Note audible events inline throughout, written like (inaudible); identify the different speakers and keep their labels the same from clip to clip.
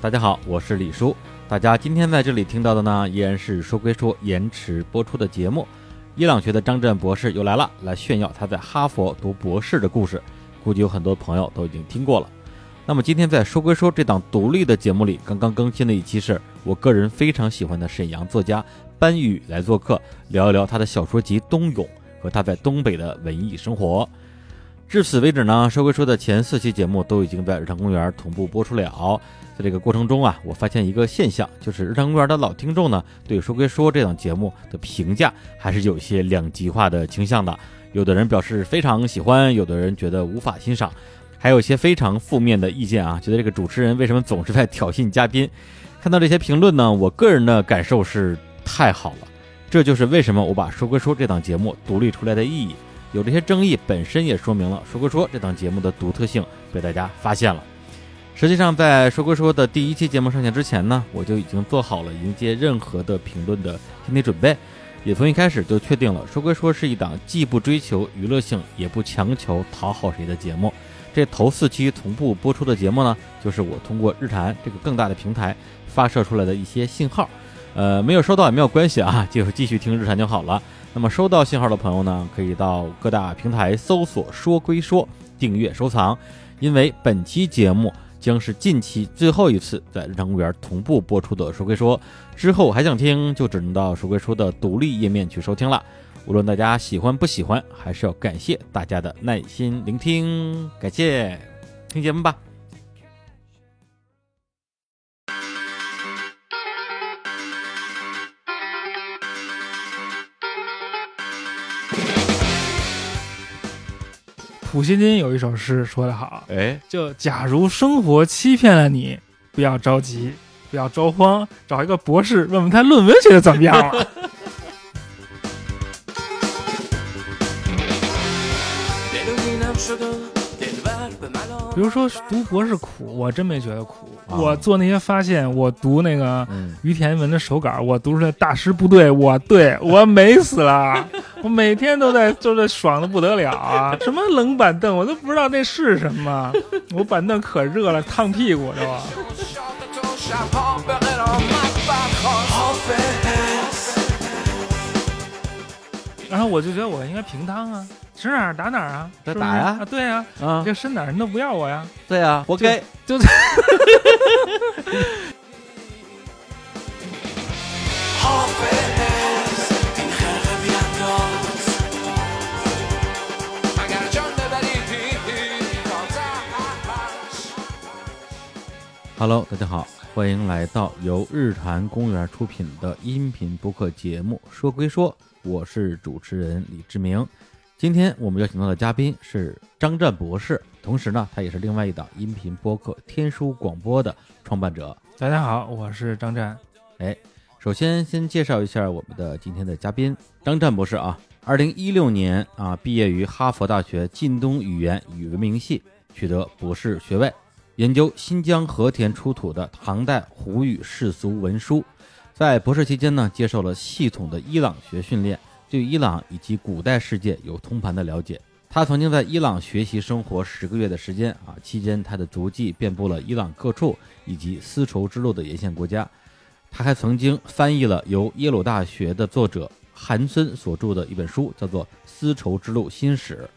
Speaker 1: 大家好，我是李叔。大家今天在这里听到的呢，依然是说归说延迟播出的节目。伊朗学的张震博士又来了，来炫耀他在哈佛读博士的故事。估计有很多朋友都已经听过了。那么今天在说归说这档独立的节目里，刚刚更新的一期是我个人非常喜欢的沈阳作家班宇来做客，聊一聊他的小说集《冬泳》和他在东北的文艺生活。至此为止呢，说归说的前四期节目都已经在日常公园同步播出了。在这个过程中啊，我发现一个现象，就是日常公园的老听众呢，对《说归说》这档节目的评价还是有一些两极化的倾向的。有的人表示非常喜欢，有的人觉得无法欣赏，还有一些非常负面的意见啊，觉得这个主持人为什么总是在挑衅嘉宾？看到这些评论呢，我个人的感受是太好了，这就是为什么我把《说归说》这档节目独立出来的意义。有这些争议本身也说明了《说归说》这档节目的独特性被大家发现了。实际上，在《说归说》的第一期节目上线之前呢，我就已经做好了迎接任何的评论的心理准备，也从一开始就确定了《说归说》是一档既不追求娱乐性，也不强求讨好谁的节目。这头四期同步播出的节目呢，就是我通过日坛这个更大的平台发射出来的一些信号。呃，没有收到也没有关系啊，就继续听日坛就好了。那么收到信号的朋友呢，可以到各大平台搜索“说归说”，订阅收藏，因为本期节目。将是近期最后一次在日常公园同步播出的《说归说》，之后还想听就只能到《说归说》的独立页面去收听了。无论大家喜欢不喜欢，还是要感谢大家的耐心聆听，感谢听节目吧。
Speaker 2: 普希金有一首诗说得好，
Speaker 1: 哎，
Speaker 2: 就假如生活欺骗了你，不要着急，不要着慌，找一个博士问问他论文写的怎么样了。比如说读博士苦，我真没觉得苦。
Speaker 1: 啊
Speaker 2: 我做那些发现，我读那个
Speaker 1: 嗯，
Speaker 2: 于田文的手稿，我读出来大师部队，我对我美死了，我每天都在就是爽的不得了啊！什么冷板凳，我都不知道那是什么，我板凳可热了，烫屁股啊是吧？然后我就觉得我应该平摊啊，指哪儿打哪儿啊，
Speaker 1: 那
Speaker 2: 是不是
Speaker 1: 打呀
Speaker 2: 啊，对呀、
Speaker 1: 啊
Speaker 2: 这，个伸哪儿人都不要我呀，
Speaker 1: 对啊，活该。
Speaker 2: 就在。
Speaker 1: Hello，大家好，欢迎来到由日坛公园出品的音频播客节目《说归说》，我是主持人李志明。今天我们邀请到的嘉宾是张湛博士，同时呢，他也是另外一档音频播客《天书广播》的创办者。
Speaker 2: 大家好，我是张湛。
Speaker 1: 首先，先介绍一下我们的今天的嘉宾张湛博士啊。二零一六年啊，毕业于哈佛大学近东语言与文明系，取得博士学位，研究新疆和田出土的唐代胡语世俗文书。在博士期间呢，接受了系统的伊朗学训练，对伊朗以及古代世界有通盘的了解。他曾经在伊朗学习生活十个月的时间啊，期间他的足迹遍布了伊朗各处以及丝绸之路的沿线国家。他还曾经翻译了由耶鲁大学的作者韩森所著的一本书，叫做《丝绸之路新史》。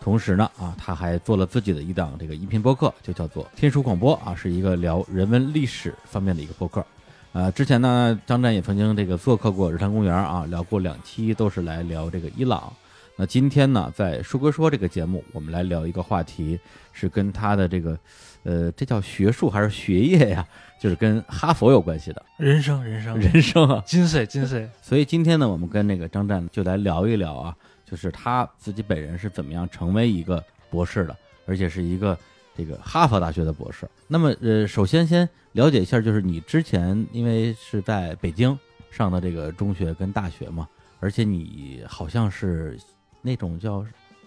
Speaker 1: 同时呢，啊，他还做了自己的一档这个音频播客，就叫做《天书广播》啊，是一个聊人文历史方面的一个播客。呃，之前呢，张湛也曾经这个做客过日坛公园啊，聊过两期，都是来聊这个伊朗。那今天呢，在说哥说这个节目，我们来聊一个话题，是跟他的这个，呃，这叫学术还是学业呀？就是跟哈佛有关系的。
Speaker 2: 人生，人生，
Speaker 1: 人生啊。
Speaker 2: 金穗，金穗，
Speaker 1: 所以今天呢，我们跟那个张湛就来聊一聊啊，就是他自己本人是怎么样成为一个博士的，而且是一个这个哈佛大学的博士。那么呃，首先先了解一下，就是你之前因为是在北京上的这个中学跟大学嘛，而且你好像是那种叫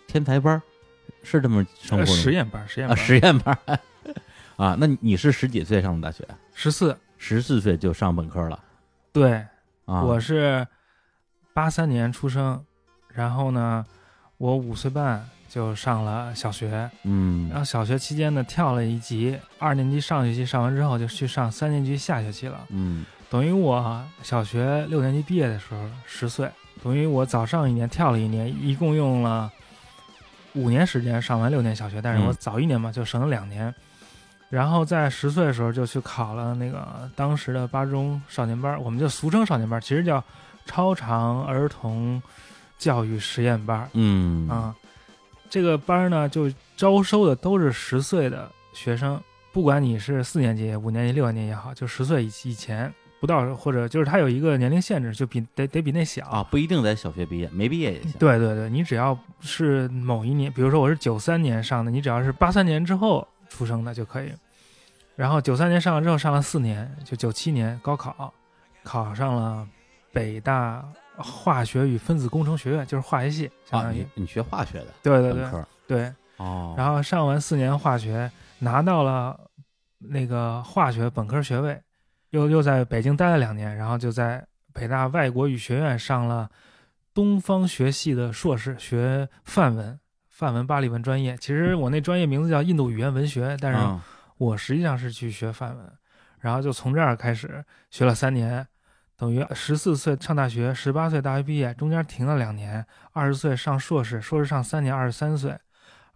Speaker 1: 天才班儿，是这么生活
Speaker 2: 呃
Speaker 1: 的吗
Speaker 2: 实验班，实验
Speaker 1: 啊
Speaker 2: 班，
Speaker 1: 实验班儿 (laughs) 啊？那你是十几岁上的大学？
Speaker 2: 十四。
Speaker 1: 十四岁就上本科了
Speaker 2: 对，
Speaker 1: 啊？
Speaker 2: 我是八三年出生，然后呢，我五岁半就上了小学，然
Speaker 1: 嗯
Speaker 2: 后小学期间呢跳了一级，二年级上学期上完之后就去上三年级下学期了，
Speaker 1: 嗯
Speaker 2: 等于我小学六年级毕业的时候十岁，等于我早上一年跳了一年，一共用了五年时间上完六年小学，但是
Speaker 1: 嗯
Speaker 2: 我早一年嘛，就省了两年。然后在十岁的时候就去考了那个当时的八中少年班，我们就俗称少年班，其实叫超常儿童教育实验班。
Speaker 1: 嗯
Speaker 2: 啊，这个班儿呢，就招收的都是十岁的学生，不管你是四年级、五年级、六年级也好，就十岁以以前不到，或者就是他有一个年龄限制，就比得得比那小
Speaker 1: 啊，。不一定在小学毕业，没毕业也行。
Speaker 2: 对对对，你只要是某一年，比如说我是九三年上的，你只要是八三年之后出生的就可以。然后九三年上了之后，上了四年，就九七年高考，考上了北大化学与分子工程学院，就是化学系，相
Speaker 1: 啊，
Speaker 2: 当于、
Speaker 1: 你你学化学的
Speaker 2: 对对
Speaker 1: 本
Speaker 2: 对
Speaker 1: 科
Speaker 2: 对，
Speaker 1: 哦，
Speaker 2: 然后上完四年化学，拿到了那个化学本科学位，又又在北京待了两年，然后就在北大外国语学院上了东方学系的硕士，学范文，范文巴利文专业。其实我那专业名字叫印度语言文学，但是
Speaker 1: 嗯
Speaker 2: 我实际上是去学范文，然后就从这儿开始学了三年。等于十四岁上大学，十八岁大学毕业，中间停了两年，二十岁上硕士，硕士上三年，二十三岁，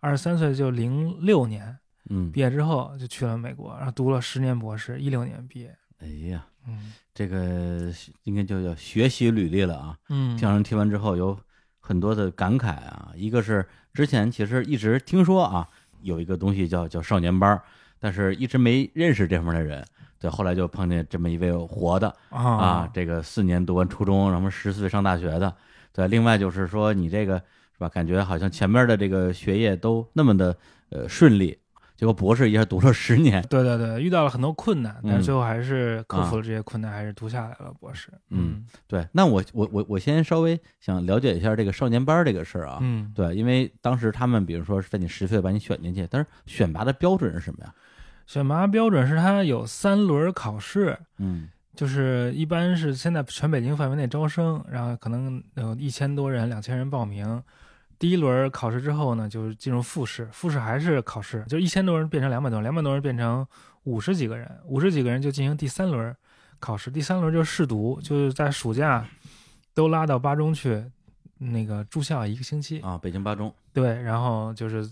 Speaker 2: 二十三岁就零六年
Speaker 1: 嗯
Speaker 2: 毕，业之后就去了美国，然后读了十年博士，一六年毕业。
Speaker 1: 哎呀，
Speaker 2: 嗯
Speaker 1: 这个应该就叫学习履历了啊。
Speaker 2: 嗯
Speaker 1: 听人听完之后有很多的感慨啊，一个是之前其实一直听说啊有一个东西叫叫少年班儿，但是一直没认识这方面的人。对，后来就碰见这么一位活的，啊，，这个四年读完初中，然后十四岁上大学的。对，另外就是说你这个是吧？感觉好像前面的这个学业都那么的呃顺利，结果博士一下读了十年， (laughs)
Speaker 2: 对对对，遇到了很多困难，但
Speaker 1: 嗯
Speaker 2: 是最后还是克
Speaker 1: 啊
Speaker 2: 服了这些困难，还是读下来了博士。
Speaker 1: 嗯对，那我我我我先稍微想了解一下这个少年班儿这个事儿啊。
Speaker 2: 嗯，
Speaker 1: 对，因为当时他们比如说是在你十岁把你选进去，但是选拔的标准是什么呀？
Speaker 2: 选拔标准是它有三轮考试，
Speaker 1: 嗯
Speaker 2: 就是一般是现在全北京范围内招生，然后可能有一千多人、两千人报名。第一轮考试之后呢，就是进入复试，复试还是考试，就一千多人变成两百多人，两百多人变成五十几个人，五十几个人就进行第三轮考试，第三轮就是试读，就是在暑假都拉到巴中去，那个住校一个星期，
Speaker 1: 啊，北京八中，
Speaker 2: 对，然后就是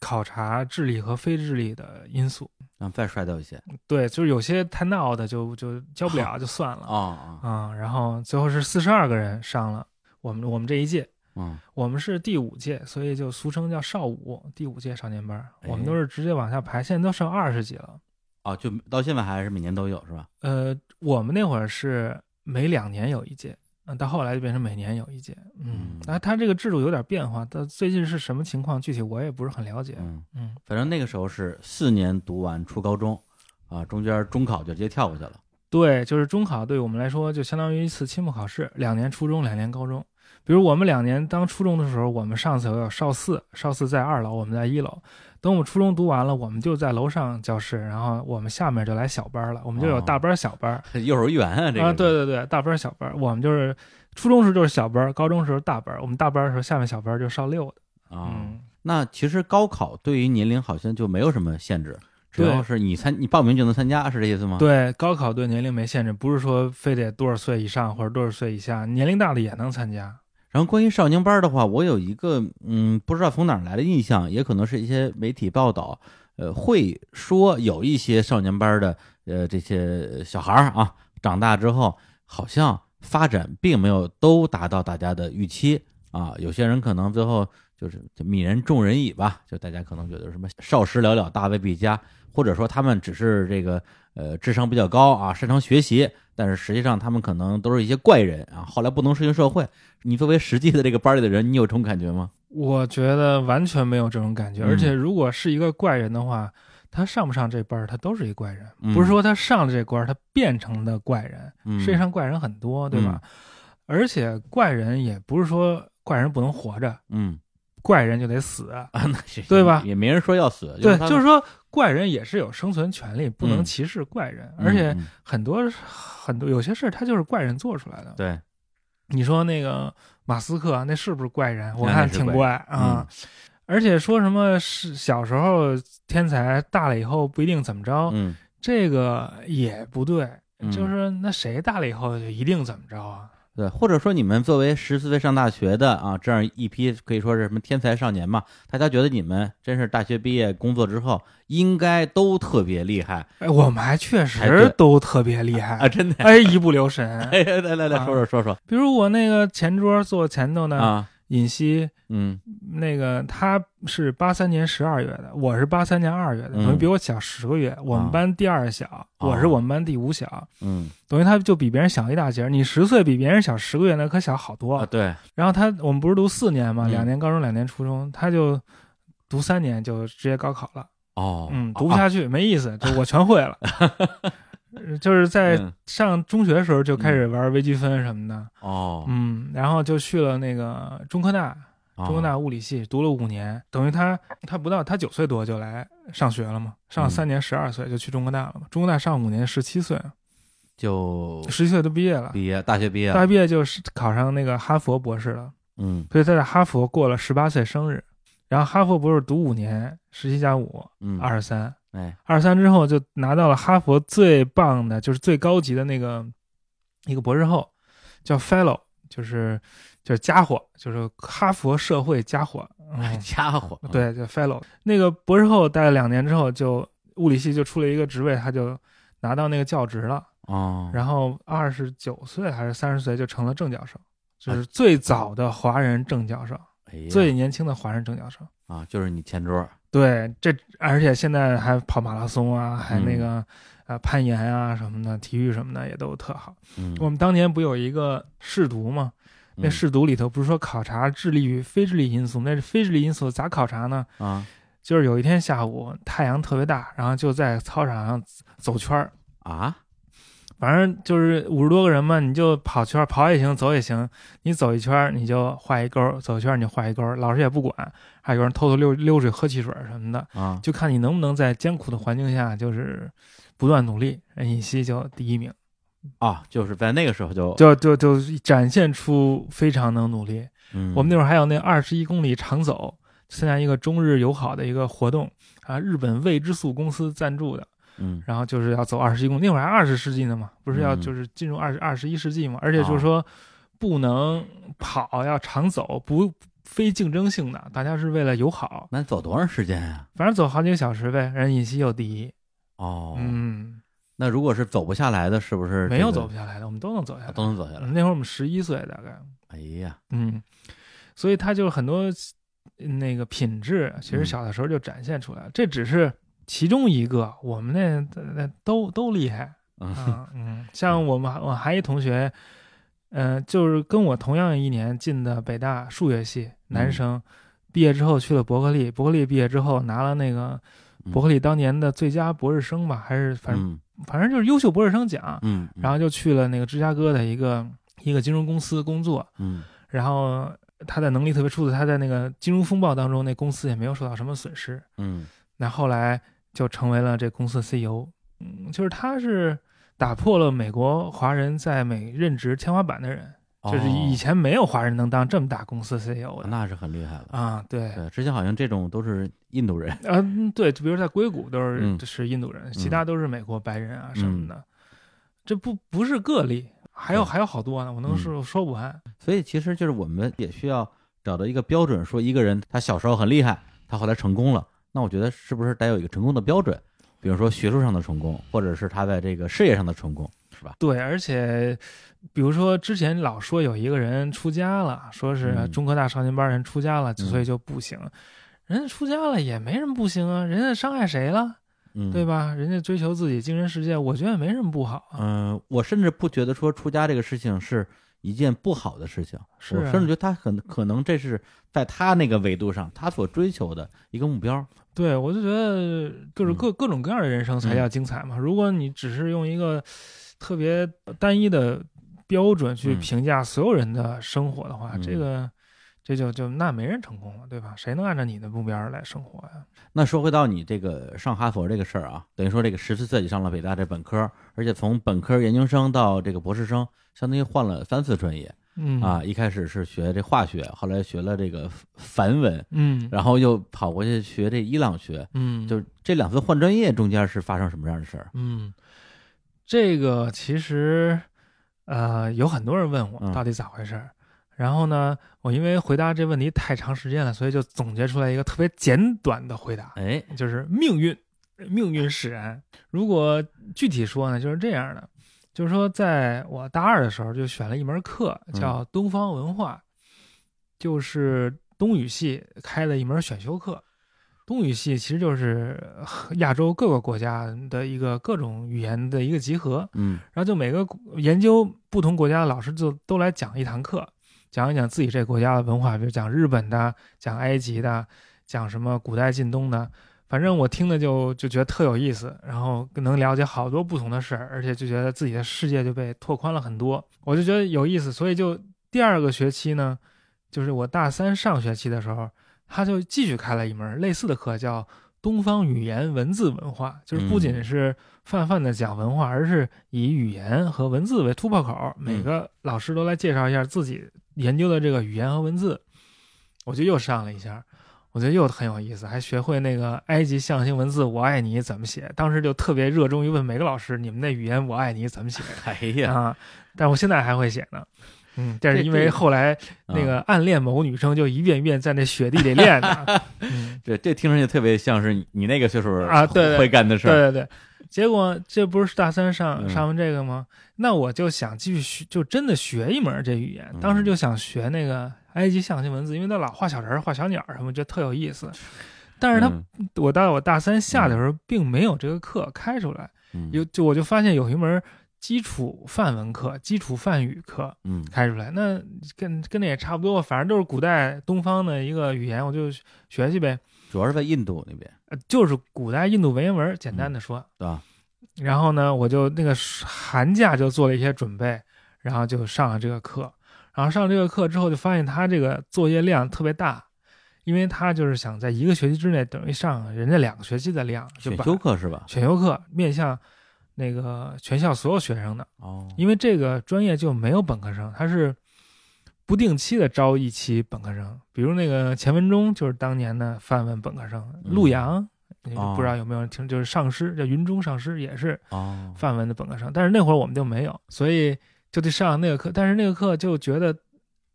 Speaker 2: 考察智力和非智力的因素，
Speaker 1: 然后再摔掉一些
Speaker 2: 对，就是有些太闹的就就教不了就算了
Speaker 1: 啊啊
Speaker 2: 啊、然后最后是四十二个人上了我们我们这一届，
Speaker 1: 嗯
Speaker 2: 我们是第五届，所以就俗称叫少五，第五届少年班儿，
Speaker 1: 哎
Speaker 2: 我们都是直接往下排，现在都剩二十几了。
Speaker 1: 啊，就到现在还是每年都有是吧？
Speaker 2: 呃，我们那会儿是每两年有一届，嗯、到后来就变成每年有一届，嗯
Speaker 1: 嗯，
Speaker 2: 那、它这个制度有点变化，但最近是什么情况，具体我也不是很了解，
Speaker 1: 嗯，
Speaker 2: 嗯，
Speaker 1: 反正那个时候是四年读完初高中，啊，中间中考就直接跳过去了。 (laughs)
Speaker 2: 对，就是中考对我们来说就相当于一次期末考试，两年初中，两年高中。比如我们两年当初中的时候，我们上次有少四，少四在二楼，我们在一楼。等我们初中读完了，我们就在楼上教室，然后我们下面就来小班了，我们就有大班、小班。
Speaker 1: 幼儿园啊，这个
Speaker 2: 啊，对对对，大班小班，我们就是初中时候就是小班，高中时候大班。我们大班的时候，下面小班就上六的。
Speaker 1: 啊，
Speaker 2: 嗯，
Speaker 1: 那其实高考对于年龄好像就没有什么限制，只
Speaker 2: 对
Speaker 1: 要是你参你报名就能参加，是这意思吗？
Speaker 2: 对，高考对年龄没限制，不是说非得多少岁以上或者多少岁以下，年龄大的也能参加。
Speaker 1: 然后关于少年班的话，我有一个嗯，不知道从哪儿来的印象，也可能是一些媒体报道，呃，会说有一些少年班的呃这些小孩儿啊，长大之后好像发展并没有都达到大家的预期啊，有些人可能最后就是就泯然众人矣吧，就大家可能觉得什么少时了了，大未必佳，或者说他们只是这个呃智商比较高啊，擅长学习，但是实际上他们可能都是一些怪人啊，后来不能适应社会。你作为实际的这个班里的人，你有这种感觉吗？
Speaker 2: 我觉得完全没有这种感觉，
Speaker 1: 嗯
Speaker 2: 而且如果是一个怪人的话，他上不上这班儿，他都是一怪人，
Speaker 1: 嗯
Speaker 2: 不是说他上了这关儿，他变成了怪人。
Speaker 1: 嗯，
Speaker 2: 世界上怪人很多，对吧？而且怪人也不是说怪人不能活着，
Speaker 1: 嗯
Speaker 2: 怪人就得死，
Speaker 1: 啊，那是
Speaker 2: (laughs) 对吧
Speaker 1: 也没人说要死，
Speaker 2: 对，
Speaker 1: 他
Speaker 2: 就是说怪人也是有生存权利，不
Speaker 1: 嗯
Speaker 2: 能歧视怪人，
Speaker 1: 嗯
Speaker 2: 而且
Speaker 1: 嗯
Speaker 2: 很多很多有些事儿他就是怪人做出来的。
Speaker 1: 对，
Speaker 2: 啊你说那个马斯克那是不是怪人？我
Speaker 1: 那
Speaker 2: 看
Speaker 1: 是
Speaker 2: 挺
Speaker 1: 怪嗯
Speaker 2: 怪啊。而且说什么是小时候天才，大了以后不一定怎么着，
Speaker 1: 嗯，
Speaker 2: 这个也不对。
Speaker 1: 嗯
Speaker 2: 就是那谁大了以后就一定怎么着啊？
Speaker 1: 对，或者说你们作为十四岁上大学的啊，这样一批可以说是什么天才少年嘛，大家觉得你们真是大学毕业工作之后，应该都特别厉害 (laughs)
Speaker 2: 哎，我们还确
Speaker 1: 哎对
Speaker 2: 实都特别厉害，
Speaker 1: 啊，真的。 (laughs)
Speaker 2: 哎，一不留神。
Speaker 1: 哎，来来来，
Speaker 2: 啊
Speaker 1: 说说说说
Speaker 2: 比如我那个前桌坐我前头呢，
Speaker 1: 啊，
Speaker 2: 尹希，
Speaker 1: 嗯
Speaker 2: 那个他是八三年十二月的，我是八三年二月的，
Speaker 1: 嗯啊哦
Speaker 2: 等于比我小十个月。我们班第二小，我是我们班第五小，
Speaker 1: 嗯
Speaker 2: 等于他就比别人小一大截儿。你十岁比别人小十个月，那可小好多。
Speaker 1: 啊，对，
Speaker 2: 然后他我们不是读四年嘛，
Speaker 1: 嗯
Speaker 2: 两年高中，两年初中，他就读三年就直接高考了。
Speaker 1: 哦，
Speaker 2: 嗯，读不
Speaker 1: 啊
Speaker 2: 下去、没意思，就我全会了。
Speaker 1: (laughs)
Speaker 2: (laughs) 呃就是在
Speaker 1: 嗯
Speaker 2: 上中学的时候就开始玩微积分什么的，
Speaker 1: 哦，
Speaker 2: 嗯，然后就去了那个中科大，中科
Speaker 1: 哦
Speaker 2: 大物理系读了五年，等于他他不到他九岁多就来上学了嘛，上了
Speaker 1: 嗯
Speaker 2: 三年十二岁就去中科大了嘛，中科大上五年十七岁，
Speaker 1: 就
Speaker 2: 十七岁都毕业了，
Speaker 1: 毕业，大学毕业了，
Speaker 2: 大学毕业就是考上那个哈佛博士了，
Speaker 1: 嗯
Speaker 2: 所以他在哈佛过了十八岁生日，然后哈佛博士读五年，十七加五
Speaker 1: 嗯，
Speaker 2: 二十三，
Speaker 1: 哎，，
Speaker 2: 二十三之后就拿到了哈佛最棒的，就是最高级的那个一个博士后，叫 fellow，就是就是家伙，就是哈佛社会家伙。嗯
Speaker 1: (laughs) 家伙，
Speaker 2: 对，叫 fellow。那个博士后待了两年之后就，物理系就出了一个职位，他就拿到那个教职了。
Speaker 1: 哦，
Speaker 2: 然后二十九岁还是三十岁就成了正教授，就是最早的华人正教授，
Speaker 1: 哎呀
Speaker 2: 最年轻的华人正教授。
Speaker 1: 啊，就是你前桌，
Speaker 2: 对，这而且现在还跑马拉松啊，
Speaker 1: 嗯
Speaker 2: 还那个、呃攀岩啊什么的，体育什么的也都特好。
Speaker 1: 嗯，
Speaker 2: 我们当年不有一个试读吗？那
Speaker 1: 嗯
Speaker 2: 试读里头不是说考察智力与非智力因素？那是非智力因素咋考察呢？
Speaker 1: 啊
Speaker 2: 就是有一天下午太阳特别大，然后就在操场上走圈儿，
Speaker 1: 啊，
Speaker 2: 反正就是五十多个人嘛，你就跑圈儿，跑也行，走也行。你走一圈儿你就画一勾儿，走一圈儿你就画一勾儿，老师也不管，还有人偷偷溜溜水喝汽水什么的。
Speaker 1: 啊，
Speaker 2: 就看你能不能在艰苦的环境下，就是不断努力。尹希就第一名，
Speaker 1: 啊，就是在那个时候就，
Speaker 2: 就就就展现出非常能努力。
Speaker 1: 嗯
Speaker 2: 我们那会儿还有那二十一公里长走，参加一个中日友好的一个活动啊，日本未知素公司赞助的，
Speaker 1: 嗯
Speaker 2: 然后就是要走二十一公里。那会儿还二十世纪呢嘛，不是要
Speaker 1: 嗯啊
Speaker 2: 就是进入二十二十一世纪嘛？而且就是说不能跑，要长走，不非竞争性的，大家是为了友好，
Speaker 1: 那走多长时间啊呀？
Speaker 2: 反正走好几个小时呗。人尹希又第一，
Speaker 1: 哦，
Speaker 2: 嗯。
Speaker 1: 那如果是走不下来的，是不是
Speaker 2: 没有
Speaker 1: 这个
Speaker 2: 走不下来的，我们都能走下来。
Speaker 1: 都能走下来？
Speaker 2: 那会儿我们十一岁大概，
Speaker 1: 哎呀，
Speaker 2: 嗯，所以他就很多那个品质，其
Speaker 1: 嗯
Speaker 2: 实小的时候就展现出来了。这只是其中一个，我们那那那都都厉害
Speaker 1: 嗯
Speaker 2: 啊，嗯，像我们还我还一同学，呃，就是跟我同样一年进的北大数学
Speaker 1: 嗯
Speaker 2: 系男生。毕业之后去了伯克利，伯克利毕业之后拿了那个
Speaker 1: 嗯
Speaker 2: 伯克利当年的最佳博士生吧，还是反正、
Speaker 1: 嗯
Speaker 2: 反正就是优秀博士生奖，
Speaker 1: 嗯，
Speaker 2: 然后就去了那个芝加哥的一个一个金融公司工作，
Speaker 1: 嗯
Speaker 2: 然后他的能力特别出色，他在那个金融风暴当中，那公司也没有受到什么损失。
Speaker 1: 嗯
Speaker 2: 那后来就成为了这公司的 CEO，嗯，就是他是打破了美国华人在美任职天花板的人，
Speaker 1: 嗯，
Speaker 2: 就是以
Speaker 1: 前
Speaker 2: 前没有华人能当这么大公司 CEO 的
Speaker 1: 那是很厉害了。
Speaker 2: 啊，对。
Speaker 1: 对，之前好像这种都是印度人，
Speaker 2: 嗯，对，就比如在硅谷都是、
Speaker 1: 嗯
Speaker 2: 是印度人，其他都是美国白人啊什么的，这不不是个例，还有
Speaker 1: 对
Speaker 2: 还有好多呢，我能
Speaker 1: 嗯
Speaker 2: 说、说不完。
Speaker 1: 所以其实就是我们也需要找到一个标准，说一个人他小时候很厉害，他后来成功了，那我觉得是不是得有一个成功的标准？比如说学术上的成功，或者是他在这个事业上的成功，是吧？
Speaker 2: 对，而且比如说之前老说有一个人出家了，说是
Speaker 1: 嗯
Speaker 2: 中科大少年班人出家了，
Speaker 1: 嗯
Speaker 2: 所以就不行。人家出家了也没什么不行啊，人家伤害谁了，
Speaker 1: 嗯，
Speaker 2: 对吧？人家追求自己精神世界，我觉得没什么不好啊。
Speaker 1: 嗯、我甚至不觉得说出家这个事情是一件不好的事情，
Speaker 2: 是
Speaker 1: 我
Speaker 2: 啊
Speaker 1: 甚至觉得他很可能这是在他那个维度上他所追求的一个目标。
Speaker 2: 对我就觉得各种
Speaker 1: 嗯
Speaker 2: 各各种各样的人生才叫精彩嘛。如果你只是用一个特别单一的标准去
Speaker 1: 嗯
Speaker 2: 评价所有人的生活的话，
Speaker 1: 嗯
Speaker 2: 这个这就就那没人成功了，对吧？谁能按照你的目标来生活呀、
Speaker 1: 那说回到你这个上哈佛这个事儿啊，等于说这个十四岁就上了北大这本科，而且从本科、研究生到这个博士生，相当于换了三次专业。
Speaker 2: 嗯
Speaker 1: 啊，一开始是学这化学，后来学了这个梵文，
Speaker 2: 嗯
Speaker 1: 然后又跑过去学这伊朗学。
Speaker 2: 嗯，
Speaker 1: 就是这两次换专业中间是发生什么样的事儿？啊
Speaker 2: 嗯，这个其实呃有很多人问我
Speaker 1: 嗯
Speaker 2: 到底咋回事儿。然后呢，我因为回答这问题太长时间了，所以就总结出来一个特别简短的回答，
Speaker 1: 哎，
Speaker 2: 就是命运，命运使然。如果具体说呢，就是这样的，就是说，在我大二的时候就选了一门课
Speaker 1: 嗯
Speaker 2: 叫东方文化，就是东语系开的一门选修课。东语系其实就是 (laughs) 呃亚洲各个国家的一个各种语言的一个集合，
Speaker 1: 嗯
Speaker 2: 然后就每个国研究不同国家的老师就都来讲一堂课，讲一讲自己这国家的文化，比如讲日本的，讲埃及的，讲什么古代近东的，反正我听的就就觉得特有意思，然后能了解好多不同的事儿，而且就觉得自己的世界就被拓宽了很多，我就觉得有意思，所以就第二个学期呢，就是我大三上学期的时候，他就继续开了一门类似的课，叫东方语言文字文化，就是不仅
Speaker 1: 嗯
Speaker 2: 是泛泛的讲文化，而是以语言和文字为突破口，
Speaker 1: 嗯
Speaker 2: 每个老师都来介绍一下自己研究的这个语言和文字。我就又上了一下，我觉得又很有意思，还学会那个埃及象形文字“我爱你”怎么写，当时就特别热衷于问每个老师你们那语言“我爱你”怎么写。
Speaker 1: (laughs) 哎呀，
Speaker 2: 啊，但我现在还会写
Speaker 1: (laughs)
Speaker 2: 呢。嗯，但是
Speaker 1: 这
Speaker 2: 因
Speaker 1: 这
Speaker 2: 为
Speaker 1: 个
Speaker 2: 后来
Speaker 1: 啊
Speaker 2: 那个暗恋某女生，就一遍一遍在那雪地里
Speaker 1: (laughs)
Speaker 2: 练的。嗯，
Speaker 1: 这这听上去特别像是你那个岁数
Speaker 2: 啊对对
Speaker 1: 会干的事
Speaker 2: 对
Speaker 1: 儿。
Speaker 2: 对对。结果这不是大三上
Speaker 1: 嗯
Speaker 2: 上完这个吗？那我就想继续学，就真的学一门儿这语言。
Speaker 1: 嗯
Speaker 2: 当时就想学那个埃及象形文字，因为他老画小人儿、画小鸟儿什么，觉得特有意思。但是他，
Speaker 1: 嗯
Speaker 2: 我到我大三下的时候，并没有这个课开出来。
Speaker 1: 嗯
Speaker 2: 有就我就发现有一门儿基础范文课、基础范语课，
Speaker 1: 嗯
Speaker 2: 开出来，那跟跟那也差不多，反正都是古代东方的一个语言，我就学去呗，
Speaker 1: 主要是在印度那边，
Speaker 2: 呃就是古代印度文言文，简
Speaker 1: 嗯
Speaker 2: 单的说。
Speaker 1: 对吧？
Speaker 2: 然后呢，我就那个寒假就做了一些准备，然后就上了这个课，然后上了这个课之后，就发现他这个作业量特别大，因为他就是想在一个学期之内，等于上人家两个学期的量，就
Speaker 1: 选
Speaker 2: 把
Speaker 1: 修课是吧？
Speaker 2: 选修课面向那个全校所有学生的。
Speaker 1: 哦，
Speaker 2: 因为这个专业就没有本科生，它是不定期的招一期本科生，比如那个钱文忠就是当年的范文本科生，
Speaker 1: 嗯
Speaker 2: 陆阳。你
Speaker 1: 哦
Speaker 2: 们不知道有没有人听，就是上师叫云中上师也是
Speaker 1: 哦，
Speaker 2: 范文的本科生，但是那会儿我们就没有，所以就得上那个课。但是那个课就觉得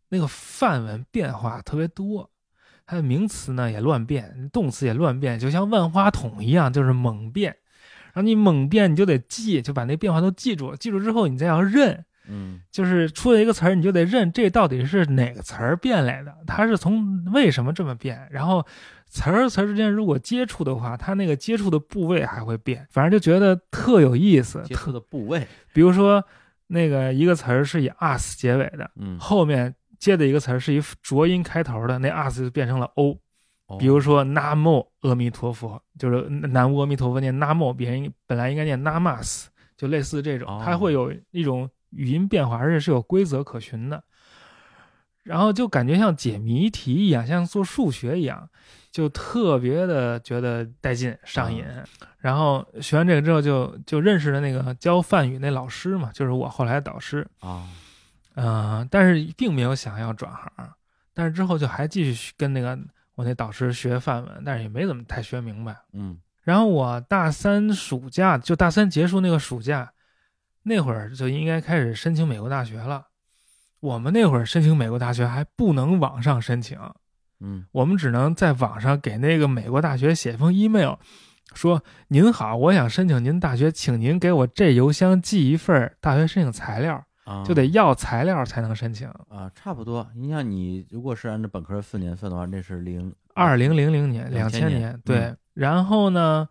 Speaker 2: 那个范文变化特别多，它的名词呢也乱变，动词也乱变，就像万花筒一样，就是猛变。然后你猛变，你就得记，就把那变化都记住，记住之后你再要认，
Speaker 1: 嗯
Speaker 2: 就是出了一个词儿，你就得认这到底是哪个词儿变来的，它是从为什么这么变，然后词儿和词儿之间如果接触的话，它那个接触的部位还会变，反正就觉得特有意思。
Speaker 1: 接触
Speaker 2: 特
Speaker 1: 的部位，
Speaker 2: 比如说那个一个词儿是以 us 结尾的，
Speaker 1: 嗯，
Speaker 2: 后面接的一个词儿是以浊音开头的，那 us 就变成了 o。
Speaker 1: 哦
Speaker 2: 比如说南无阿弥陀佛，就是南无阿弥陀佛念南无，别人本来应该念 namas，就类似这
Speaker 1: 哦
Speaker 2: 种，它会有一种语音变化，而且是有规则可循的。然后就感觉像解谜题一样，像做数学一样，就特别的觉得带劲上瘾。
Speaker 1: 嗯
Speaker 2: 然后学完这个之后就，就认识了那个教梵语那老师嘛，就是我后来的导师。
Speaker 1: 啊，
Speaker 2: 嗯，但是并没有想要转行，但是之后就还继续跟那个我那导师学范文，但是也没怎么太学明白。
Speaker 1: 嗯
Speaker 2: 然后我大三暑假，就大三结束那个暑假，那会儿就应该开始申请美国大学了。我们那会儿申请美国大学还不能网上申请，
Speaker 1: 嗯
Speaker 2: 我们只能在网上给那个美国大学写封 email，说您好，我想申请您大学，请您给我这邮箱寄一份儿大学申请材料，
Speaker 1: 啊，
Speaker 2: 就得要材料才能申请。
Speaker 1: 啊，差不多。你像你如果是按照本科四年份的话，那是零
Speaker 2: 二零零零年，
Speaker 1: 2000
Speaker 2: 两
Speaker 1: 年
Speaker 2: 千
Speaker 1: 嗯
Speaker 2: 对。然后呢，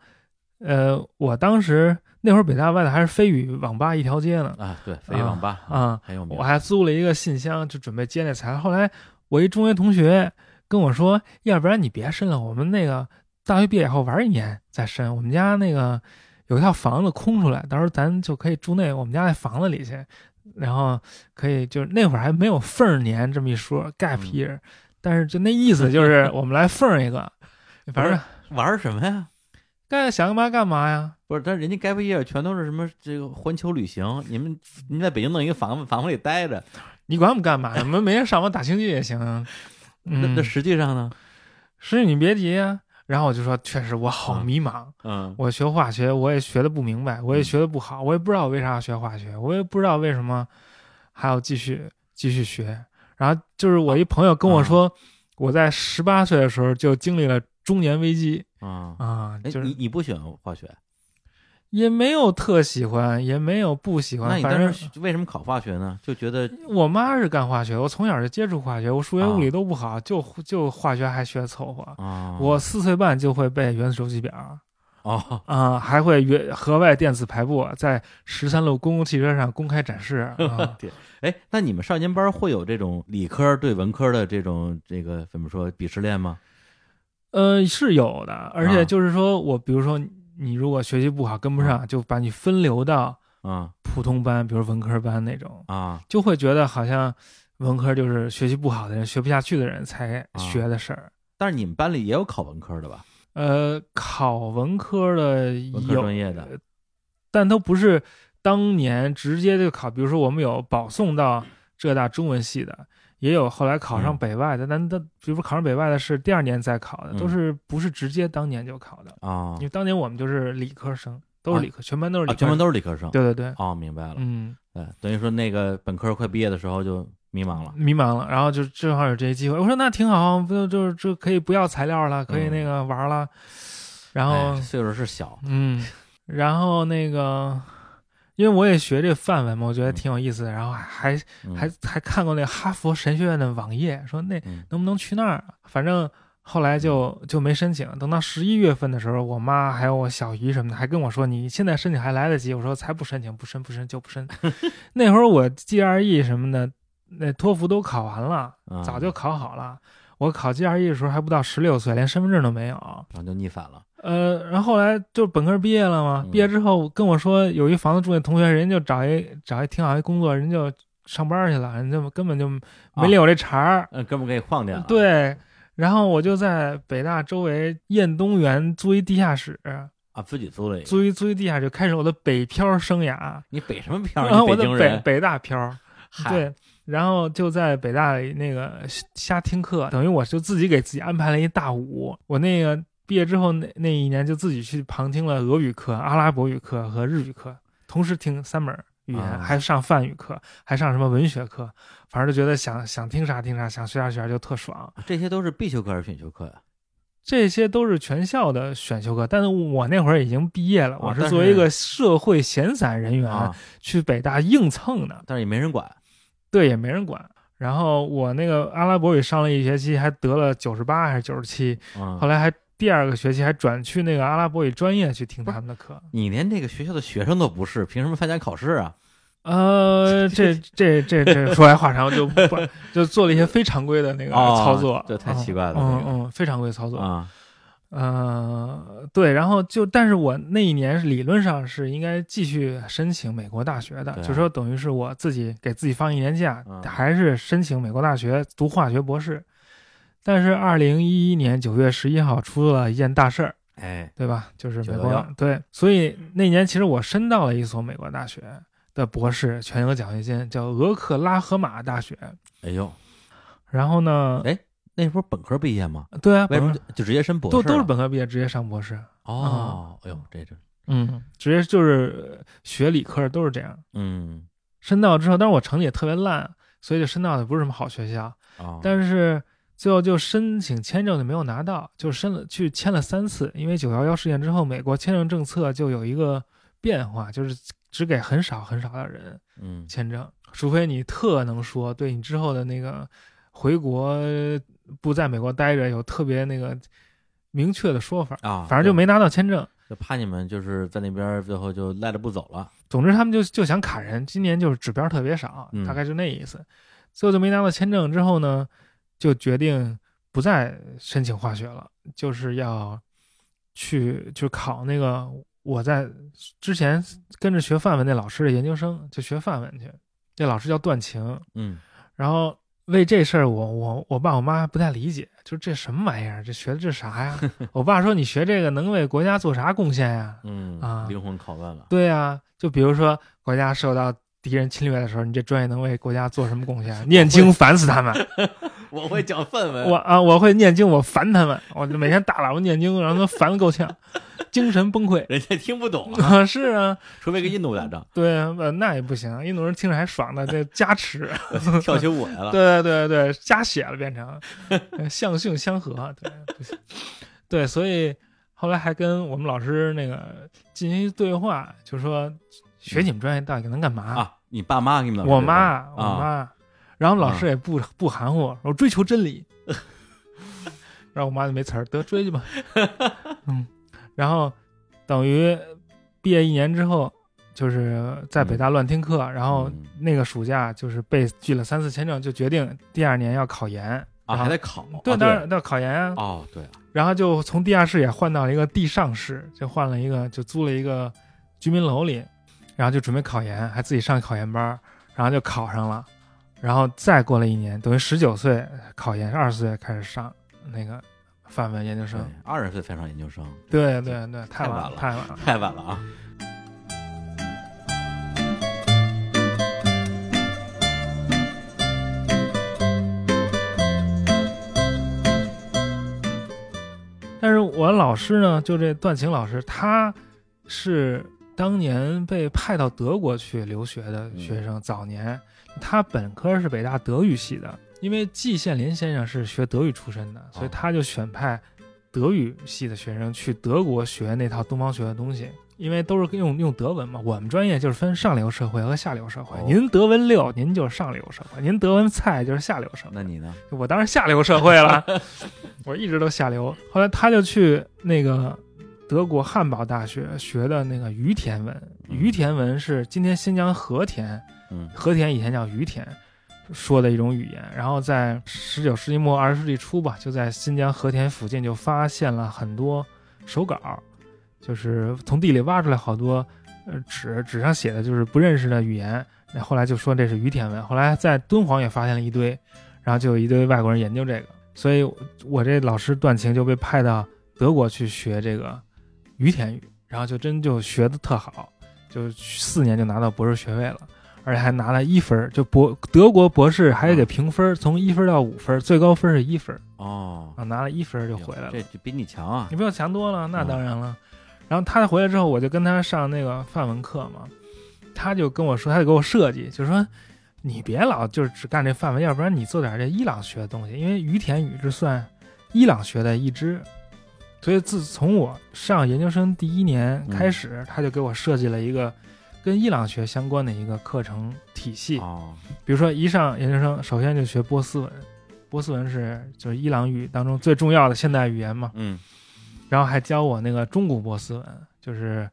Speaker 2: 呃，我当时那会儿北大外头还是飞宇网吧一条街呢，
Speaker 1: 啊，对，飞网吧
Speaker 2: 啊
Speaker 1: 很有名
Speaker 2: 我。还租了一个信箱，就准备接那材料。后来我一中学同学跟我说，要不然你别申了，我们那个大学毕业以后玩一年再申。我们家那个有一套房子空出来，到时候咱就可以住那我们家那房子里去，然后可以就是那会儿还没有缝儿年这么一说，gap
Speaker 1: 嗯
Speaker 2: year，、但是就那意思就
Speaker 1: (laughs)
Speaker 2: 是我们来缝儿一个，反正
Speaker 1: 玩什么呀？
Speaker 2: 该想干嘛干嘛呀。
Speaker 1: 不是，但是人家该毕业全都是什么这个环球旅行，你们你们在北京弄一个房房里待着，
Speaker 2: 你管我们干嘛？
Speaker 1: (laughs)
Speaker 2: 我们每天上网打星际也行啊。
Speaker 1: 那
Speaker 2: 嗯
Speaker 1: 那，实际上呢？
Speaker 2: 是你别急啊。然后我就说，确实我好
Speaker 1: 嗯
Speaker 2: 迷茫。
Speaker 1: 嗯
Speaker 2: 我学化学，我也学的不明白，我也学的不好，我也不知道为啥要学化学，我也不知道为什么还要继续继续学。然后就是
Speaker 1: 哦
Speaker 2: 我一朋友跟
Speaker 1: 啊
Speaker 2: 我说，我在十八岁的时候就经历了中年危机
Speaker 1: 啊，
Speaker 2: 啊，
Speaker 1: 哎，
Speaker 2: 就是
Speaker 1: 你你不喜欢化学，
Speaker 2: 也没有特喜欢，也没有不喜
Speaker 1: 那
Speaker 2: 欢，
Speaker 1: 你
Speaker 2: 反
Speaker 1: 当
Speaker 2: 正
Speaker 1: 时为什么考化学呢？就觉得
Speaker 2: 我妈是干化学，我从小就接触化学，我数学
Speaker 1: 啊
Speaker 2: 物理都不好，就就化学还学得凑合。
Speaker 1: 啊，
Speaker 2: 我四岁半就会背原子周期表，
Speaker 1: 哦，
Speaker 2: 啊、还会原河外电子排布在十三路公共汽车上公开展示
Speaker 1: (laughs)
Speaker 2: 啊、
Speaker 1: 哎，那你们少年班会有这种理科对文科的这种这个怎么说鄙视链吗？
Speaker 2: 呃，是有的，而
Speaker 1: 啊
Speaker 2: 且就是说我，比如说你如果学习不好跟不上，就把你分流到
Speaker 1: 啊
Speaker 2: 普通班，比如文科班那种，
Speaker 1: 啊
Speaker 2: 就会觉得好像文科就是学习不好的人、学不下去的人才
Speaker 1: 啊
Speaker 2: 学的事儿。
Speaker 1: 但是你们班里也有考文科的吧？
Speaker 2: 呃，考文科的
Speaker 1: 文科
Speaker 2: 有，
Speaker 1: 专业的
Speaker 2: 呃但都不是当年直接就考，比如说我们有保送到浙大中文系的，也有后来考上
Speaker 1: 嗯
Speaker 2: 北外的，但但比如说考上北外的是第二年再考的，
Speaker 1: 嗯
Speaker 2: 都是不是直接当年就考的，
Speaker 1: 啊
Speaker 2: 因为当年我们就是理科生，都是理科，全班都是理
Speaker 1: 啊，
Speaker 2: 科，
Speaker 1: 全班
Speaker 2: 都
Speaker 1: 都是理科生。
Speaker 2: 对对对，
Speaker 1: 哦，明白了。
Speaker 2: 嗯，
Speaker 1: 对，等于说那个本科快毕业的时候就迷茫了。
Speaker 2: 迷茫了，然后就正好有这些机会，我说那挺好，不就就是就可以不要材料了，可以
Speaker 1: 嗯
Speaker 2: 那个玩了，然后、
Speaker 1: 哎岁数是小，
Speaker 2: 嗯，然后那个，因为我也学这范文嘛，我觉得挺有意思的。然后还
Speaker 1: 嗯
Speaker 2: 还还看过那哈佛神学院的网页，说那
Speaker 1: 嗯
Speaker 2: 能不能去那儿啊？反正后来就就没申请。等到十一月份的时候，我妈还有我小姨什么的还跟我说：“你现在申请还来得及。”我说：“才不申请，不申不申就不申。”那会儿我 GRE 什么的，那托福都考完了，
Speaker 1: 啊
Speaker 2: 早就考好了。我考 GRE 的时候还不到十六岁，连身份证都没有。
Speaker 1: 然后就逆反了。
Speaker 2: 呃，然后后来就本科毕业了嘛，
Speaker 1: 嗯
Speaker 2: 毕业之后跟我说有一房子住那同学，人就找一找一挺好一工作，人就上班去了，人就根本就没理我这茬儿。
Speaker 1: 嗯，哥们儿给你晃掉了。，
Speaker 2: 对，然后我就在北大周围燕东园租一地下室，
Speaker 1: 啊，自己租了一个。
Speaker 2: 租一租一地下室，开始我的北漂生涯。
Speaker 1: 你北什么漂？
Speaker 2: 然后
Speaker 1: 你
Speaker 2: 啊我
Speaker 1: 北
Speaker 2: 在
Speaker 1: 京
Speaker 2: 北
Speaker 1: 人。
Speaker 2: 北大漂，
Speaker 1: 嗨，
Speaker 2: 对，然后就在北大里那个瞎听课，等于我就自己给自己安排了一大午。我那个毕业之后那那一年就自己去旁听了俄语课、阿拉伯语课和日语课，同时听三门语言，
Speaker 1: 啊
Speaker 2: 还上梵语课，还上什么文学课，反正就觉得想想听啥听啥，想学啥学啥就特爽。
Speaker 1: 这些都是必修课还是选修课呀？
Speaker 2: 这些都是全校的选修课，但是我那会儿已经毕业了，我
Speaker 1: 哦但
Speaker 2: 是
Speaker 1: 是
Speaker 2: 作为一个社会闲散人员、
Speaker 1: 啊，
Speaker 2: 去北大硬蹭的。
Speaker 1: 但是也没人管。
Speaker 2: 对，也没人管。然后我那个阿拉伯语上了一学期，还得了九十八还是九十七，
Speaker 1: 啊
Speaker 2: 后，来还第二个学期还转去那个阿拉伯语专业去听他们的课。
Speaker 1: 你连这个学校的学生都不是，凭什么参加考试啊？
Speaker 2: (laughs) 呃，这这这这说来话长，我就不就做了一些非常规的那个
Speaker 1: 哦
Speaker 2: 操作，
Speaker 1: 这太奇怪了
Speaker 2: 嗯
Speaker 1: 这个
Speaker 2: 嗯，嗯非常规操作。
Speaker 1: 啊，
Speaker 2: 呃，对，然后就，但是我那一年是理论上是应该继续申请美国大学的，
Speaker 1: 对啊
Speaker 2: 就说等于是我自己给自己放一年假，
Speaker 1: 嗯
Speaker 2: 还是申请美国大学读化学博士。但是二零一一年九月十一号出了一件大事儿，
Speaker 1: 哎，
Speaker 2: 对吧？就是美
Speaker 1: 911
Speaker 2: 国对，所以那年其实我申到了一所美国大学的博士全额奖学金，叫俄克拉荷马大学。
Speaker 1: 哎呦，
Speaker 2: 然后呢
Speaker 1: 哎，那时候本科毕业吗？
Speaker 2: 对啊，
Speaker 1: 哎为什么
Speaker 2: 本科
Speaker 1: 就就直接申博士啊
Speaker 2: 都
Speaker 1: 了？
Speaker 2: 都是本科毕业直接上博士，
Speaker 1: 哦，哎呦，这这，
Speaker 2: 嗯，直接就是呃学理科都是这样。
Speaker 1: 嗯，
Speaker 2: 申到之后，但是我成绩也特别烂，所以就申到的不是什么好学校。
Speaker 1: 哦，
Speaker 2: 但是最后就申请签证就没有拿到，就申了去签了三次。因为九幺幺事件之后，美国签证政策就有一个变化，就是只给很少很少的人
Speaker 1: 嗯，
Speaker 2: 签证，除非你特能说，对你之后的那个回国不在美国待着有特别那个明确的说法。
Speaker 1: 啊，
Speaker 2: 反正就没拿到签证。
Speaker 1: 就怕你们就是在那边儿最后就赖着不走了。
Speaker 2: 总之他们就就想卡人，今年就是指标特别少
Speaker 1: 嗯，
Speaker 2: 大概就那意思。最后就没拿到签证之后呢，就决定不再申请化学了，就是要去去考那个我在之前跟着学范文那老师的研究生，就学范文去。这老师叫段晴，
Speaker 1: 嗯
Speaker 2: 然后为这事儿，我我我爸我妈不太理解，就这什么玩意儿，这学的这啥呀？我爸说你学这个能为国家做啥贡献呀？
Speaker 1: 嗯
Speaker 2: 啊
Speaker 1: 灵魂拷问了，
Speaker 2: 对呀、就比如说国家受到敌人侵略的时候，你这专业能为国家做什么贡 (laughs) 献？啊念经烦死他 (laughs) 们，
Speaker 1: 我会讲范文。
Speaker 2: 我啊我会念经，我烦他们，我就每天大喇叭念经，让他们烦的够呛， (laughs) 精神崩溃
Speaker 1: 人家听不懂，
Speaker 2: 啊， (laughs) 是啊，
Speaker 1: 除非跟印度打
Speaker 2: (laughs)
Speaker 1: 仗，
Speaker 2: 对啊，呃那也不行，印度人听着还爽呢，这加 (laughs) 持，
Speaker 1: 跳起舞来了。
Speaker 2: 对啊对对，加血了变成， (laughs) 呃相性相合，啊对不行对，所以后来还跟我们老师那个进行一对话，就说学你们专业到底能干嘛？
Speaker 1: 啊，你爸妈给你们老师
Speaker 2: 我
Speaker 1: 这个
Speaker 2: 妈，我
Speaker 1: 啊
Speaker 2: 妈，然后我们老师也不、不含糊，我说追求真
Speaker 1: (laughs)
Speaker 2: 理，然后我妈就没词儿，得追去吧，嗯，然后等于毕业一年之后，就是在北大乱听课，然后
Speaker 1: 嗯
Speaker 2: 那个暑假就是被拒了三次签证，就决定第二年要考研，
Speaker 1: 啊
Speaker 2: 然后
Speaker 1: 还得考，
Speaker 2: 对，
Speaker 1: 啊
Speaker 2: 当然要考研啊，
Speaker 1: 哦对啊，
Speaker 2: 然后就从地下室也换到了一个地上室，就换了一个，就租了一个居民楼里，然后就准备考研，还自己上考研班儿，然后就考上了，然后再过了一年，等于十九岁考研，二十岁开始上那个范文研究生。
Speaker 1: 二十岁才上研究
Speaker 2: (laughs)
Speaker 1: 生，
Speaker 2: 对对对，太晚
Speaker 1: 太
Speaker 2: 太晚了。
Speaker 1: 太晚了啊。
Speaker 2: 但是我老师呢，就这段晴老师，他是当年被派到德国去留学的学生，早年他本科是北大德语系的，因为季羡林先生是学德语出身的，所以他就选派德语系的学生去德国学那套东方学的东西。因为都是用用德文嘛，我们专业就是分上流社会和下流社会。
Speaker 1: 哦
Speaker 2: 您德文六，您就是上流社会；您德文菜就是下流社会。
Speaker 1: 那你呢？
Speaker 2: 我当然下流社会了，我一直都下流。后来他就去那个德国汉堡大学学的那个于田文，
Speaker 1: 嗯
Speaker 2: 于田文是今天新疆和田，
Speaker 1: 嗯
Speaker 2: 和田以前叫于田。说的一种语言，然后在十九世纪末二十世纪初吧，就在新疆和田附近就发现了很多手稿，就是从地里挖出来好多呃纸，纸上写的就是不认识的语言。那后来就说这是于田文，后来在敦煌也发现了一堆，然后就有一堆外国人研究这个，所以我我这老师段晴就被派到德国去学这个于田语，然后就真就学的特好，就四年就拿到博士学位了。而且还拿了一分儿，就博德国博士还得给评分儿，从一分儿到五分儿，最高分儿是一分儿
Speaker 1: 哦，
Speaker 2: 啊，拿了一分儿就回来了。
Speaker 1: 这就比你强啊
Speaker 2: 你！比我强多了，那当然了。然后他回来之后，我就跟他上那个范文课嘛，他就跟我说，他就给我设计，就说你别老就是只干这范文，要不然你做点这伊朗学的东西，因为于田语是算伊朗学的一支。所以自从我上研究生第一年开始，他就给我设计了一个跟伊朗学相关的一个课程体系。
Speaker 1: 哦，
Speaker 2: 比如说一上研究生，首先就学波斯文，波斯文是就是伊朗语当中最重要的现代语言嘛。
Speaker 1: 嗯
Speaker 2: 然后还教我那个中古波斯文，就是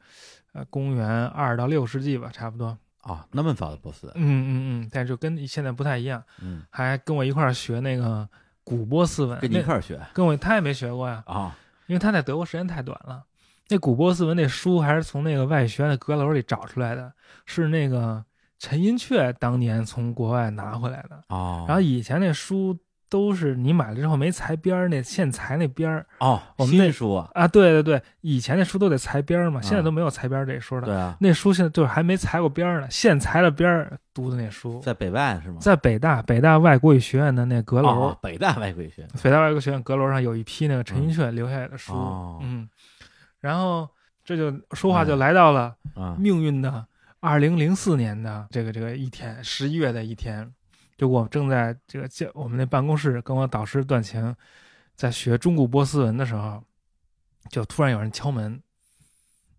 Speaker 2: 呃公元二到六世纪吧，差不多。
Speaker 1: 啊，那么早的波斯，
Speaker 2: 嗯嗯嗯，但就跟现在不太一样，
Speaker 1: 嗯，
Speaker 2: 还跟我一块儿学那个古波斯文。
Speaker 1: 跟你一
Speaker 2: 那
Speaker 1: 块儿学
Speaker 2: 跟我他也没学过呀，
Speaker 1: 啊，
Speaker 2: 因为他在德国时间太短了。那古波斯文那书还是从那个外学院的阁楼里找出来的，是那个陈寅恪当年从国外拿回来的。
Speaker 1: 哦，
Speaker 2: 然后以前那书都是你买了之后没裁边儿，那现裁那边儿
Speaker 1: 哦，
Speaker 2: 我们
Speaker 1: 新
Speaker 2: 那
Speaker 1: 书啊，
Speaker 2: 啊，对对对，以前那书都得裁边儿嘛，
Speaker 1: 嗯
Speaker 2: 现在都没有裁边儿这一说了。
Speaker 1: 对啊，
Speaker 2: 那书现在就是还没裁过边儿呢，现裁了边儿读的那书，
Speaker 1: 在北外是吗？
Speaker 2: 在北大北大外国语学院的那阁楼，
Speaker 1: 哦北大外国语学院
Speaker 2: 北大外国学院阁楼上有一批那个陈寅恪留下来的书，
Speaker 1: 哦
Speaker 2: 嗯，然后这就说话
Speaker 1: 嗯
Speaker 2: 就来到了
Speaker 1: 啊，
Speaker 2: 命运的二零零四年的这个这个一天，十一月的一天，就我正在这个教我们那办公室跟我导师段晴在学中古波斯文的时候，就突然有人敲门，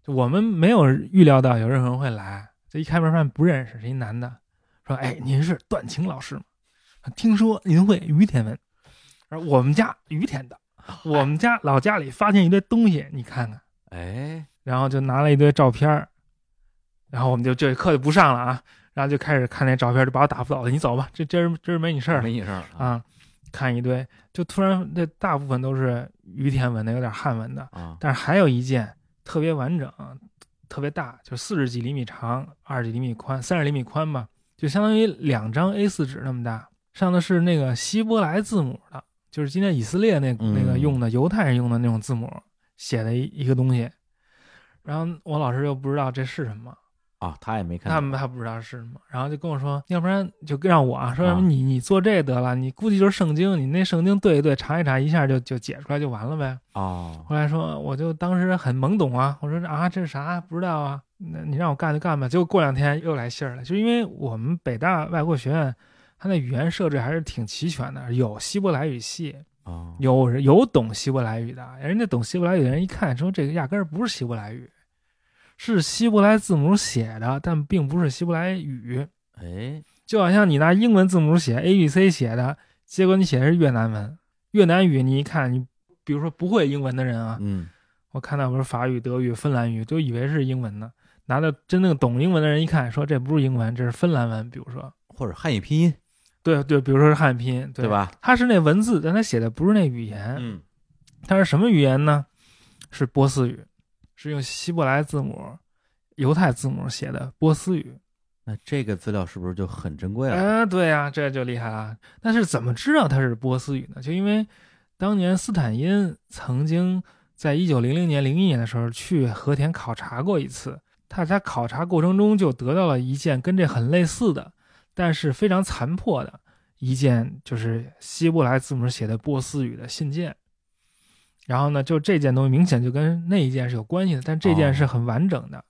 Speaker 2: 就我们没有预料到有任何人会来，这一开门发现不认识，是一男的，说：“哎，您是段晴老师吗？听说您会于田文，而我们家于田的，我们家老家里发现一堆东西，你看看。”
Speaker 1: 哎，
Speaker 2: 然后就拿了一堆照片儿，然后我们就这课就不上了啊，然后就开始看那照片儿，就把我打发倒了，你走吧，这今儿今儿没你事儿
Speaker 1: 没你事儿了
Speaker 2: 啊，看一堆，就突然那大部分都是于田文的，有点汉文的，
Speaker 1: 啊，
Speaker 2: 但是还有一件特别完整，特别大，就四十几厘米长，二十几厘米宽，三十厘米宽吧，就相当于两张 A 4纸那么大，上的是那个希伯来字母的，就是今天以色列那
Speaker 1: 嗯
Speaker 2: 那个用的犹太人用的那种字母写的一一个东西。然后我老师又不知道这是什么，
Speaker 1: 啊，他也没看
Speaker 2: 他
Speaker 1: 到，
Speaker 2: 们还不知道是什么，然后就跟我说，要不然就让我啊，说
Speaker 1: 啊
Speaker 2: 什么你你做这得了，你估计就是圣经，你那圣经对一对，查一查，一下就就解出来就完了呗。
Speaker 1: 哦，
Speaker 2: 后来说，我就当时很懵懂啊，我说啊，这是啥？不知道啊，那你让我干就干吧。结果过两天又来信儿了，就因为我们北大外国学院，它那语言设置还是挺齐全的，有希伯来语系，
Speaker 1: 哦，
Speaker 2: 有人有懂希伯来语的，人家懂希伯来语的人一看说这个压根儿不是希伯来语，是希伯来字母写的，但并不是希伯来语。
Speaker 1: 哎，
Speaker 2: 就好像你拿英文字母写 A B C 写的，结果你写的是越南文，越南语你一看，你比如说不会英文的人啊，
Speaker 1: 嗯，
Speaker 2: 我看到不是法语、德语、芬兰语，就以为是英文呢。拿到真正懂英文的人一看，说这不是英文，这是芬兰文。比如说，
Speaker 1: 或者汉语拼音
Speaker 2: 对对，比如说是汉拼音，对
Speaker 1: 对？吧？
Speaker 2: 它是那文字，但它写的不是那语言。
Speaker 1: 嗯，
Speaker 2: 它是什么语言呢？是波斯语，是用希伯来字母、犹太字母写的波斯语。
Speaker 1: 那这个资料是不是就很珍贵了？
Speaker 2: 嗯、对呀、这就厉害了。但是怎么知道它是波斯语呢？就因为当年斯坦因曾经在一九零零年、零一年的时候去和田考察过一次，他在考察过程中就得到了一件跟这很类似的，但是非常残破的一件，就是希伯来字母写的波斯语的信件。然后呢，就这件东西明显就跟那一件是有关系的，但这
Speaker 1: 哦
Speaker 2: 件是很完整的。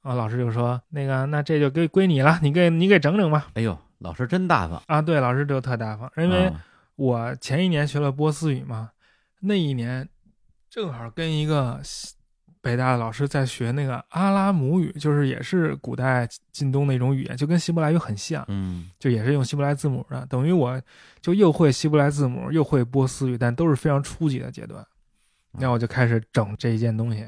Speaker 2: 啊，老师就说那个，那这就归归你了，你给你给整整吧。
Speaker 1: 哎呦，老师真大方，
Speaker 2: 啊，对，老师就特大方，因为
Speaker 1: 啊
Speaker 2: 我前一年学了波斯语嘛，那一年正好跟一个西北大的老师在学那个阿拉姆语，就是也是古代近东那种语言，就跟希伯来语很像，
Speaker 1: 嗯，
Speaker 2: 就也是用希伯来字母的，等于我就又会希伯来字母，又会波斯语，但都是非常初级的阶段。
Speaker 1: 啊
Speaker 2: 那我就开始整这一件东西，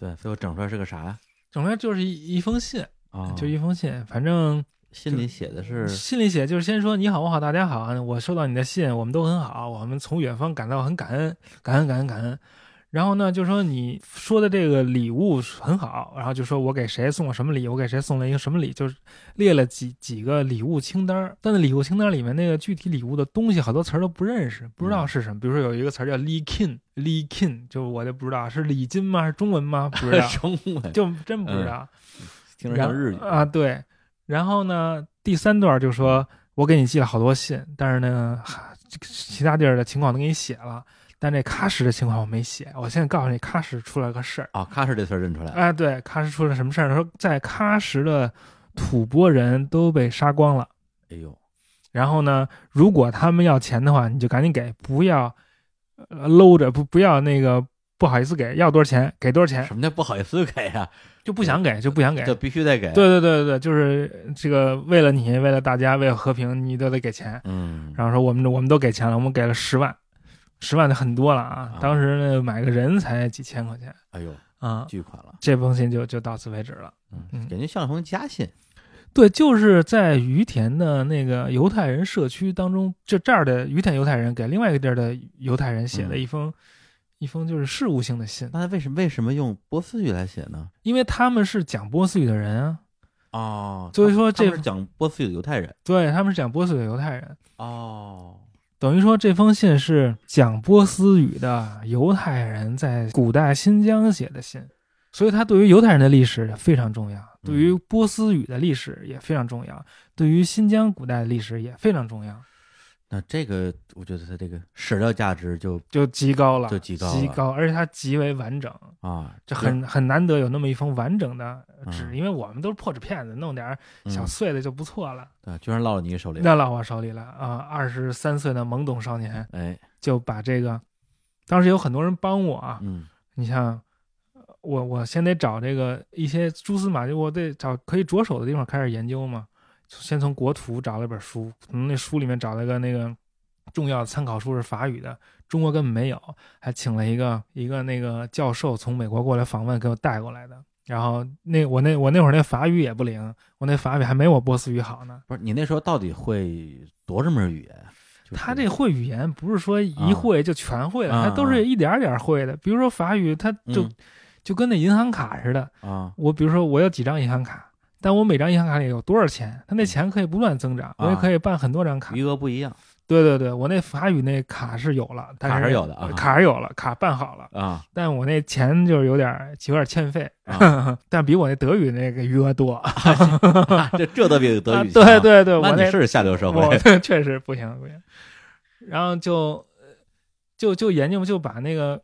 Speaker 1: 对，最后整出来是个啥呀？
Speaker 2: 整出来就是一一封信，
Speaker 1: 啊，
Speaker 2: 就一封信，反正
Speaker 1: 信里写的是
Speaker 2: 信里写就是先说你好，我好，大家好，我收到你的信，我们都很好，我们从远方感到很感恩，感恩，感恩，感恩。然后呢，就说你说的这个礼物很好，然后就说我给谁送了什么礼，我给谁送了一个什么礼，就是列了几几个礼物清单儿。但那礼物清单里面那个具体礼物的东西，好多词儿都不认识，不知道是什么。比如说有一个词儿叫 “li kin”，“li kin” 就我就不知道是礼金吗？是中文吗？不
Speaker 1: (laughs)
Speaker 2: 知道，
Speaker 1: 中文，
Speaker 2: 就真不知道。
Speaker 1: 听着像日语
Speaker 2: 然啊，对。然后呢，第三段就说我给你寄了好多信，但是呢，哈这个其他地儿的情况都给你写了，但这喀什的情况我没写。我现在告诉你，喀什出了个事儿。
Speaker 1: 啊，喀什这词儿认出来了，
Speaker 2: 哎，对，喀什出了什么事儿呢？说在喀什的吐蕃人都被杀光了。
Speaker 1: 哎呦，
Speaker 2: 然后呢，如果他们要钱的话，你就赶紧给，不要呃搂着，不不要那个不好意思给，要多少钱给多少钱，
Speaker 1: 什么叫不好意思给呀？
Speaker 2: 就不想哎给就不想给，
Speaker 1: 这必须得给，，
Speaker 2: 对对对对对，就是这个为了你，为了大家，为了和平，你都得给钱。
Speaker 1: 嗯，
Speaker 2: 然后说我们我们都给钱了，我们给了十万，十万就很多了啊
Speaker 1: 啊。
Speaker 2: 当时呢买个人才几千块钱
Speaker 1: 哎呦，
Speaker 2: 啊。
Speaker 1: 巨款了，
Speaker 2: 这封信就就到此为止了。
Speaker 1: 嗯，
Speaker 2: 嗯
Speaker 1: 感觉像封家信，
Speaker 2: 对，就是在于田的那个犹太人社区当中，就这儿的于田犹太人给另外一个地儿的犹太人写的
Speaker 1: 嗯
Speaker 2: 一封、一封就是事务性的信，
Speaker 1: 那他为什么为什么用波斯语来写呢？
Speaker 2: 因为他们是讲波斯语的人啊，
Speaker 1: 哦，
Speaker 2: 所以说
Speaker 1: 他们
Speaker 2: 这
Speaker 1: 是讲波斯语的犹太人，
Speaker 2: 对他们是讲波斯语的犹太人。
Speaker 1: 哦，
Speaker 2: 等于说，这封信是讲波斯语的犹太人在古代新疆写的信，所以它对于犹太人的历史非常重要，
Speaker 1: 嗯
Speaker 2: 对于波斯语的历史也非常重要，对于新疆古代的历史也非常重要，
Speaker 1: 那这个我觉得他这个史料价值就
Speaker 2: 就极高了，
Speaker 1: 就极高了
Speaker 2: 极高，而且它极为完整，
Speaker 1: 啊，
Speaker 2: 这很很难得有那么一封完整的纸，
Speaker 1: 嗯
Speaker 2: 因为我们都是破纸片子，弄点儿小
Speaker 1: 嗯
Speaker 2: 碎的就不错了。
Speaker 1: 对，居然落到你手里了，
Speaker 2: 那落我手里了啊！二十三岁的懵懂少年
Speaker 1: 哎，
Speaker 2: 就把这个，当时有很多人帮我啊，
Speaker 1: 嗯，
Speaker 2: 你像呃我，我先得找这个一些蛛丝马迹，我得找可以着手的地方开始研究嘛。先从国图找了本书，从那书里面找了个那个重要的参考书是法语的，中国根本没有，还请了一个一个那个教授从美国过来访问，给我带过来的。然后那我那我那会儿那法语也不灵，我那法语还没我波斯语好呢。
Speaker 1: 不是你那时候到底会多少门语言？就是
Speaker 2: 他这会语言不是说一会就全会了，
Speaker 1: 啊
Speaker 2: 他都是一点儿点儿会的。比如说法语，他就、
Speaker 1: 嗯
Speaker 2: 就跟那银行卡似的，
Speaker 1: 啊，
Speaker 2: 我比如说我有几张银行卡，但我每张银行卡里有多少钱，它那钱可以不断增长，我也
Speaker 1: 嗯啊
Speaker 2: 可以办很多张卡。
Speaker 1: 余额不一样
Speaker 2: 对对对，我那法语那卡是有了，但是
Speaker 1: 卡是有的啊
Speaker 2: 卡是有了，卡办好了， (laughs)
Speaker 1: 啊
Speaker 2: 但我那钱就是有点儿有点儿欠费，
Speaker 1: 啊，
Speaker 2: 但比我那德语那个余额多。
Speaker 1: 这这都比德
Speaker 2: 啊
Speaker 1: 语强
Speaker 2: (laughs) 对，对对，
Speaker 1: 那
Speaker 2: 我
Speaker 1: 你
Speaker 2: 那
Speaker 1: 是下流社会
Speaker 2: 我 (laughs) 确实不行不行。然后就就就研究就把那个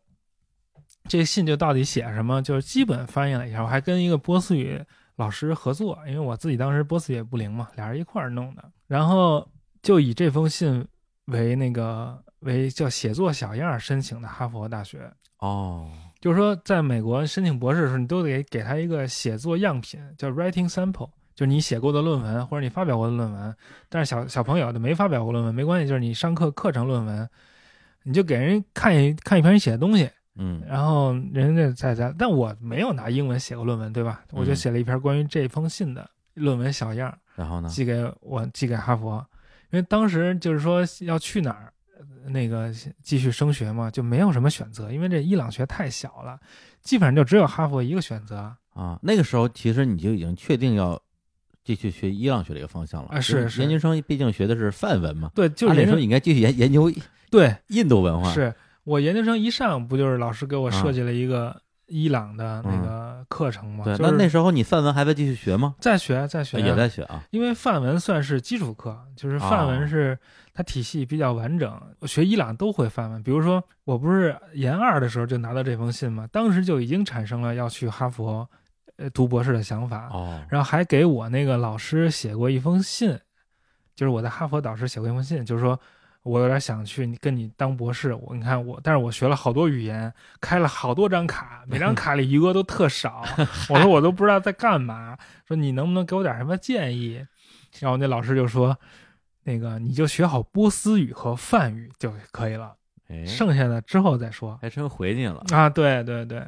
Speaker 2: 这个信就到底写什么，就是基本翻译了一下。我还跟一个波斯语老师合作，因为我自己当时波斯语也不灵嘛，俩人一块儿弄的。然后就以这封信为那个为叫写作小样儿申请的哈佛大学。
Speaker 1: 哦，
Speaker 2: 就是说，在美国申请博士的时候，你都得给他一个写作样品，叫 writing sample，就是你写过的论文或者你发表过的论文。但是小小朋友就没发表过论文没关系，就是你上课课程论文，你就给人看一看一篇你写的东西，
Speaker 1: 嗯
Speaker 2: 然后人家在在，但我没有拿英文写过论文，对吧？我就
Speaker 1: 嗯
Speaker 2: 写了一篇关于这封信的论文小样，
Speaker 1: 然后呢？
Speaker 2: 寄给我寄给哈佛，因为当时就是说要去哪儿，呃那个继续升学嘛，就没有什么选择，因为这伊朗学太小了，基本上就只有哈佛一个选择啊、
Speaker 1: 啊，那个时候其实你就已经确定要继续学伊朗学这个方向了
Speaker 2: 啊是
Speaker 1: 因为
Speaker 2: 是
Speaker 1: 研究生毕竟学的是梵文嘛，啊
Speaker 2: 对，就
Speaker 1: 按
Speaker 2: 是
Speaker 1: 理
Speaker 2: 研
Speaker 1: 说
Speaker 2: 究
Speaker 1: 你应该继续研研究
Speaker 2: 对，
Speaker 1: 印度文化，啊
Speaker 2: 是我研究生一上不就是老师给我设计了一个伊朗的那
Speaker 1: 嗯
Speaker 2: 个课程嘛？
Speaker 1: 对。
Speaker 2: 就
Speaker 1: 那
Speaker 2: 是
Speaker 1: 那时候你梵文还在继续学吗？
Speaker 2: 再学再学、
Speaker 1: 也在学啊，
Speaker 2: 因为范文算是基础课，就是范文是它体系比较完整，学伊朗都会范文。比如说，我不是研二的时候就拿到这封信嘛，当时就已经产生了要去哈佛，呃，读博士的想法。
Speaker 1: 哦，
Speaker 2: 然后还给我那个老师写过一封信，就是我在哈佛导师写过一封信，就是说我有点想去你跟你当博士，我你看我，但是我学了好多语言，开了好多张卡，每张卡里余额都特少，我说我都不知道在干嘛，说你能不能给我点什么建议？然后那老师就说，那个你就学好波斯语和梵语就可以了，
Speaker 1: 哎，
Speaker 2: 剩下的之后再说。
Speaker 1: 还真回你了，
Speaker 2: 啊，对对对，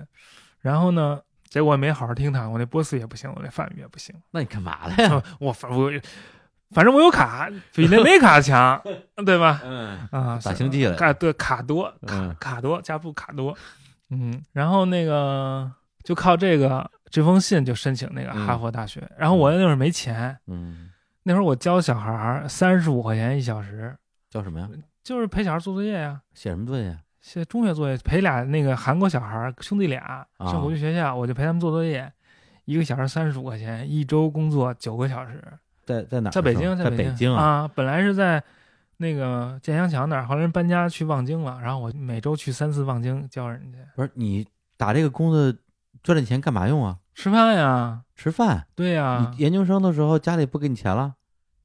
Speaker 2: 然后呢，结果没好好听他，我那波斯语也不行，我那梵语也不行。
Speaker 1: 那你干嘛了呀？
Speaker 2: (laughs) 我反我反正我有卡，比那没
Speaker 1: (laughs)
Speaker 2: 卡强，对吧？
Speaker 1: 嗯，
Speaker 2: 啊，
Speaker 1: 打
Speaker 2: 是
Speaker 1: 星际来
Speaker 2: 卡对卡多卡、
Speaker 1: 嗯
Speaker 2: 卡多加布卡多，嗯，然后那个就靠这个这封信就申请那个哈佛大学，然后我那会儿没钱，
Speaker 1: 嗯，
Speaker 2: 那会儿我教小孩三十五块钱一小时，
Speaker 1: 叫什么呀？
Speaker 2: 就是陪小孩做作业呀、
Speaker 1: 写什么作业呀？
Speaker 2: 写中学作业，陪俩那个韩国小孩儿兄弟俩
Speaker 1: 啊
Speaker 2: 上国际学校，我就陪他们做作业，一个小时三十五块钱，一周工作九个小时，
Speaker 1: 在在哪儿的时候？
Speaker 2: 在北京，
Speaker 1: 啊在
Speaker 2: 北
Speaker 1: 京啊。
Speaker 2: 啊，本来是在那个建祥桥那儿，后来人搬家去望京了，然后我每周去三次望京教人家
Speaker 1: 不是你打这个工的赚这钱干嘛用啊？
Speaker 2: 吃饭呀，
Speaker 1: 吃饭。
Speaker 2: 对呀
Speaker 1: 你，研究生的时候家里不给你钱
Speaker 2: 啊
Speaker 1: 了？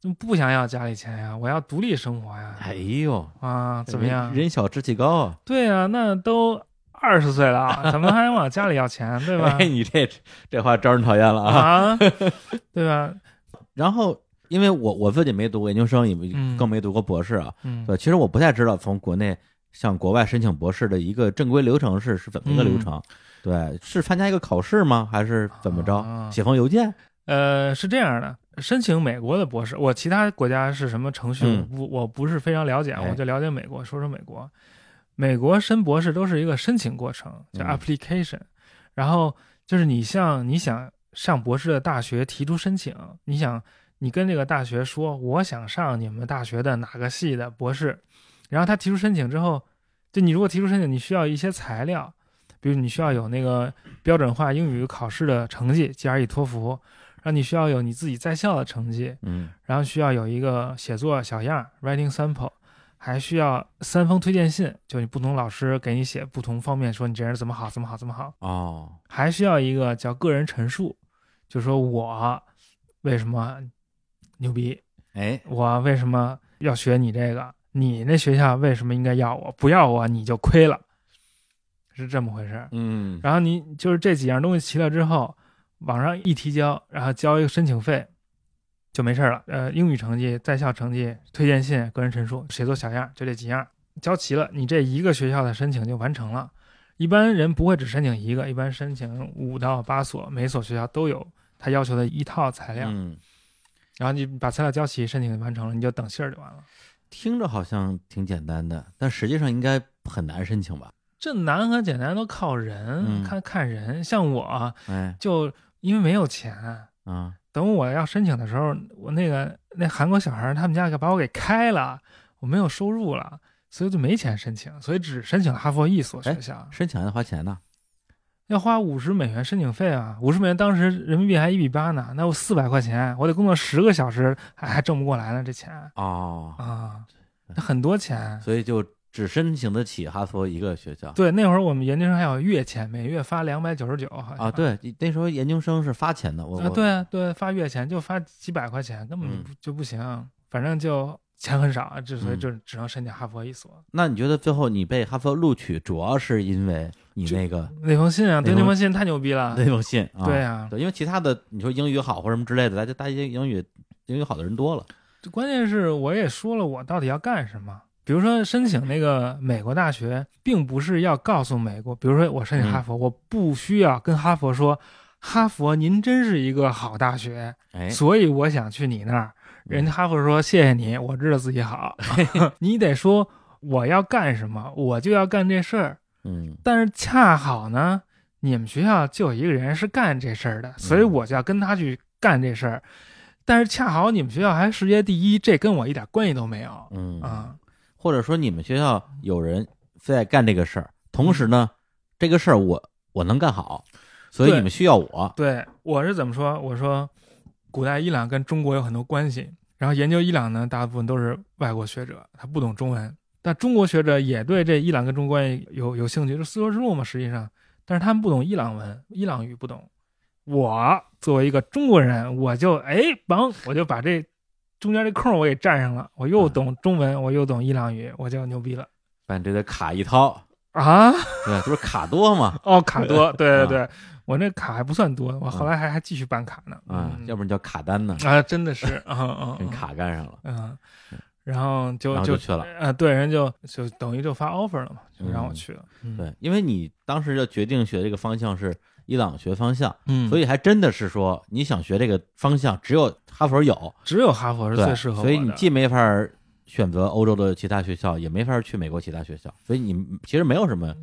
Speaker 2: 就不想要家里钱呀，我要独立生活呀，
Speaker 1: 哎呦，
Speaker 2: 啊，怎么
Speaker 1: 人
Speaker 2: 样？
Speaker 1: 人小志气高啊！
Speaker 2: 对呀，那都二十岁
Speaker 1: (laughs)
Speaker 2: 了，怎么还往家里要钱，对吧
Speaker 1: 哎，？ (laughs) 你这这话招人讨厌了啊！
Speaker 2: 啊， (laughs) 对吧？
Speaker 1: 然后，因为我我自己没读过研究生，也没
Speaker 2: 嗯
Speaker 1: 更没读过博士啊，
Speaker 2: 嗯，
Speaker 1: 对，其实我不太知道从国内向国外申请博士的一个正规流程是是怎么一个
Speaker 2: 嗯
Speaker 1: 流程。对，是参加一个考试吗？还是怎么着？
Speaker 2: 啊
Speaker 1: 写封邮件？
Speaker 2: 呃，是这样的，申请美国的博士，我其他国家是什么程序，
Speaker 1: 嗯
Speaker 2: 我不我不是非常了解，
Speaker 1: 哎
Speaker 2: 我就了解美国，说说美国。美国申博士都是一个申请过程，叫
Speaker 1: 嗯
Speaker 2: application，、然后就是你向你想上博士的大学提出申请，你想你跟这个大学说，我想上你们大学的哪个系的博士，然后他提出申请之后，就你如果提出申请，你需要一些材料，比如你需要有那个标准化英语考试的成绩，GRE、托福，然后你需要有你自己在校的成绩，
Speaker 1: 嗯，
Speaker 2: 然后需要有一个写作小样儿 （writing sample），还需要三封推荐信，就你不同老师给你写不同方面，说你这人怎么好，怎么好，怎么好，
Speaker 1: 哦，
Speaker 2: 还需要一个叫个人陈述，就说我为什么牛逼，
Speaker 1: 哎，
Speaker 2: 我为什么要学你这个，你那学校为什么应该要我，不要我你就亏了，是这么回事儿。
Speaker 1: 嗯，
Speaker 2: 然后你就是这几样东西齐了之后，网上一提交，然后交一个申请费，就没事儿了。呃，英语成绩、在校成绩、推荐信、个人陈述、写作小样，就这几样交齐了，你这一个学校的申请就完成了。一般人不会只申请一个，一般申请五到八所，每所学校都有他要求的一套材料，
Speaker 1: 嗯，
Speaker 2: 然后你把材料交齐，申请就完成了，你就等信儿就完了。
Speaker 1: 听着好像挺简单的，但实际上应该很难申请吧？
Speaker 2: 这难和简单都靠人，
Speaker 1: 嗯
Speaker 2: 看看人。像我
Speaker 1: 哎，
Speaker 2: 就因为没有钱，
Speaker 1: 啊，
Speaker 2: 等我要申请的时候，我那个那韩国小孩儿他们家给把我给开了，我没有收入了，所以就没钱申请，所以只申请了哈佛一所学校，
Speaker 1: 申请还得花钱呢。
Speaker 2: 要花五十美元申请费啊，五十美元当时人民币还一比八呢，那我四百块钱，我得工作十个小时，还还挣不过来呢，这钱
Speaker 1: 哦，
Speaker 2: 啊，那很多钱。
Speaker 1: 所以就只申请得起哈佛一个学校
Speaker 2: 对，那会儿我们研究生还有月钱，每月发两百九十九，好像
Speaker 1: 啊。对，那时候研究生是发钱的，我
Speaker 2: 啊，
Speaker 1: 我
Speaker 2: 对啊，对，发月钱就发几百块钱，根本就不就不行，反正就钱很少，啊之所以
Speaker 1: 嗯
Speaker 2: 就只能申请哈佛一所。
Speaker 1: 那你觉得最后你被哈佛录取，主要是因为你那个
Speaker 2: 那封信啊，对，
Speaker 1: 那封
Speaker 2: 那封信太牛逼了，
Speaker 1: 那封信啊？
Speaker 2: 对啊，
Speaker 1: 对，因为其他的你说英语好或者什么之类的，大家大家英语英语好的人多了，
Speaker 2: 就关键是我也说了，我到底要干什么。比如说申请那个美国大学，并不是要告诉美国，比如说我申
Speaker 1: 嗯
Speaker 2: 请哈佛，我不需要跟哈佛说，哈佛您真是一个好大学，
Speaker 1: 哎，嗯
Speaker 2: 所以我想去你那儿。人家哈佛说谢谢你，我知道自己好。 (laughs) 你得说我要干什么，我就要干这事儿。
Speaker 1: 嗯
Speaker 2: 但是恰好呢，你们学校就有一个人是干这事儿
Speaker 1: 嗯
Speaker 2: 的，所以我就要跟他去干这事儿。但是恰好你们学校还世界第一，这跟我一点关系都没有啊、
Speaker 1: 嗯，或者说你们学校有人在干这个事儿，同
Speaker 2: 嗯
Speaker 1: 时呢，这个事儿我我能干好，所以
Speaker 2: 对
Speaker 1: 你们需要我，
Speaker 2: 对，我是怎么说？我说，古代伊朗跟中国有很多关系，然后研究伊朗呢，大部分都是外国学者，他不懂中文，但中国学者也对这伊朗跟中国关系有有兴趣，就是丝绸之路嘛，实际上，但是他们不懂伊朗文，伊朗语不懂。我作为一个中国人，我就哎，甭，我就把这中间这空我给占上了，我又
Speaker 1: 嗯
Speaker 2: 懂中文，我又懂伊朗语，我就牛逼了
Speaker 1: 反正这得卡一掏，
Speaker 2: 啊！
Speaker 1: 对，不是卡多
Speaker 2: (laughs)
Speaker 1: 嘛，
Speaker 2: 哦，卡多，
Speaker 1: (laughs)
Speaker 2: 对
Speaker 1: 啊
Speaker 2: 对对，我那卡还不算多，我后来还还继续办卡呢
Speaker 1: 啊，
Speaker 2: 嗯
Speaker 1: 要不然叫卡单呢，
Speaker 2: (laughs) 啊，真的是，嗯
Speaker 1: 跟
Speaker 2: 嗯，
Speaker 1: 卡干上了，
Speaker 2: 嗯，然后就
Speaker 1: 然后
Speaker 2: 就
Speaker 1: 就去了。
Speaker 2: 啊，对，人就就等于就发 offer 了嘛，就让
Speaker 1: 嗯
Speaker 2: 我去了，
Speaker 1: 对，因为你当时就决定学这个方向是伊朗学方向，
Speaker 2: 嗯，
Speaker 1: 所
Speaker 2: 以
Speaker 1: 以还真的是说你想学这个方向，只有哈佛有，
Speaker 2: 只有哈佛是
Speaker 1: 对
Speaker 2: 最适合我的，
Speaker 1: 所以你既没法儿选择欧洲的其他学校，也没法儿去美国其他学校，所以你其实没有什么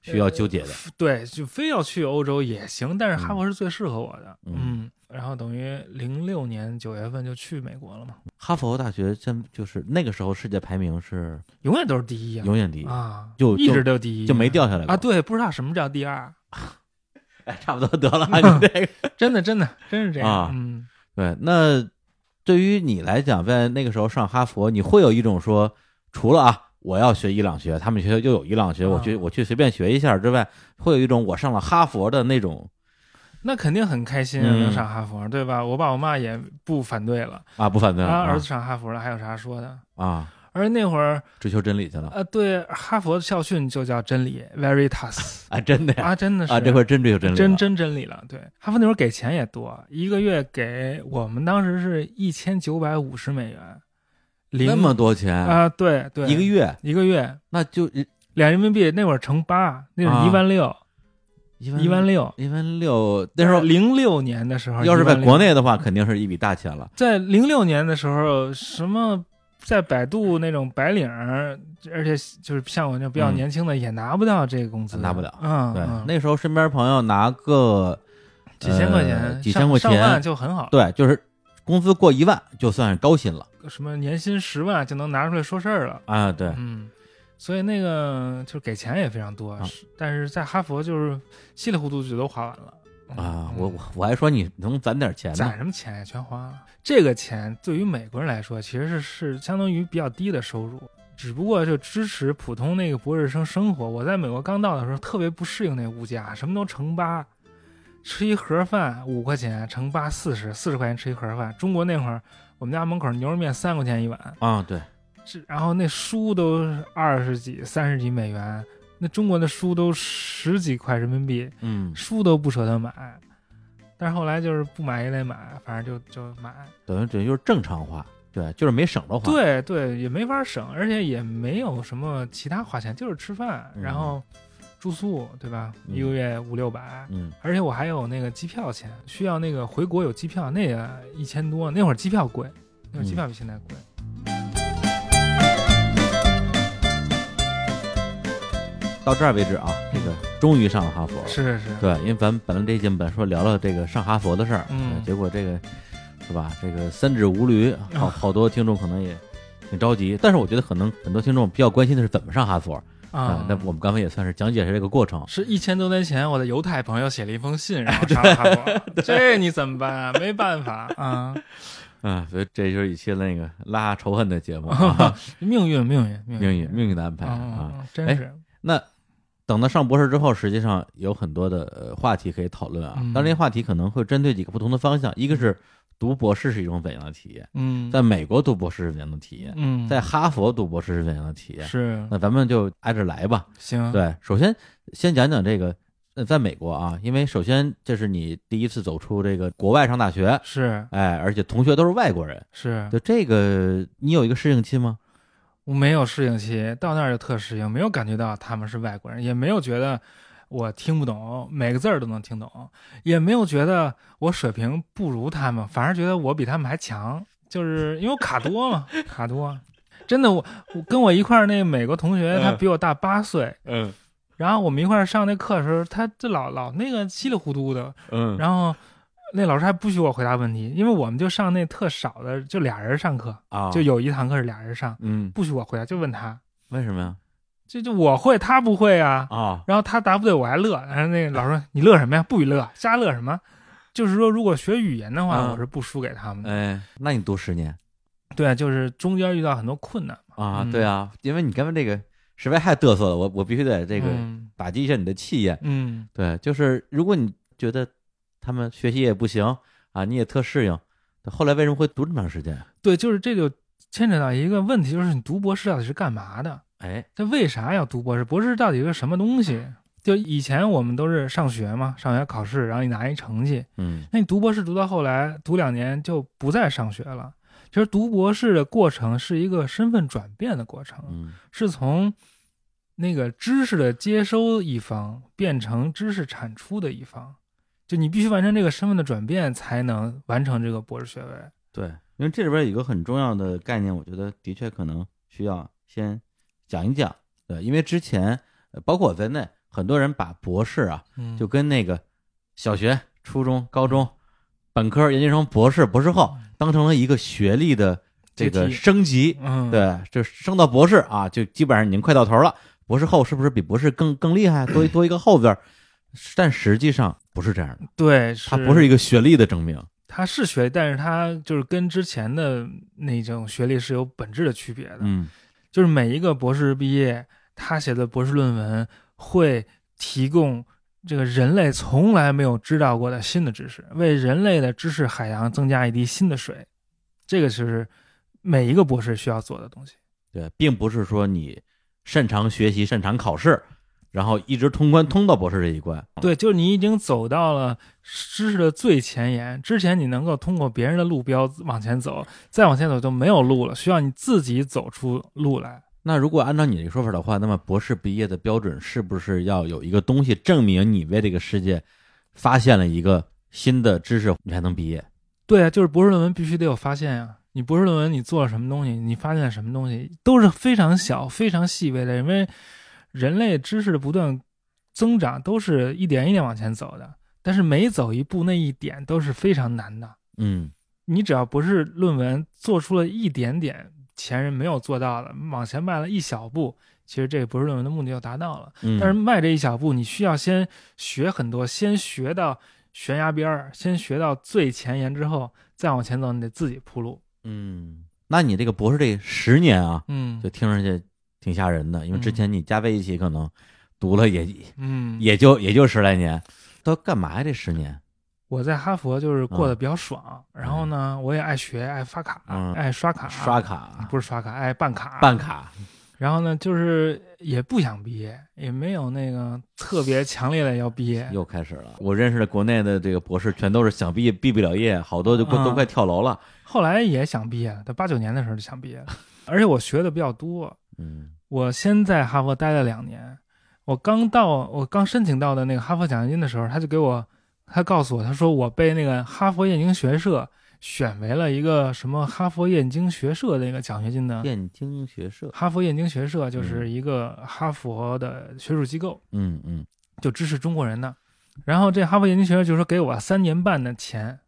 Speaker 1: 需要纠结的。
Speaker 2: 嗯呃对，就非要去欧洲也行，但是
Speaker 1: 嗯
Speaker 2: 哈佛是最适合我的，
Speaker 1: 嗯
Speaker 2: 嗯，然后等于零六年九月份就去美国了嘛，
Speaker 1: 哈佛大学真就是那个时候世界排名是
Speaker 2: 永远都是第一啊，
Speaker 1: 永远第一，
Speaker 2: 啊，
Speaker 1: 就
Speaker 2: 一
Speaker 1: 就
Speaker 2: 直都第一，
Speaker 1: 就没掉下来过
Speaker 2: 啊，，对，不知道什么叫第二，
Speaker 1: 哎，差不多得
Speaker 2: (laughs)
Speaker 1: 了，你这个
Speaker 2: 真的真的真是这
Speaker 1: 啊
Speaker 2: 样，嗯，
Speaker 1: 对。那对于你来讲，在那个时候上哈佛，你会有一种说，除了啊。我要学伊朗学，他们学校又有伊朗学，我去
Speaker 2: 啊
Speaker 1: 我去随便学一下之外，会有一种我上了哈佛的那种
Speaker 2: 那肯定很开心啊，
Speaker 1: 嗯
Speaker 2: 能上哈佛，对吧？我爸我妈也不反对了。
Speaker 1: 啊不反对了
Speaker 2: 他儿
Speaker 1: 啊
Speaker 2: 子上哈佛了，还有啥说的？
Speaker 1: 啊，
Speaker 2: 而那会儿，
Speaker 1: 追求真理去了
Speaker 2: 呃，对哈佛的校训就叫真理
Speaker 1: (laughs)
Speaker 2: （Veritas）
Speaker 1: 啊，真的呀
Speaker 2: 啊，真的是
Speaker 1: 啊，这回真追求真理了，
Speaker 2: 真真真理了。对，哈佛那会儿给钱也多，一个月给我们当时是一千九百五十美元，零
Speaker 1: 那么多钱
Speaker 2: 啊，对对，
Speaker 1: 一个月，
Speaker 2: 一个月
Speaker 1: 那就
Speaker 2: 两人民币，那会儿乘八，那
Speaker 1: 啊
Speaker 2: 是一万六，
Speaker 1: 一
Speaker 2: 一万六。
Speaker 1: 一万六。那时候
Speaker 2: 零六年的时候，
Speaker 1: 要是在
Speaker 2: 16
Speaker 1: 国内的话，肯定是一笔大钱了。
Speaker 2: 在零六年的时候，什么在百度那种白领儿，而且就是像我这比较年轻的，也拿不到这个工资，
Speaker 1: 拿不了
Speaker 2: 嗯，
Speaker 1: 对
Speaker 2: 嗯，
Speaker 1: 那时候身边朋友拿个
Speaker 2: 几千块钱，
Speaker 1: 呃
Speaker 2: 上
Speaker 1: 几千块
Speaker 2: 上万
Speaker 1: 钱，
Speaker 2: 就很好，
Speaker 1: 对，就是工资过一万就算是高薪了
Speaker 2: 什么年薪十万就能拿出来说事儿了，
Speaker 1: 啊。对，
Speaker 2: 嗯。所以那个就是给钱也非常多，
Speaker 1: 啊
Speaker 2: 是但是在哈佛就是稀里糊涂就都花完了嗯
Speaker 1: 啊，
Speaker 2: 嗯
Speaker 1: 我我我还说你能攒点钱呢
Speaker 2: 攒什么钱呀，全花了。这个钱对于美国人来说，其实是是相当于比较低的收入，只不过就支持普通那个博士生生活。我在美国刚到的时候，特别不适应那物价，什么都乘八，吃一盒饭五块钱，乘八四十，四十块钱吃一盒饭。中国那会儿，我们家门口牛肉面三块钱一碗，
Speaker 1: 啊。对，
Speaker 2: 这然后那书都二十几、三十几美元，那中国的书都十几块人民币，
Speaker 1: 嗯，
Speaker 2: 书都不舍得买，但是后来就是不买也得买，反正就就买。
Speaker 1: 等于等于就是正常花，对，就是没省着花。
Speaker 2: 对对，也没法省，而且也没有什么其他花钱，就是吃饭，
Speaker 1: 嗯
Speaker 2: 然后住宿，对吧？
Speaker 1: 嗯
Speaker 2: 一个月五六百，
Speaker 1: 嗯，
Speaker 2: 而且我还有那个机票钱，需要那个回国有机票，那个一千多，那会儿机票贵，
Speaker 1: 嗯
Speaker 2: 那会儿机票比现在贵。
Speaker 1: 到这儿为止啊，这个终于上了哈佛了。
Speaker 2: 是是是，
Speaker 1: 对，因为咱们本来这节目本来说聊聊这个上哈佛的事儿，
Speaker 2: 嗯
Speaker 1: 对结果这个是吧？这个三指无驴，
Speaker 2: 啊
Speaker 1: 好好多听众可能也挺着急，但是我觉得可能很多听众比较关心的是怎么上哈佛
Speaker 2: 啊。
Speaker 1: 那我们刚才也算是讲解了这个过程。
Speaker 2: 是一千多年前，我的犹太朋友写了一
Speaker 1: (laughs)
Speaker 2: 封信，然后杀了哈勃， (laughs) 这你怎么办啊？没办法啊，
Speaker 1: (laughs)
Speaker 2: (laughs)
Speaker 1: 啊，所以这就是一期那个拉仇恨的节目、
Speaker 2: (laughs)
Speaker 1: 啊，
Speaker 2: 命运，命运，命
Speaker 1: 命运命运的安排啊。
Speaker 2: 啊，真是
Speaker 1: 那等到上博士之后，实际上有很多的呃话题可以讨论啊。
Speaker 2: 嗯
Speaker 1: 当然，这些话题可能会针对几个不同的方向，一个是读博士是一种怎样的体验，
Speaker 2: 嗯，
Speaker 1: 在美国读博士是怎样的体验，
Speaker 2: 嗯，
Speaker 1: 在哈佛读博士是怎样的体验。
Speaker 2: 是嗯
Speaker 1: 那咱们就挨着来吧。
Speaker 2: 行，
Speaker 1: 对，首先先讲讲这个，呃，在美国啊，因为首先这是你第一次走出这个国外上大学，
Speaker 2: 是
Speaker 1: 哎，而且同学都是外国人，
Speaker 2: 是，
Speaker 1: 就这个你有一个适应期吗？
Speaker 2: 我没有适应期，到那儿就特适应，没有感觉到他们是外国人，也没有觉得我听不懂，每个字儿都能听懂，也没有觉得我水平不如他们，反而觉得我比他们还强，就是因为我卡多嘛，卡多。真的，我我跟我一块儿那美国同学，他
Speaker 1: 嗯
Speaker 2: 比我大八岁，
Speaker 1: 嗯
Speaker 2: 然后我们一块儿上那课的时候，他就老老那个稀里糊涂的，
Speaker 1: 嗯
Speaker 2: 然后那老师还不许我回答问题，因为我们就上那特少的，就俩人上课，
Speaker 1: 啊，
Speaker 2: 就有一堂课是俩人上，
Speaker 1: 嗯，
Speaker 2: 不许我回答，就问他，
Speaker 1: 为什么呀？
Speaker 2: 这就我会，他不会啊。
Speaker 1: 啊，
Speaker 2: 然后他答不对，我还乐。然后那个老师说：“你乐什么呀？不许乐，瞎乐什么？”就是说，如果学语言的话，
Speaker 1: 嗯
Speaker 2: 我是不输给他们的。
Speaker 1: 哎，那你读十年
Speaker 2: 对，啊就是中间遇到很多困难嘛。
Speaker 1: 啊？
Speaker 2: 嗯
Speaker 1: 对啊，因为你刚才这个实在太嘚瑟了，我我必须得这个
Speaker 2: 嗯
Speaker 1: 打击一下你的气焰。
Speaker 2: 嗯
Speaker 1: 对，就是如果你觉得他们学习也不行啊，你也特适应，后来为什么会读这么长时间？啊
Speaker 2: 对，就是这就牵扯到一个问题，就是你读博士到底是干嘛的？
Speaker 1: 哎，
Speaker 2: 这为啥要读博士？博士到底是个什么东西？就以前我们都是上学嘛，上学考试，然后你拿一成绩。
Speaker 1: 嗯
Speaker 2: 那你读博士读到后来，读两年就不再上学了。其实读博士的过程是一个身份转变的过程，
Speaker 1: 嗯
Speaker 2: 是从那个知识的接收一方变成知识产出的一方。就你必须完成这个身份的转变，才能完成这个博士学位。
Speaker 1: 对，因为这里边有一个很重要的概念，我觉得的确可能需要先讲一讲。对，因为之前呃包括我在内，很多人把博士啊
Speaker 2: 嗯，
Speaker 1: 就跟那个小学、初中、高中、本科、研究生、博士、博士后当成了一个学历的这个
Speaker 2: 阶梯
Speaker 1: 升级。
Speaker 2: 嗯，，
Speaker 1: 对，就升到博士啊，就基本上已经快到头了。博士后是不是比博士更更厉害？多一多一个后字儿，但实际上不是这样的，
Speaker 2: 对，
Speaker 1: 它不是一个学历的证明。
Speaker 2: 他是学历，但是他就是跟之前的那种学历是有本质的区别的。
Speaker 1: 嗯
Speaker 2: 就是每一个博士毕业，他写的博士论文会提供这个人类从来没有知道过的新的知识，为人类的知识海洋增加一滴新的水。这个是每一个博士需要做的东西。
Speaker 1: 对，并不是说你擅长学习、擅长考试，然后一直通关通到博士这一关。
Speaker 2: 对，就是你已经走到了知识的最前沿，之前你能够通过别人的路标往前走，再往前走就没有路了，需要你自己走出路来。
Speaker 1: 那如果按照你这个说法的话，那么博士毕业的标准是不是要有一个东西证明你为这个世界发现了一个新的知识，你才能毕业？
Speaker 2: 对啊，就是博士论文必须得有发现呀、你博士论文你做了什么东西，你发现了什么东西，都是非常小、非常细微的，因为人类知识的不断增长都是一点一点往前走的，但是每走一步那一点都是非常难的。
Speaker 1: 嗯，
Speaker 2: 你只要博士论文做出了一点点前人没有做到的，往前迈了一小步，其实这个博士论文的目的就达到了。
Speaker 1: 嗯
Speaker 2: 但是迈这一小步，你需要先学很多，先学到悬崖边儿，先学到最前沿之后，再往前走，你得自己铺路。
Speaker 1: 嗯，那你这个博士这十年啊，
Speaker 2: 嗯
Speaker 1: 就听上去挺吓人的，因为之
Speaker 2: 嗯
Speaker 1: 前你加在一起可能读了也、
Speaker 2: 嗯，
Speaker 1: 也就也就十来年，都干嘛呀？这十年？
Speaker 2: 我在哈佛就是过得比较爽，然后呢，我也爱学，爱发卡，
Speaker 1: 嗯
Speaker 2: 爱刷卡，
Speaker 1: 刷卡、
Speaker 2: 哎不是刷卡，爱办卡，
Speaker 1: 办。卡，
Speaker 2: 然后呢，就是也不想毕业，也没有那个特别强烈的要毕业。
Speaker 1: 又开始了。我认识的国内的这个博士，全都是想毕业毕不了业，好多就快、都
Speaker 2: 啊
Speaker 1: 快跳楼了。
Speaker 2: 后来也想毕业了，在八九年的时候就想毕业了，而且我学的比较多，
Speaker 1: 嗯
Speaker 2: 我先在哈佛待了两年，我刚到，我刚申请到的那个哈佛奖学金的时候，他就给我，他告诉我，他说我被那个哈佛燕京学社选为了一个什么哈佛燕京学社的那个奖学金的。
Speaker 1: 燕京学社，
Speaker 2: 哈佛燕京学社就是
Speaker 1: 嗯
Speaker 2: 一个哈佛的学术机构，
Speaker 1: 嗯嗯，
Speaker 2: 就支持中国人的。然后这哈佛燕京学社就说给我三年半的钱，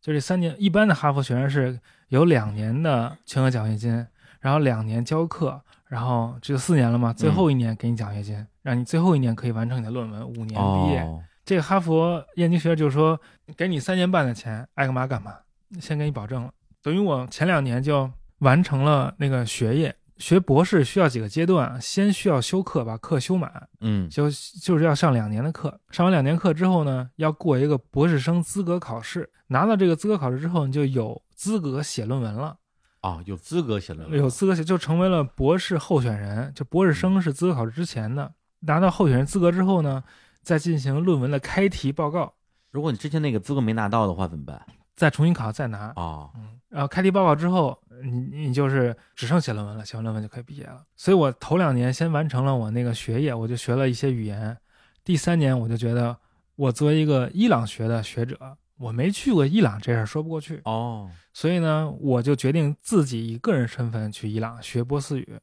Speaker 2: 就这三年，一般的哈佛学生是有两年的全额奖学金，然后两年教课，然后只有四年了嘛，最后一年给你奖学金，让你最后一年可以完成你的论文，五年毕业。
Speaker 1: 哦，
Speaker 2: 这个哈佛燕京学院就说，给你三年半的钱，爱干嘛干嘛，先给你保证了。等于我前两年就完成了那个学业，学博士需要几个阶段，先需要修课，把课修满，
Speaker 1: 嗯
Speaker 2: 就就是要上两年的课。上完两年课之后呢，要过一个博士生资格考试，拿到这个资格考试之后，你就有资格写论文了。
Speaker 1: 啊，有资格写论文，
Speaker 2: 有资格就成为了博士候选人，就博士生是资格考试之前的，拿到候选人资格之后呢，再进行论文的开题报告，
Speaker 1: 如果你之前那个资格没拿到的话，怎么办
Speaker 2: 再重新考再拿，
Speaker 1: 啊？
Speaker 2: 嗯，然后开题报告之后，你你就是只剩写论文了，写完论文就可以毕业了。所以我头两年先完成了我那个学业，我就学了一些语言。第三年我就觉得，我作为一个伊朗学的学者，我没去过伊朗这事儿说不过去，
Speaker 1: 哦，
Speaker 2: 所以呢，我就决定自己以个人身份去伊朗学波斯语。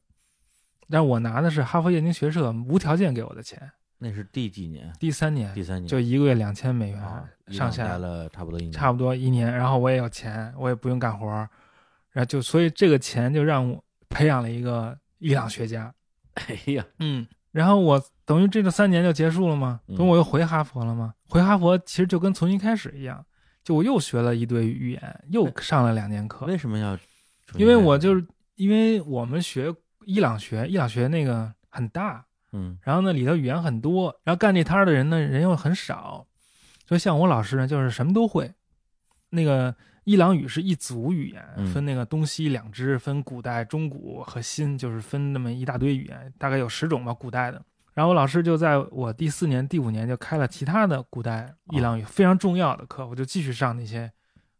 Speaker 2: 但我拿的是哈佛燕京学社无条件给我的钱。
Speaker 1: 那是第几年？
Speaker 2: 第三年
Speaker 1: 第三年
Speaker 2: 就一个月两千美元
Speaker 1: 啊，伊朗
Speaker 2: 上下
Speaker 1: 待了差不多一年，
Speaker 2: 差不多一 (laughs) 年，然后我也有钱，我也不用干活儿，然后就所以这个钱就让我培养了一个伊朗学家，
Speaker 1: 哎呀，
Speaker 2: 嗯，然后我等于这个三年就结束了嘛，
Speaker 1: 嗯
Speaker 2: 等于我又回哈佛了嘛，回哈佛其实就跟重新开始一样，就我又学了一堆语言，又上了两年课，
Speaker 1: 为什么要重新开始？
Speaker 2: 因为我就是因为我们学伊朗学，伊朗学那个很大，
Speaker 1: 嗯
Speaker 2: 然后呢，里头语言很多，然后干这摊儿的人呢，人又很少。就像我老师呢，就是什么都会。那个伊朗语是一组语言，
Speaker 1: 嗯
Speaker 2: 分那个东西两支，分古代、中古和新，就是分那么一大堆语言，大概有十种吧，古代的。然后我老师就在我第四年、第五年就开了其他的古代伊朗语、非常重要的课，我就继续上那些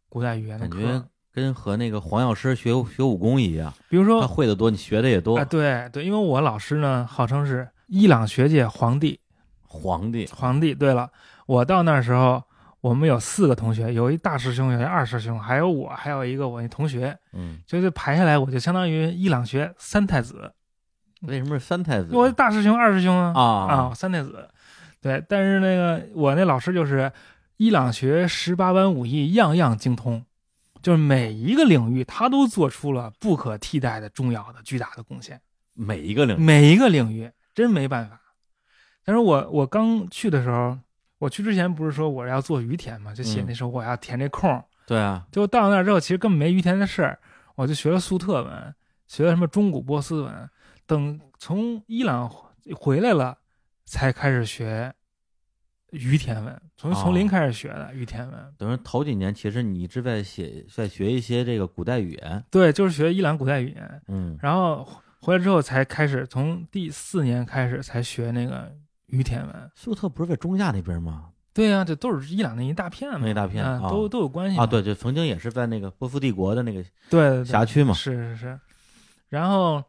Speaker 2: 古代语言的
Speaker 1: 感
Speaker 2: 课，
Speaker 1: 觉跟和那个黄药师学学武功一样，
Speaker 2: 比如说
Speaker 1: 他会的多，你学的也多
Speaker 2: 哦啊，。对对，因为我老师呢号称是伊朗学界皇帝，
Speaker 1: 皇帝
Speaker 2: 皇帝。对了，我到那时候，我们有四个同学，有一大师兄，有一二师兄，还有我，还有一个我那同学，
Speaker 1: 嗯，
Speaker 2: 就是排下来，我就相当于伊朗学三太子。
Speaker 1: 为什么是三太子？
Speaker 2: 我大师兄、二师兄啊，
Speaker 1: 嗯啊
Speaker 2: 啊，三太子。对，但是那个我那老师就是伊朗学十八般武艺，样样精通，就是每一个领域他都做出了不可替代的重要的巨大的贡献。
Speaker 1: 每一个领域
Speaker 2: 每一个领域真没办法。但是我我刚去的时候，我去之前不是说我要做于田嘛，就写
Speaker 1: 嗯
Speaker 2: 那时候我要填这空儿。
Speaker 1: 对啊，
Speaker 2: 结果到那儿之后，其实根本没于田的事儿，我就学了粟特文，学了什么中古波斯文，等从伊朗回来了，才开始学于田文，从
Speaker 1: 哦
Speaker 2: 从零开始学的于田文。
Speaker 1: 等于头几年其实你一直在写在学一些这个古代语言，
Speaker 2: 对，就是学伊朗古代语言。
Speaker 1: 嗯
Speaker 2: 然后回来之后才开始，从第四年开始才学那个于田文。
Speaker 1: 粟特不是在中亚那边吗？
Speaker 2: 对呀、这都是伊朗那一大片嘛，
Speaker 1: 那一大片
Speaker 2: 啊
Speaker 1: 啊
Speaker 2: 都都有关系嘛
Speaker 1: 啊，对，就曾经也是在那个波斯帝国的那个
Speaker 2: 对对对
Speaker 1: 辖区嘛。
Speaker 2: 是是是。然后，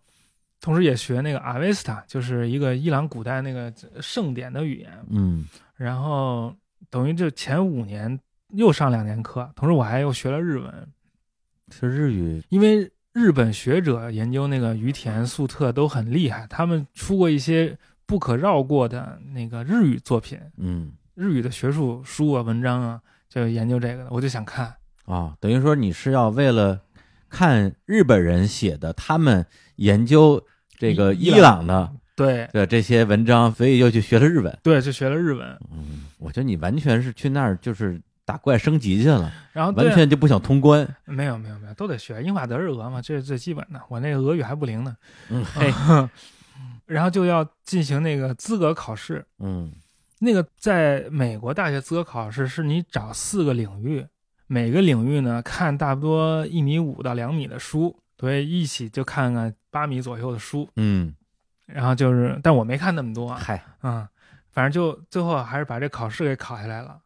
Speaker 2: 同时也学那个阿维斯塔，就是一个伊朗古代那个盛典的语言。
Speaker 1: 嗯，
Speaker 2: 然后等于就前五年又上两年课，同时我还又学了日文，
Speaker 1: 其实日语
Speaker 2: 因为日本学者研究那个于田、粟特都很厉害，他们出过一些不可绕过的那个日语作品，
Speaker 1: 嗯
Speaker 2: 日语的学术书啊、文章啊，就研究这个的，我就想看。
Speaker 1: 啊，等于说你是要为了看日本人写的，他们研究这个
Speaker 2: 伊
Speaker 1: 伊朗的
Speaker 2: 对
Speaker 1: 的这些文章，所以又去学了日文。
Speaker 2: 对，就学了日文，
Speaker 1: 嗯，我觉得你完全是去那儿就是打怪升级去了，
Speaker 2: 然后对
Speaker 1: 完
Speaker 2: 啊
Speaker 1: 全就不想通关。
Speaker 2: 没有没有没有，都得学英法德日俄嘛，这是最基本的。我那个俄语还不灵呢，
Speaker 1: 嗯，嘿，
Speaker 2: (laughs) 然后就要进行那个资格考试。
Speaker 1: 嗯
Speaker 2: 那个在美国大学资格考试是你找四个领域，每个领域呢看差不多一米五到两米的书，对，一起就看看八米左右的书。
Speaker 1: 嗯，
Speaker 2: 然后就是，但我没看那么多啊，
Speaker 1: 嗨，
Speaker 2: 嗯，反正就最后还是把这考试给考下来了，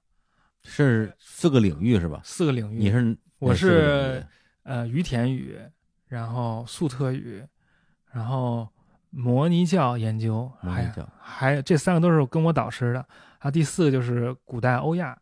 Speaker 1: 是四个领域是吧？
Speaker 2: 四个领域。
Speaker 1: 你是
Speaker 2: 我
Speaker 1: 四个领
Speaker 2: 是
Speaker 1: 域啊
Speaker 2: 呃于田语，然后粟特语，然后摩尼教研究，
Speaker 1: 摩
Speaker 2: 还
Speaker 1: 尼
Speaker 2: 有
Speaker 1: 教
Speaker 2: 还有这三个都是跟我导师的。还有第四个就是古代欧亚，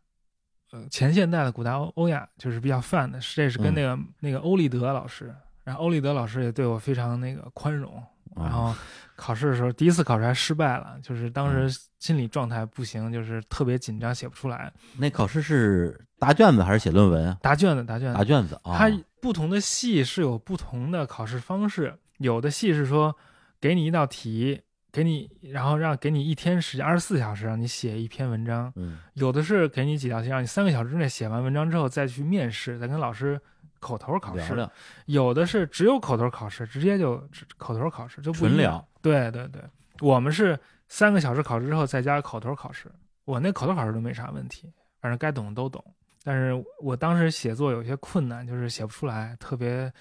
Speaker 2: 呃，前现代的古代欧欧亚就是比较泛的，是这是
Speaker 1: 嗯
Speaker 2: 跟
Speaker 1: 哦
Speaker 2: 那个、那个欧立德老师，然后欧立德老师也对我非常那个宽容，
Speaker 1: 啊
Speaker 2: 然后考试的时候第一次考试还失败了，就是当
Speaker 1: 嗯
Speaker 2: 时心理状态不行，就是特别紧张，写不出来。
Speaker 1: 那考试是答卷子还是写论文啊？
Speaker 2: 答卷子，答卷
Speaker 1: 答
Speaker 2: 子，
Speaker 1: 卷子啊，
Speaker 2: 它不同的系是有不同的考试方式，有的系是说给你一道题，给你然后让给你一天时间，二十四小时让你写一篇文章。
Speaker 1: 嗯
Speaker 2: 有的是给你几道题，让你三个小时之内写完文章之后再去面试，再跟老师口头考
Speaker 1: 聊
Speaker 2: 试；
Speaker 1: 聊
Speaker 2: 有的是只有口头考试，直接就只口头考试就不一
Speaker 1: 纯
Speaker 2: 样
Speaker 1: 聊。
Speaker 2: 对对对，我们是三个小时考试之后再加口头考试，我那口头考试都没啥问题，反正该懂的都懂。但是我当时写作有些困难，就是写不出来，特别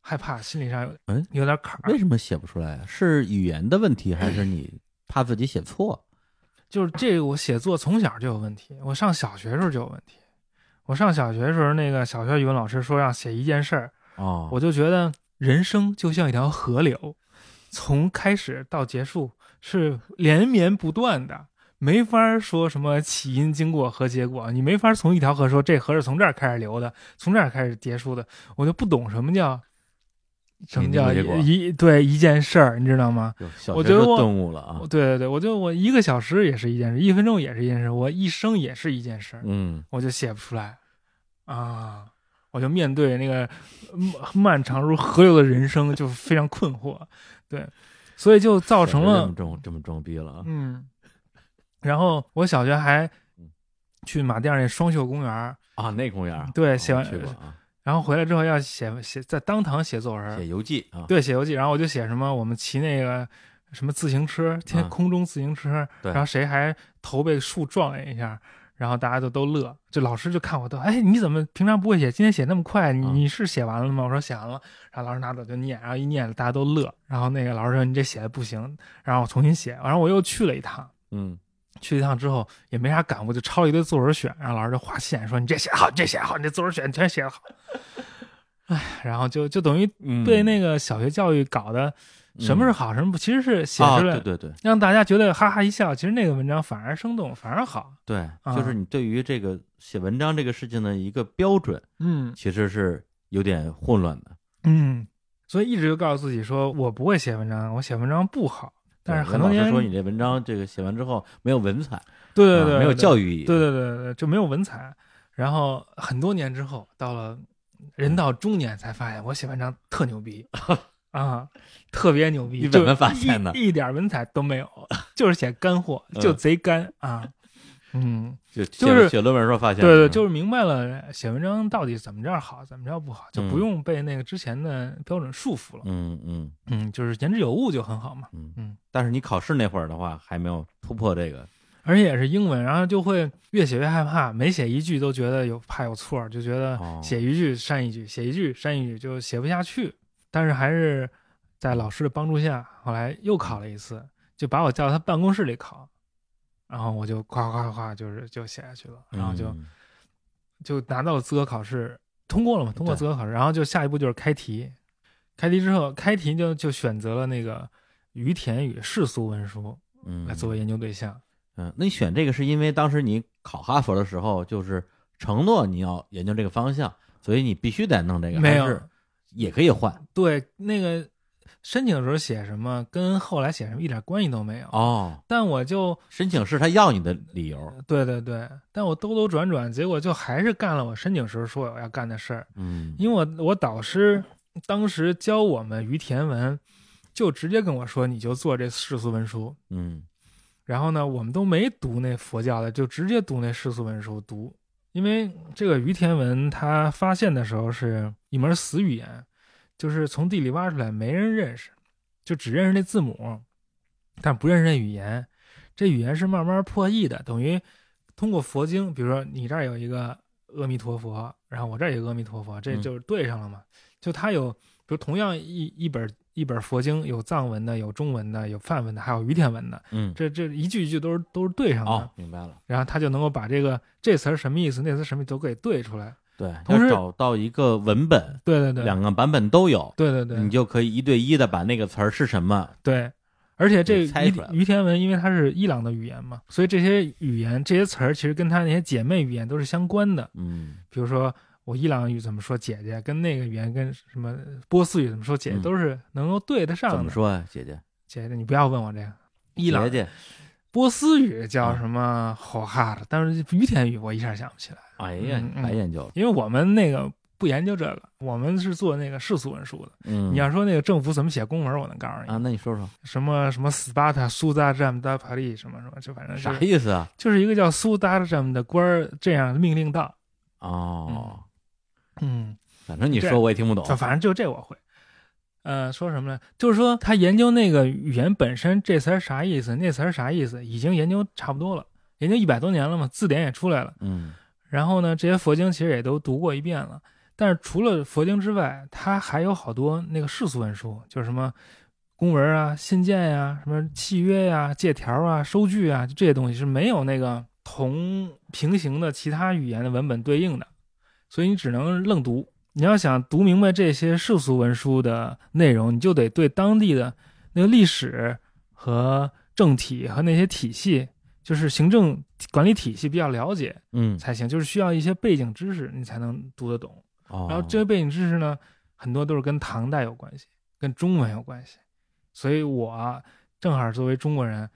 Speaker 2: 害怕，心理上有
Speaker 1: 嗯
Speaker 2: 有点坎儿
Speaker 1: 为。什么写不出来啊？是语言的问题，还是你怕自己写错？
Speaker 2: 就是这个，我写作从小就有问题，我上小学时候就有问题。我上小学时候，那个小学语文老师说让写一件事儿，
Speaker 1: 哦，
Speaker 2: 我就觉得人生就像一条河流，从开始到结束是连绵不断的，没法儿说什么起因、经过和结果，你没法儿从一条河说这河是从这儿开始流的，从这儿开始结束的，我就不懂什么叫什
Speaker 1: 起
Speaker 2: 么
Speaker 1: 因
Speaker 2: 叫
Speaker 1: 结果
Speaker 2: 一对一件事儿，你知道吗？
Speaker 1: 就小
Speaker 2: 我
Speaker 1: 学
Speaker 2: 觉得
Speaker 1: 就
Speaker 2: 我
Speaker 1: 顿悟了啊。
Speaker 2: 对对对，我就我一个小时也是一件事，一分钟也是一件事，我一生也是一件事，
Speaker 1: 嗯，
Speaker 2: 我就写不出来啊，我就面对那个嗯漫长如河流的人生就非常困惑，对，所以就造成
Speaker 1: 小学这
Speaker 2: 了
Speaker 1: 么装这么装逼了啊。
Speaker 2: 嗯，然后我小学还
Speaker 1: 嗯
Speaker 2: 去马甸儿那双秀公园儿，
Speaker 1: 啊，那公园儿
Speaker 2: 对
Speaker 1: 我
Speaker 2: 写完
Speaker 1: 去过啊，
Speaker 2: 然后回来之后要写写在当堂写作文儿
Speaker 1: 写，游记啊，
Speaker 2: 呃对，写游记，然后我就写什么我们骑那个。什么自行车，天
Speaker 1: 嗯
Speaker 2: 空中自行车，
Speaker 1: 对
Speaker 2: 然后谁还头被树撞了一下，然后大家就都乐，就老师就看我都，哎，你怎么平常不会写，今天写那么快？你
Speaker 1: 嗯
Speaker 2: 你是写完了吗？我说写完了，然后老师拿走就念，然后一念大家都乐，然后那个老师说你这写的不行，然后我重新写，然后我又去了一趟。
Speaker 1: 嗯，
Speaker 2: 去一趟之后也没啥感悟，就抄了一堆作文选，然后老师就划线说：“你这写的好，你这写的好，你这作文选全写的好。” (laughs) 哎，然后就就等于
Speaker 1: 嗯
Speaker 2: 被那个小学教育搞得什么是好，什么不，其实是写
Speaker 1: 啊，
Speaker 2: 出来
Speaker 1: 对对对
Speaker 2: 让大家觉得哈哈一笑，其实那个文章反而生动，反而好。
Speaker 1: 对，
Speaker 2: 啊
Speaker 1: 就是你对于这个写文章这个事情的一个标准，
Speaker 2: 嗯
Speaker 1: 其实是有点混乱的。
Speaker 2: 嗯，所以一直就告诉自己说，我不会写文章，我写文章不好。但是
Speaker 1: 对
Speaker 2: 很
Speaker 1: 老
Speaker 2: 多年
Speaker 1: 师说你这文章这个写完之后没有文采，
Speaker 2: 对对
Speaker 1: 啊
Speaker 2: 对，
Speaker 1: 没有教
Speaker 2: 育，
Speaker 1: 育意义，
Speaker 2: 对对对对，就没有文采。然后很多年之后，到了人到中年才发现，我写文章特牛
Speaker 1: (laughs)
Speaker 2: 逼啊，特别牛逼。
Speaker 1: 你
Speaker 2: 就
Speaker 1: 怎么发现的
Speaker 2: 一一点文采都没有，就是写干货，就
Speaker 1: 嗯
Speaker 2: 贼干啊。嗯，
Speaker 1: 就
Speaker 2: 就是
Speaker 1: 写写论文时候发现的，
Speaker 2: 对对，
Speaker 1: 是
Speaker 2: 就是明白了写文章到底怎么着好，怎么着不好，就不
Speaker 1: 嗯
Speaker 2: 用被那个之前的标准束缚了。
Speaker 1: 嗯嗯
Speaker 2: 嗯，就是言之有物就很好嘛。
Speaker 1: 嗯
Speaker 2: 嗯。
Speaker 1: 但是你考试那会儿的话，还没有突破这个，
Speaker 2: 而且也是英文，然后就会越写越害怕，每写一句都觉得有怕有错，就觉得
Speaker 1: 哦
Speaker 2: 写一句删一句，写一句删一句，就写不下去。但是还是在老师的帮助下，后来又考了一次，就把我叫到他办公室里考，然后我就夸夸夸，就是就写下去了，然后就、
Speaker 1: 嗯
Speaker 2: 就拿到了资格考试，通过了嘛？通过
Speaker 1: 对
Speaker 2: 资格考试，然后就下一步就是开题，开题之后，开题就就选择了那个于田与世俗文书
Speaker 1: 嗯
Speaker 2: 来作为研究对象。
Speaker 1: 嗯，那你选这个是因为当时你考哈佛的时候，就是承诺你要研究这个方向，所以你必须得弄这个，
Speaker 2: 没
Speaker 1: 还
Speaker 2: 有
Speaker 1: 是也可以换
Speaker 2: 对那个申请的时候写什么，跟后来写什么一点关系都没有。
Speaker 1: 哦。
Speaker 2: 但我就
Speaker 1: 申请是他要你的理由，
Speaker 2: 对对对，但我兜兜转转，结果就还是干了我申请时候说我要干的事儿。
Speaker 1: 嗯，
Speaker 2: 因为我我导师当时教我们于田文，就直接跟我说，你就做这世俗文书。
Speaker 1: 嗯
Speaker 2: 然后呢，我们都没读那佛教的，就直接读那世俗文书读，因为这个于田文他发现的时候是一门死语言，就是从地里挖出来，没人认识，就只认识那字母，但不认识那语言。这语言是慢慢破译的，等于通过佛经，比如说你这儿有一个阿弥陀佛，然后我这儿有一个阿弥陀佛，这
Speaker 1: 嗯
Speaker 2: 就是对上了嘛。就它有，比如同样一一本一本佛经，有藏文的，有中文的，有梵文的，还有于田文的。
Speaker 1: 嗯，
Speaker 2: 这这一句一句都是都是对上的，
Speaker 1: 哦，明白了。
Speaker 2: 然后他就能够把这个这词儿什么意思，那词儿什么意思都给对出来。
Speaker 1: 对，
Speaker 2: 同
Speaker 1: 要
Speaker 2: 时
Speaker 1: 找到一个文本，
Speaker 2: 对对对，
Speaker 1: 两个版本都有，
Speaker 2: 对对
Speaker 1: 你
Speaker 2: 对
Speaker 1: 就可以一对一的把那个词儿是什么，
Speaker 2: 对，而且这
Speaker 1: 你猜出来了
Speaker 2: 于于天文，因为它是伊朗的语言嘛，所以这些语言这些词儿其实跟他那些姐妹语言都是相关的。
Speaker 1: 嗯
Speaker 2: 比如说我伊朗语怎么说姐姐，跟那个语言跟什么波斯语怎么说姐姐，
Speaker 1: 嗯
Speaker 2: 都是能够对得上
Speaker 1: 怎
Speaker 2: 的
Speaker 1: 么。说啊，姐姐？
Speaker 2: 姐姐，你不要问我这个。伊朗
Speaker 1: 姐啊姐，
Speaker 2: 波斯语叫什么好哈的，但是于田语我一下想不起来，
Speaker 1: 哎呀，
Speaker 2: 嗯嗯
Speaker 1: 白研究了。
Speaker 2: 因为我们那个不研究这个，我们是做那个世俗文书的。
Speaker 1: 嗯，
Speaker 2: 你要说那个政府怎么写公文，我能告诉你，
Speaker 1: 啊，那你说说
Speaker 2: 什么什么斯巴塔苏达詹姆达帕利什么什么，就反正
Speaker 1: 啥
Speaker 2: 是
Speaker 1: 意思啊？
Speaker 2: 就是一个叫苏达詹姆的官儿这样命令道，
Speaker 1: 哦，
Speaker 2: 嗯，
Speaker 1: 反正你
Speaker 2: 这
Speaker 1: 说我也听不懂。
Speaker 2: 反反正就这我会。呃，说什么呢？就是说他研究那个语言本身这词儿啥意思，那词儿啥意思，已经研究差不多了，研究一百多年了嘛，字典也出来了。
Speaker 1: 嗯
Speaker 2: 然后呢，这些佛经其实也都读过一遍了。但是除了佛经之外，它还有好多那个世俗文书，就是什么公文啊、信件呀、什么契约呀、借条啊、收据啊，就这些东西是没有那个同平行的其他语言的文本对应的，所以你只能愣读。你要想读明白这些世俗文书的内容，你就得对当地的那个历史和政体和那些体系，就是行政管理体系比较了解。
Speaker 1: 嗯，
Speaker 2: 才行，就是需要一些背景知识，你才能读得懂。
Speaker 1: 哦，
Speaker 2: 然后这些背景知识呢，很多都是跟唐代有关系，跟中文有关系。所以我正好作为中国人，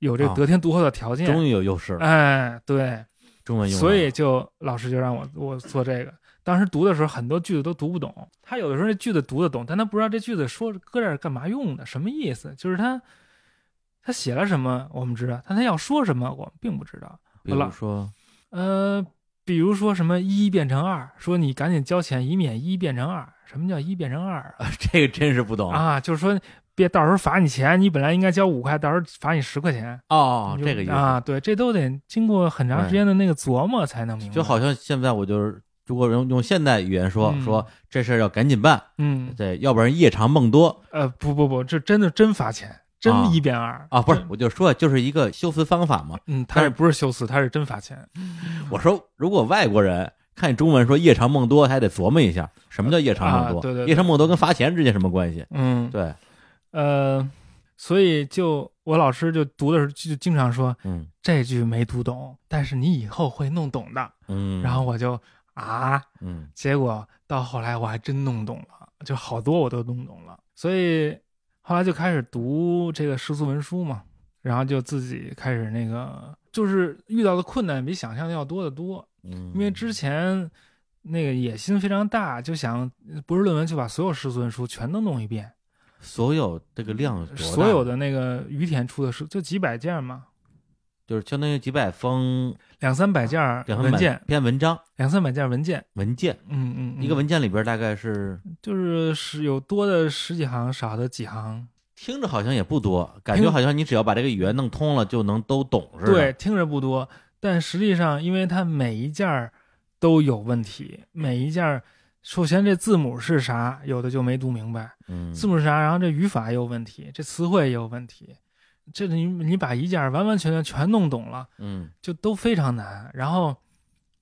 Speaker 2: 有这个
Speaker 1: 啊
Speaker 2: 得天独厚的条件。
Speaker 1: 终于有优势了，
Speaker 2: 哎，对，
Speaker 1: 中文用。
Speaker 2: 所以，就老师就让我我做这个。当时读的时候，很多句子都读不懂。他有的时候这句子读得懂，但他不知道这句子说搁这儿干嘛用的，什么意思。就是他他写了什么我们知道，但他要说什么我们并不知道。
Speaker 1: 比如说， (laughs)
Speaker 2: 呃，比如说什么一变成二，说你赶紧交钱，以免一变成二。什么叫一变成二啊？
Speaker 1: 这个真是不懂
Speaker 2: 啊，就是说别到时候罚你钱，你本来应该交五块，到时候罚你十块钱。
Speaker 1: 哦，
Speaker 2: 你就
Speaker 1: 这个意思。
Speaker 2: 啊，对，这都得经过很长时间的那个琢磨才能明白。
Speaker 1: 就，好像现在我就是，如果用用现代语言说
Speaker 2: 嗯
Speaker 1: 说这事儿要赶紧办，
Speaker 2: 嗯，
Speaker 1: 对，要不然夜长梦多
Speaker 2: 呃，不不不，这真的真罚钱，真
Speaker 1: 啊
Speaker 2: 一变二
Speaker 1: 啊。不是，，我就说就是一个修辞方法嘛。
Speaker 2: 嗯，
Speaker 1: 但
Speaker 2: 他
Speaker 1: 是
Speaker 2: 也不是修辞，他是真罚钱。
Speaker 1: 我说，如果外国人看你中文说夜长梦多，还得琢磨一下什么叫夜长梦多。
Speaker 2: 啊对对对
Speaker 1: 夜长梦多跟罚钱之间什么关系？
Speaker 2: 嗯，
Speaker 1: 对，
Speaker 2: 呃，所以就我老师就读的时候就就经常说
Speaker 1: 嗯
Speaker 2: 这句没读懂，但是你以后会弄懂的。
Speaker 1: 嗯，
Speaker 2: 然后我就啊，
Speaker 1: 嗯
Speaker 2: 结果到后来我还真弄懂了，就好多我都弄懂了，所以后来就开始读这个世俗文书嘛，然后就自己开始那个，就是遇到的困难比想象的要多得多，
Speaker 1: 嗯，
Speaker 2: 因为之前那个野心非常大，就想博士论文就把所有世俗文书全都弄一遍，
Speaker 1: 所有这个量多大，
Speaker 2: 嗯所有的那个于田出的书就几百件嘛，
Speaker 1: 就是相当于几百封
Speaker 2: 两三百件儿
Speaker 1: 啊两三
Speaker 2: 文
Speaker 1: 百
Speaker 2: 件，
Speaker 1: 篇文章
Speaker 2: 两三百件儿文件，
Speaker 1: 文件，
Speaker 2: 嗯嗯，嗯
Speaker 1: 一个文件里边大概是
Speaker 2: 就是是有多的十几行，少的几行。
Speaker 1: 听着好像也不多，感觉
Speaker 2: 听
Speaker 1: 好像你只要把这个语言弄通了，就能都懂似的。
Speaker 2: 对，，听着不多，但实际上，因为它每一件儿都有问题，每一件儿首先这字母是啥，有的就没读明白，
Speaker 1: 嗯，
Speaker 2: 字母是啥，然后这语法也有问题，这词汇也有问题，这你你把一件儿完完全全全弄懂了，
Speaker 1: 嗯
Speaker 2: 就都非常难。然后，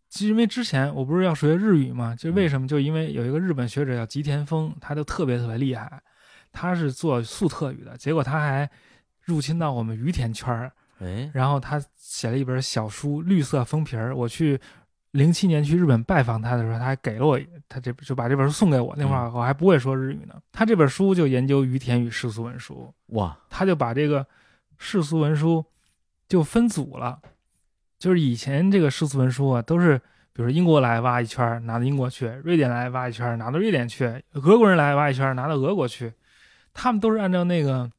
Speaker 2: 其实因为之前我不是要学日语嘛，就为什么？就因为有一个日本学者叫吉田丰，他就特别特别厉害，他是做粟特语的，结果他还入侵到我们于田圈儿，
Speaker 1: 哎，
Speaker 2: 然后他写了一本小书《绿色封皮儿》，我去。零七年去日本拜访他的时候，他还给了我一，他这就把这本书送给我。那会儿我还不会说日语呢。他这本书就研究于田与世俗文书，
Speaker 1: 哇，
Speaker 2: 他就把这个世俗文书就分组了，就是以前这个世俗文书啊，都是比如说英国来挖一圈儿拿到英国去，瑞典来挖一圈儿拿到瑞典去，俄国人来挖一圈儿拿到俄国去，他们都是按照那个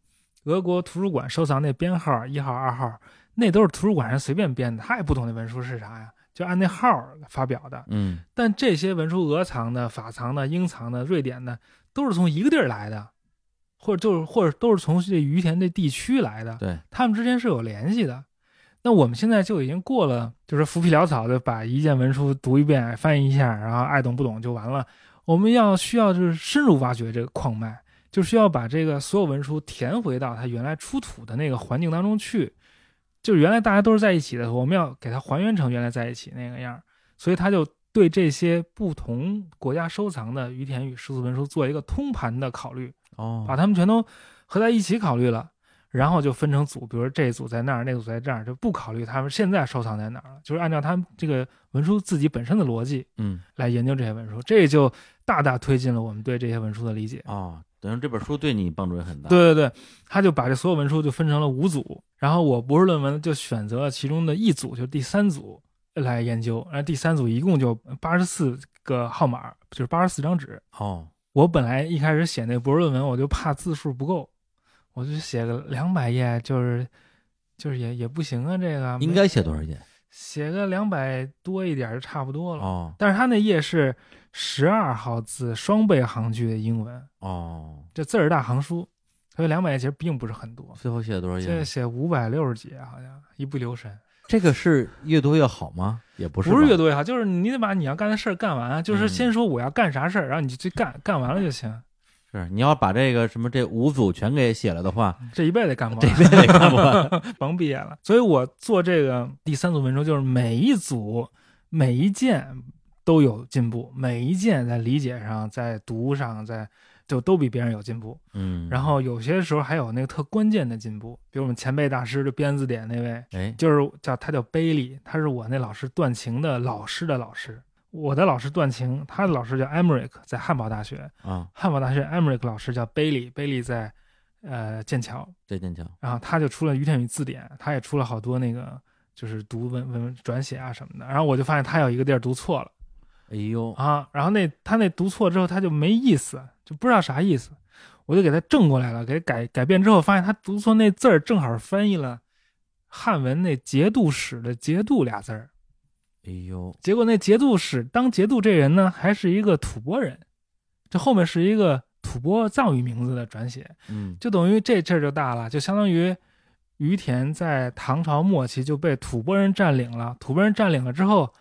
Speaker 2: 俄国图书馆收藏那编号一号、二号，那都是图书馆上随便编的，他也不懂那文书是啥呀，就按那号儿发表的。
Speaker 1: 嗯
Speaker 2: 但这些文书俄藏的、法藏的、英藏的、瑞典的，都是从一个地儿来的，或者就是或者都是从这于田这地区来的，
Speaker 1: 对，
Speaker 2: 他们之间是有联系的。那我们现在就已经过了，就是浮皮潦草的把一件文书读一遍、翻译一下，然后爱懂不懂就完了。我们要需要就是深入挖掘这个矿脉，就需要把这个所有文书填回到它原来出土的那个环境当中去。就是原来大家都是在一起的，我们要给它还原成原来在一起那个样儿。所以他就对这些不同国家收藏的于田与世俗文书做一个通盘的考虑，
Speaker 1: 哦
Speaker 2: 把，它们全都合在一起考虑了。然后就分成组，比如这组在那儿，那组在这儿，就不考虑他们现在收藏在哪儿了，就是按照他们这个文书自己本身的逻辑
Speaker 1: 嗯
Speaker 2: 来研究这些文书，这就大大推进了我们对这些文书的理解。
Speaker 1: 哦，等于这本书对你帮助也很大。，
Speaker 2: 对对对，他就把这所有文书就分成了五组，然后我博士论文就选择了其中的一组，就是第三组来研究。然后第三组一共就八十四个号码，就是八十四张纸。
Speaker 1: 哦，
Speaker 2: 我本来一开始写那博士论文，我就怕字数不够，我就写个两百页，就是就是也也不行啊，这个
Speaker 1: 应
Speaker 2: 没
Speaker 1: 该写多少页？
Speaker 2: 写个两百多一点就差不多了。
Speaker 1: 哦
Speaker 2: 但是他那页是十二号字双倍行距的英文，
Speaker 1: 哦，
Speaker 2: 这字儿大行书，所以两百页其实并不是很多。
Speaker 1: 最后写了多少页
Speaker 2: 这
Speaker 1: 呢？
Speaker 2: 写五百六十几，好像一不留神，
Speaker 1: 这个是越多越好吗？也不是吧，
Speaker 2: 不是越多越好，就是你得把你要干的事儿干完啊，就是
Speaker 1: 嗯
Speaker 2: 先说我要干啥事儿，然后你就去干，干完了就行，
Speaker 1: 是你要把这个什么这五组全给写了的话，
Speaker 2: 这一辈子也干不
Speaker 1: 嗯这
Speaker 2: 完，
Speaker 1: 边也看不
Speaker 2: (laughs)
Speaker 1: 完。
Speaker 2: 甭毕业了。所以我做这个第三组文书，就是每一组每一件都有进步，每一件在理解上、在读上、在就都比别人有进步。
Speaker 1: 嗯，
Speaker 2: 然后有些时候还有那个特关键的进步，比如我们前辈大师就编字典那位，
Speaker 1: 哎，
Speaker 2: 就是叫他叫贝利，他是我那老师段晴的老师的老师。我的老师段晴，他的老师叫 Emerick，在汉堡大学。
Speaker 1: 啊，
Speaker 2: 汉堡大学 Emerick 老师叫贝利，贝利在呃剑桥。
Speaker 1: 这件强，
Speaker 2: 然后他就出了于天宇字典，他也出了好多那个就是读文文转写啊什么的。然后我就发现他有一个地儿读错了
Speaker 1: 哎呦，
Speaker 2: 啊，然后那他那读错之后他就没意思，就不知道啥意思。我就给他正过来了，给改改变之后，发现他读错那字儿正好翻译了汉文那节度使的节度俩字儿。
Speaker 1: 哎呦，
Speaker 2: 结果那节度使当节度这人呢，还是一个吐蕃人，这后面是一个吐蕃藏语名字的转写，
Speaker 1: 嗯，
Speaker 2: 就等于这事儿就大了，就相当于于田在唐朝末期就被吐蕃人占领了，吐蕃人占领了之后，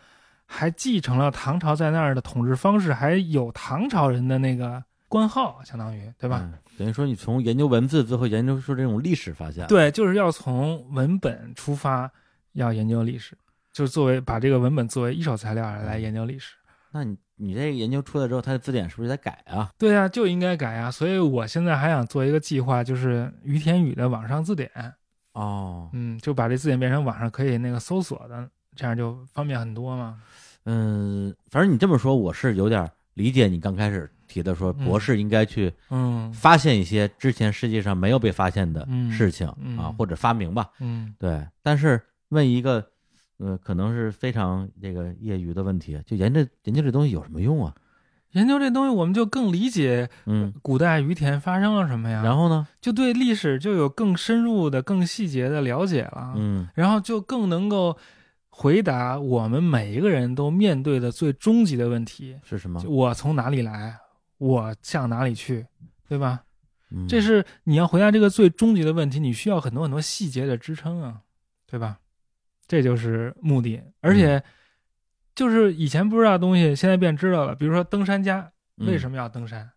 Speaker 2: 还继承了唐朝在那儿的统治方式，还有唐朝人的那个官号，相当于对
Speaker 1: 对
Speaker 2: 吧？
Speaker 1: 等于说你从研究文字，最后研究出这种历史发现。，
Speaker 2: 对，就是要从文本出发，要研究历史，就是作为把这个文本作为一手材料来研究历史。
Speaker 1: 那你你这个研究出来之后，它的字典是不是得改啊？
Speaker 2: 对呀、就应该改呀、所以我现在还想做一个计划，就是于田宇的网上字典，
Speaker 1: 哦，
Speaker 2: 嗯，就把这字典变成网上可以那个搜索的，这样就方便很多嘛。
Speaker 1: 嗯，反正你这么说，我是有点理解你刚开始提的说，
Speaker 2: 嗯
Speaker 1: 博士应该去
Speaker 2: 嗯
Speaker 1: 发现一些之前世界上没有被发现的
Speaker 2: 嗯
Speaker 1: 事情、
Speaker 2: 嗯
Speaker 1: 啊，或者发明吧。
Speaker 2: 嗯
Speaker 1: 对，但是问一个，呃，可能是非常这个业余的问题，就研究研究这东西有什么用啊？
Speaker 2: 研究这东西，我们就更理解
Speaker 1: 嗯，
Speaker 2: 古代于田发生了什么呀，
Speaker 1: 然后呢？
Speaker 2: 就对历史就有更深入的、更细节的了解了，
Speaker 1: 嗯，
Speaker 2: 然后就更能够回答我们每一个人都面对的最终极的问题：
Speaker 1: 是什么
Speaker 2: 就？我从哪里来，我向哪里去，对吧？
Speaker 1: 嗯
Speaker 2: 这是你要回答这个最终极的问题，你需要很多很多细节的支撑啊，对吧？这就是目的，而
Speaker 1: 嗯
Speaker 2: 且就是以前不知道的东西，现在便知道了。比如说登山家为什
Speaker 1: 么？
Speaker 2: 么要登山？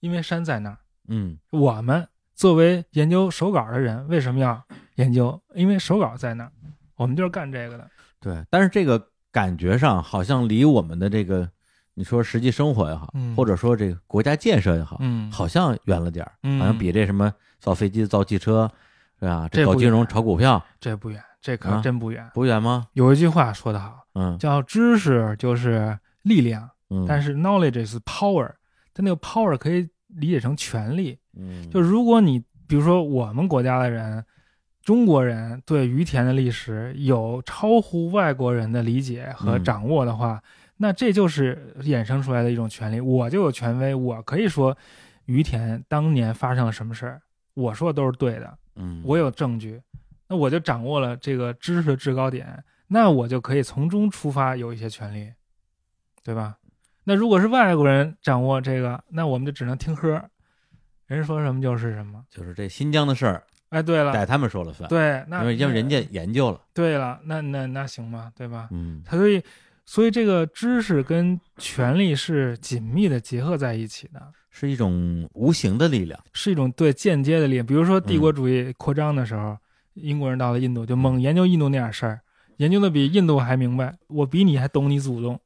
Speaker 2: 因为山在那儿。
Speaker 1: 嗯
Speaker 2: 我们作为研究手稿的人，为什么要研究？因为手稿在那儿，我们就是干这个的。
Speaker 1: 对，但是这个感觉上好像离我们的这个，你说实际生活也好，
Speaker 2: 嗯
Speaker 1: 或者说这个国家建设也好，
Speaker 2: 嗯，，
Speaker 1: 好像远了点儿，
Speaker 2: 嗯
Speaker 1: 好像比这什么造飞机、造汽车，是吧？
Speaker 2: 这
Speaker 1: 搞
Speaker 2: 不
Speaker 1: 金融、
Speaker 2: 远
Speaker 1: 炒股票
Speaker 2: 这不远，这可
Speaker 1: 啊
Speaker 2: 真不远。
Speaker 1: 不远吗？
Speaker 2: 有一句话说得好，
Speaker 1: 嗯
Speaker 2: 叫“知识就是力量”。
Speaker 1: 嗯，
Speaker 2: 但
Speaker 1: 是
Speaker 2: 是 knowledge is power，它那个 power 可以理解成权力。
Speaker 1: 嗯，
Speaker 2: 就是如果你比如说我们国家的人，中国人对于田的历史有超乎外国人的理解和
Speaker 1: 嗯
Speaker 2: 掌握的话，那这就是衍生出来的一种权利。我就有权威，我可以说于田当年发生了什么事儿，我说的都是对的。
Speaker 1: 嗯，
Speaker 2: 我有证据，那我就掌握了这个知识的制高点，那我就可以从中出发有一些权利，对吧？那如果是外国人掌握这个，那我们就只能听喝，人说什么就是什么。
Speaker 1: 就是这新疆的事儿，
Speaker 2: 哎，对了，
Speaker 1: 得他们说了算，，
Speaker 2: 对，那
Speaker 1: 因为因为人家研究了，
Speaker 2: 对了，那那那行吗？对吧？
Speaker 1: 嗯
Speaker 2: 他所以所以这个知识跟权力是紧密的结合在一起的，
Speaker 1: 是一种无形的力量。
Speaker 2: 是一种对间接的力量。比如说帝国主义扩张的时候，英国人到了印度就猛研究印度那点事儿，研究的比印度还明白，我比你还懂你祖宗，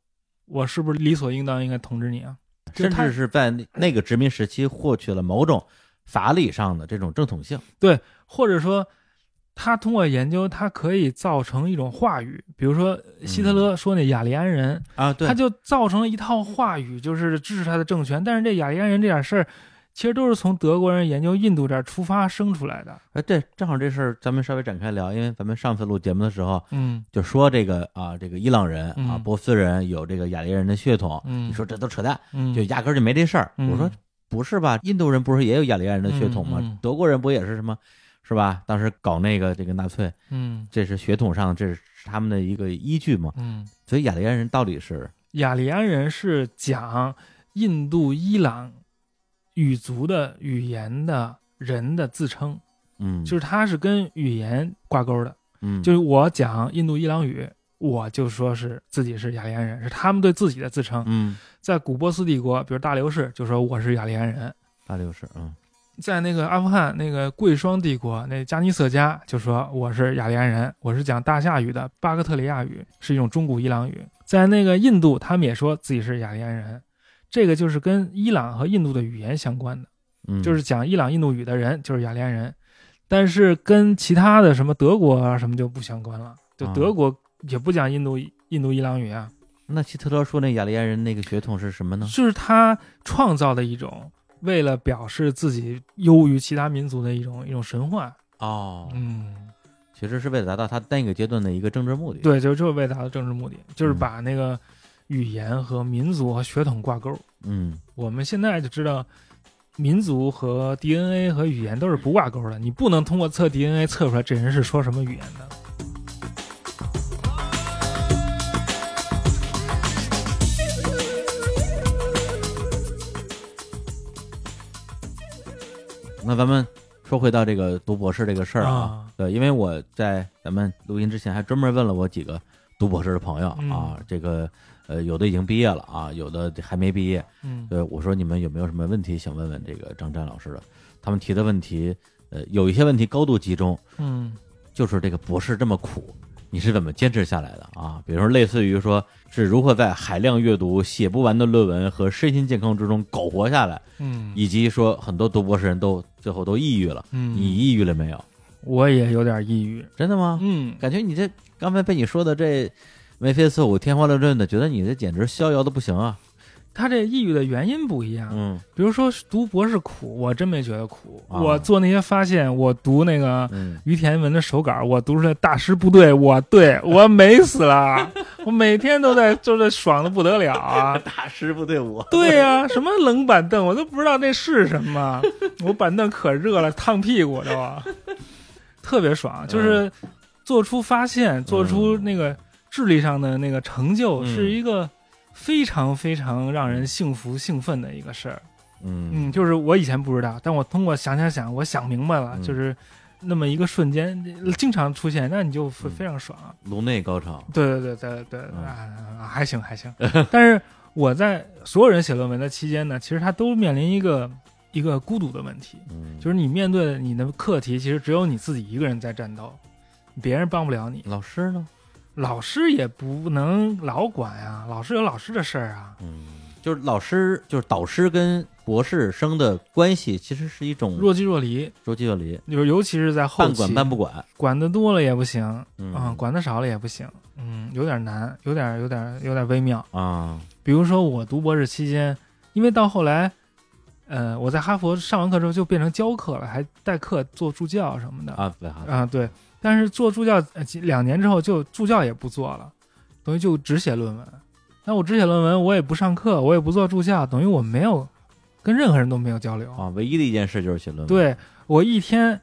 Speaker 2: 我是不是理所应当应该统治你啊？就
Speaker 1: 甚
Speaker 2: 他
Speaker 1: 至是在那那个殖民时期获取了某种法理上的这种正统性。
Speaker 2: 或者说，他通过研究，他可以造成一种话语，比如说希特勒说那雅利安人，
Speaker 1: 啊，对
Speaker 2: 他就造成了一套话语，就是支持他的政权。但是这雅利安人这点事儿，其实都是从德国人研究印度这儿出发生出来的。
Speaker 1: 哎，对，正好这事儿咱们稍微展开聊，因为咱们上次录节目的时候
Speaker 2: 嗯
Speaker 1: 就说这个啊，这个伊朗人啊，
Speaker 2: 嗯
Speaker 1: 波斯人有这个雅利安人的血统，
Speaker 2: 嗯
Speaker 1: 你说这都扯淡，
Speaker 2: 嗯，
Speaker 1: 就压根儿就没这事儿。
Speaker 2: 嗯
Speaker 1: 我说不是吧？印度人不是也有雅利安人的血统吗？
Speaker 2: 嗯嗯
Speaker 1: 德国人不也是什么？是吧？当时搞那个这个纳粹，
Speaker 2: 嗯
Speaker 1: 这是血统上这是他们的一个依据嘛。
Speaker 2: 嗯，
Speaker 1: 所以雅利安人到底是
Speaker 2: 雅利安人是讲印度伊朗语族的语言的人的自称，
Speaker 1: 嗯，
Speaker 2: 就是它是跟语言挂钩的。
Speaker 1: 嗯
Speaker 2: 就是我讲印度伊朗语，我就说是自己是雅利安人，是他们对自己的自称。
Speaker 1: 嗯，
Speaker 2: 在古波斯帝国，比如大流士就说我是雅利安人；
Speaker 1: 大流士，嗯
Speaker 2: 在那个阿富汗那个贵霜帝国，那加尼色加就说我是雅利安人，我是讲大夏语的巴格特里亚语，是一种中古伊朗语。在那个印度，他们也说自己是雅利安人，这个就是跟伊朗和印度的语言相关的。
Speaker 1: 嗯，
Speaker 2: 就是讲伊朗印度语的人就是雅利安人，但是跟其他的什么德国啊什么就不相关了，就
Speaker 1: 啊
Speaker 2: 德国也不讲印度印度伊朗语啊，
Speaker 1: 那希特勒说那雅利安人那个血统是什么呢？
Speaker 2: 就是他创造的一种为了表示自己优于其他民族的一种一种神话，
Speaker 1: 哦，
Speaker 2: 嗯，
Speaker 1: 其实是为了达到他那个阶段的一个政治目的。，
Speaker 2: 对，就就是为达到政治目的，就是
Speaker 1: 嗯
Speaker 2: 把那个语言和民族和血统挂钩。
Speaker 1: 嗯
Speaker 2: 我们现在就知道。民族和 DNA 和语言都是不挂钩的，你不能通过测 DNA 测出来这人是说什么语言的。
Speaker 1: 那咱们说回到这个读博士这个事儿啊，
Speaker 2: 啊
Speaker 1: 对，因为我在咱们录音之前还专门问了我几个读博士的朋友
Speaker 2: 嗯
Speaker 1: 啊，这个呃有的已经毕业了啊，有的还没毕业，
Speaker 2: 嗯
Speaker 1: 对，我说你们有没有什么问题想问问这个张湛老师的？他们提的问题，呃，有一些问题高度集中，
Speaker 2: 嗯
Speaker 1: 就是这个博士这么苦，你是怎么坚持下来的啊？比如说，类似于说是如何在海量阅读、写不完的论文和身心健康之中苟活下来，
Speaker 2: 嗯
Speaker 1: 以及说很多读博士人都最后都抑郁了，你
Speaker 2: 嗯，
Speaker 1: 抑郁了没有？
Speaker 2: 我也有点抑郁。
Speaker 1: 真的吗？
Speaker 2: 嗯，
Speaker 1: 感觉你这刚才被你说的这眉飞色舞、天花乱坠的，觉得你这简直逍遥的不行啊！
Speaker 2: 他这抑郁的原因不一样。
Speaker 1: 嗯
Speaker 2: 比如说读博士苦，我真没觉得苦。
Speaker 1: 啊
Speaker 2: 我做那些发现，我读那个
Speaker 1: 嗯，！
Speaker 2: 于田文的手稿，我读出来大师不对，我对我美死了，我每天都在就是爽的不得了啊
Speaker 1: (laughs) 大师不对我，
Speaker 2: 对呀、什么冷板凳，我都不知道那是什么，我板凳可热了，烫屁股都啊，特别爽，就是做出发现，做出那个智力上的那个成就，
Speaker 1: 嗯
Speaker 2: 是一个非常非常让人幸福兴奋的一个事儿。
Speaker 1: 嗯
Speaker 2: 嗯，就是我以前不知道，但我通过想想想，我想明白了，
Speaker 1: 嗯
Speaker 2: 就是那么一个瞬间，经常出现，那你就非
Speaker 1: 嗯
Speaker 2: 非常爽。啊
Speaker 1: 颅内高潮，
Speaker 2: 对对对对对，
Speaker 1: 嗯
Speaker 2: 啊，还行还行。但是我在所有人写论文的期间呢，其实他都面临一个一个孤独的问题，
Speaker 1: 嗯，
Speaker 2: 就是你面对的你的课题，其实只有你自己一个人在战斗，别人帮不了你，
Speaker 1: 老师呢，
Speaker 2: 老师也不能老管呀、老师有老师的事儿啊。
Speaker 1: 嗯，就是老师，就是导师跟博士生的关系，其实是一种
Speaker 2: 若即若离，
Speaker 1: 若即若离，
Speaker 2: 就是尤其是在后
Speaker 1: 半
Speaker 2: 期，
Speaker 1: 管半不管，
Speaker 2: 管的多了也不行，啊、
Speaker 1: 嗯
Speaker 2: 管的少了也不行，嗯，有点难，有点有点有点微妙。
Speaker 1: 啊，
Speaker 2: 比如说我读博士期间，因为到后来，呃，我在哈佛上完课之后就变成教课了，还代课做助教什么的
Speaker 1: 啊，对哈，
Speaker 2: 啊对。但是做助教、呃、几两年之后就助教也不做了，等于就只写论文。那我只写论文，我也不上课，我也不做助教，等于我没有跟任何人都没有交流。
Speaker 1: 啊，唯一的一件事就是写论文，，
Speaker 2: 对我一天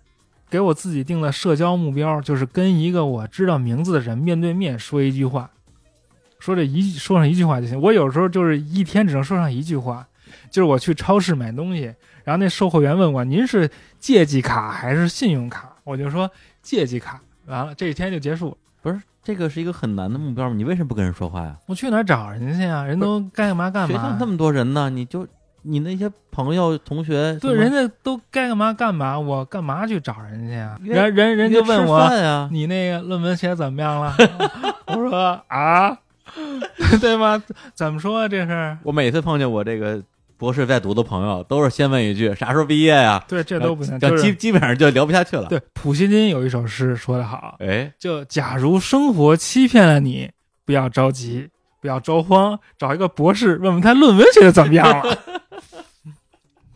Speaker 2: 给我自己定的社交目标，就是跟一个我知道名字的人面对面说一句话，说这一说上一句话就行。我有时候就是一天只能说上一句话，就是我去超市买东西，然后那售货员问我您是借记卡还是信用卡，我就说借记卡，完了这一天就结束了。
Speaker 1: 不是这个是一个很难的目标吗？你为什么不跟人说话呀？
Speaker 2: 我去哪儿找人去啊？人都该干嘛干
Speaker 1: 学
Speaker 2: 嘛
Speaker 1: 校。那么多人呢，你就你那些朋友同学，
Speaker 2: 对，
Speaker 1: 什么
Speaker 2: 人家都该干嘛干嘛，我干嘛去找人去啊？
Speaker 1: 约
Speaker 2: 人人人家
Speaker 1: 约吃
Speaker 2: 问我，
Speaker 1: 饭呀，
Speaker 2: 你那个论文写怎么样了？我 (laughs) 说啊，对吗？怎么说这事儿？
Speaker 1: 我每次碰见我这个博士在读的朋友，都是先问一句啥时候毕业呀？
Speaker 2: 对，这都不行。
Speaker 1: 就
Speaker 2: 就
Speaker 1: 基
Speaker 2: 是
Speaker 1: 基本上就聊不下去了。
Speaker 2: 呃对，普希金有一首诗说得好，
Speaker 1: 哎，
Speaker 2: 就假如生活欺骗了你，不要着急，不要着慌，找一个博士问问他论文写的怎么样了。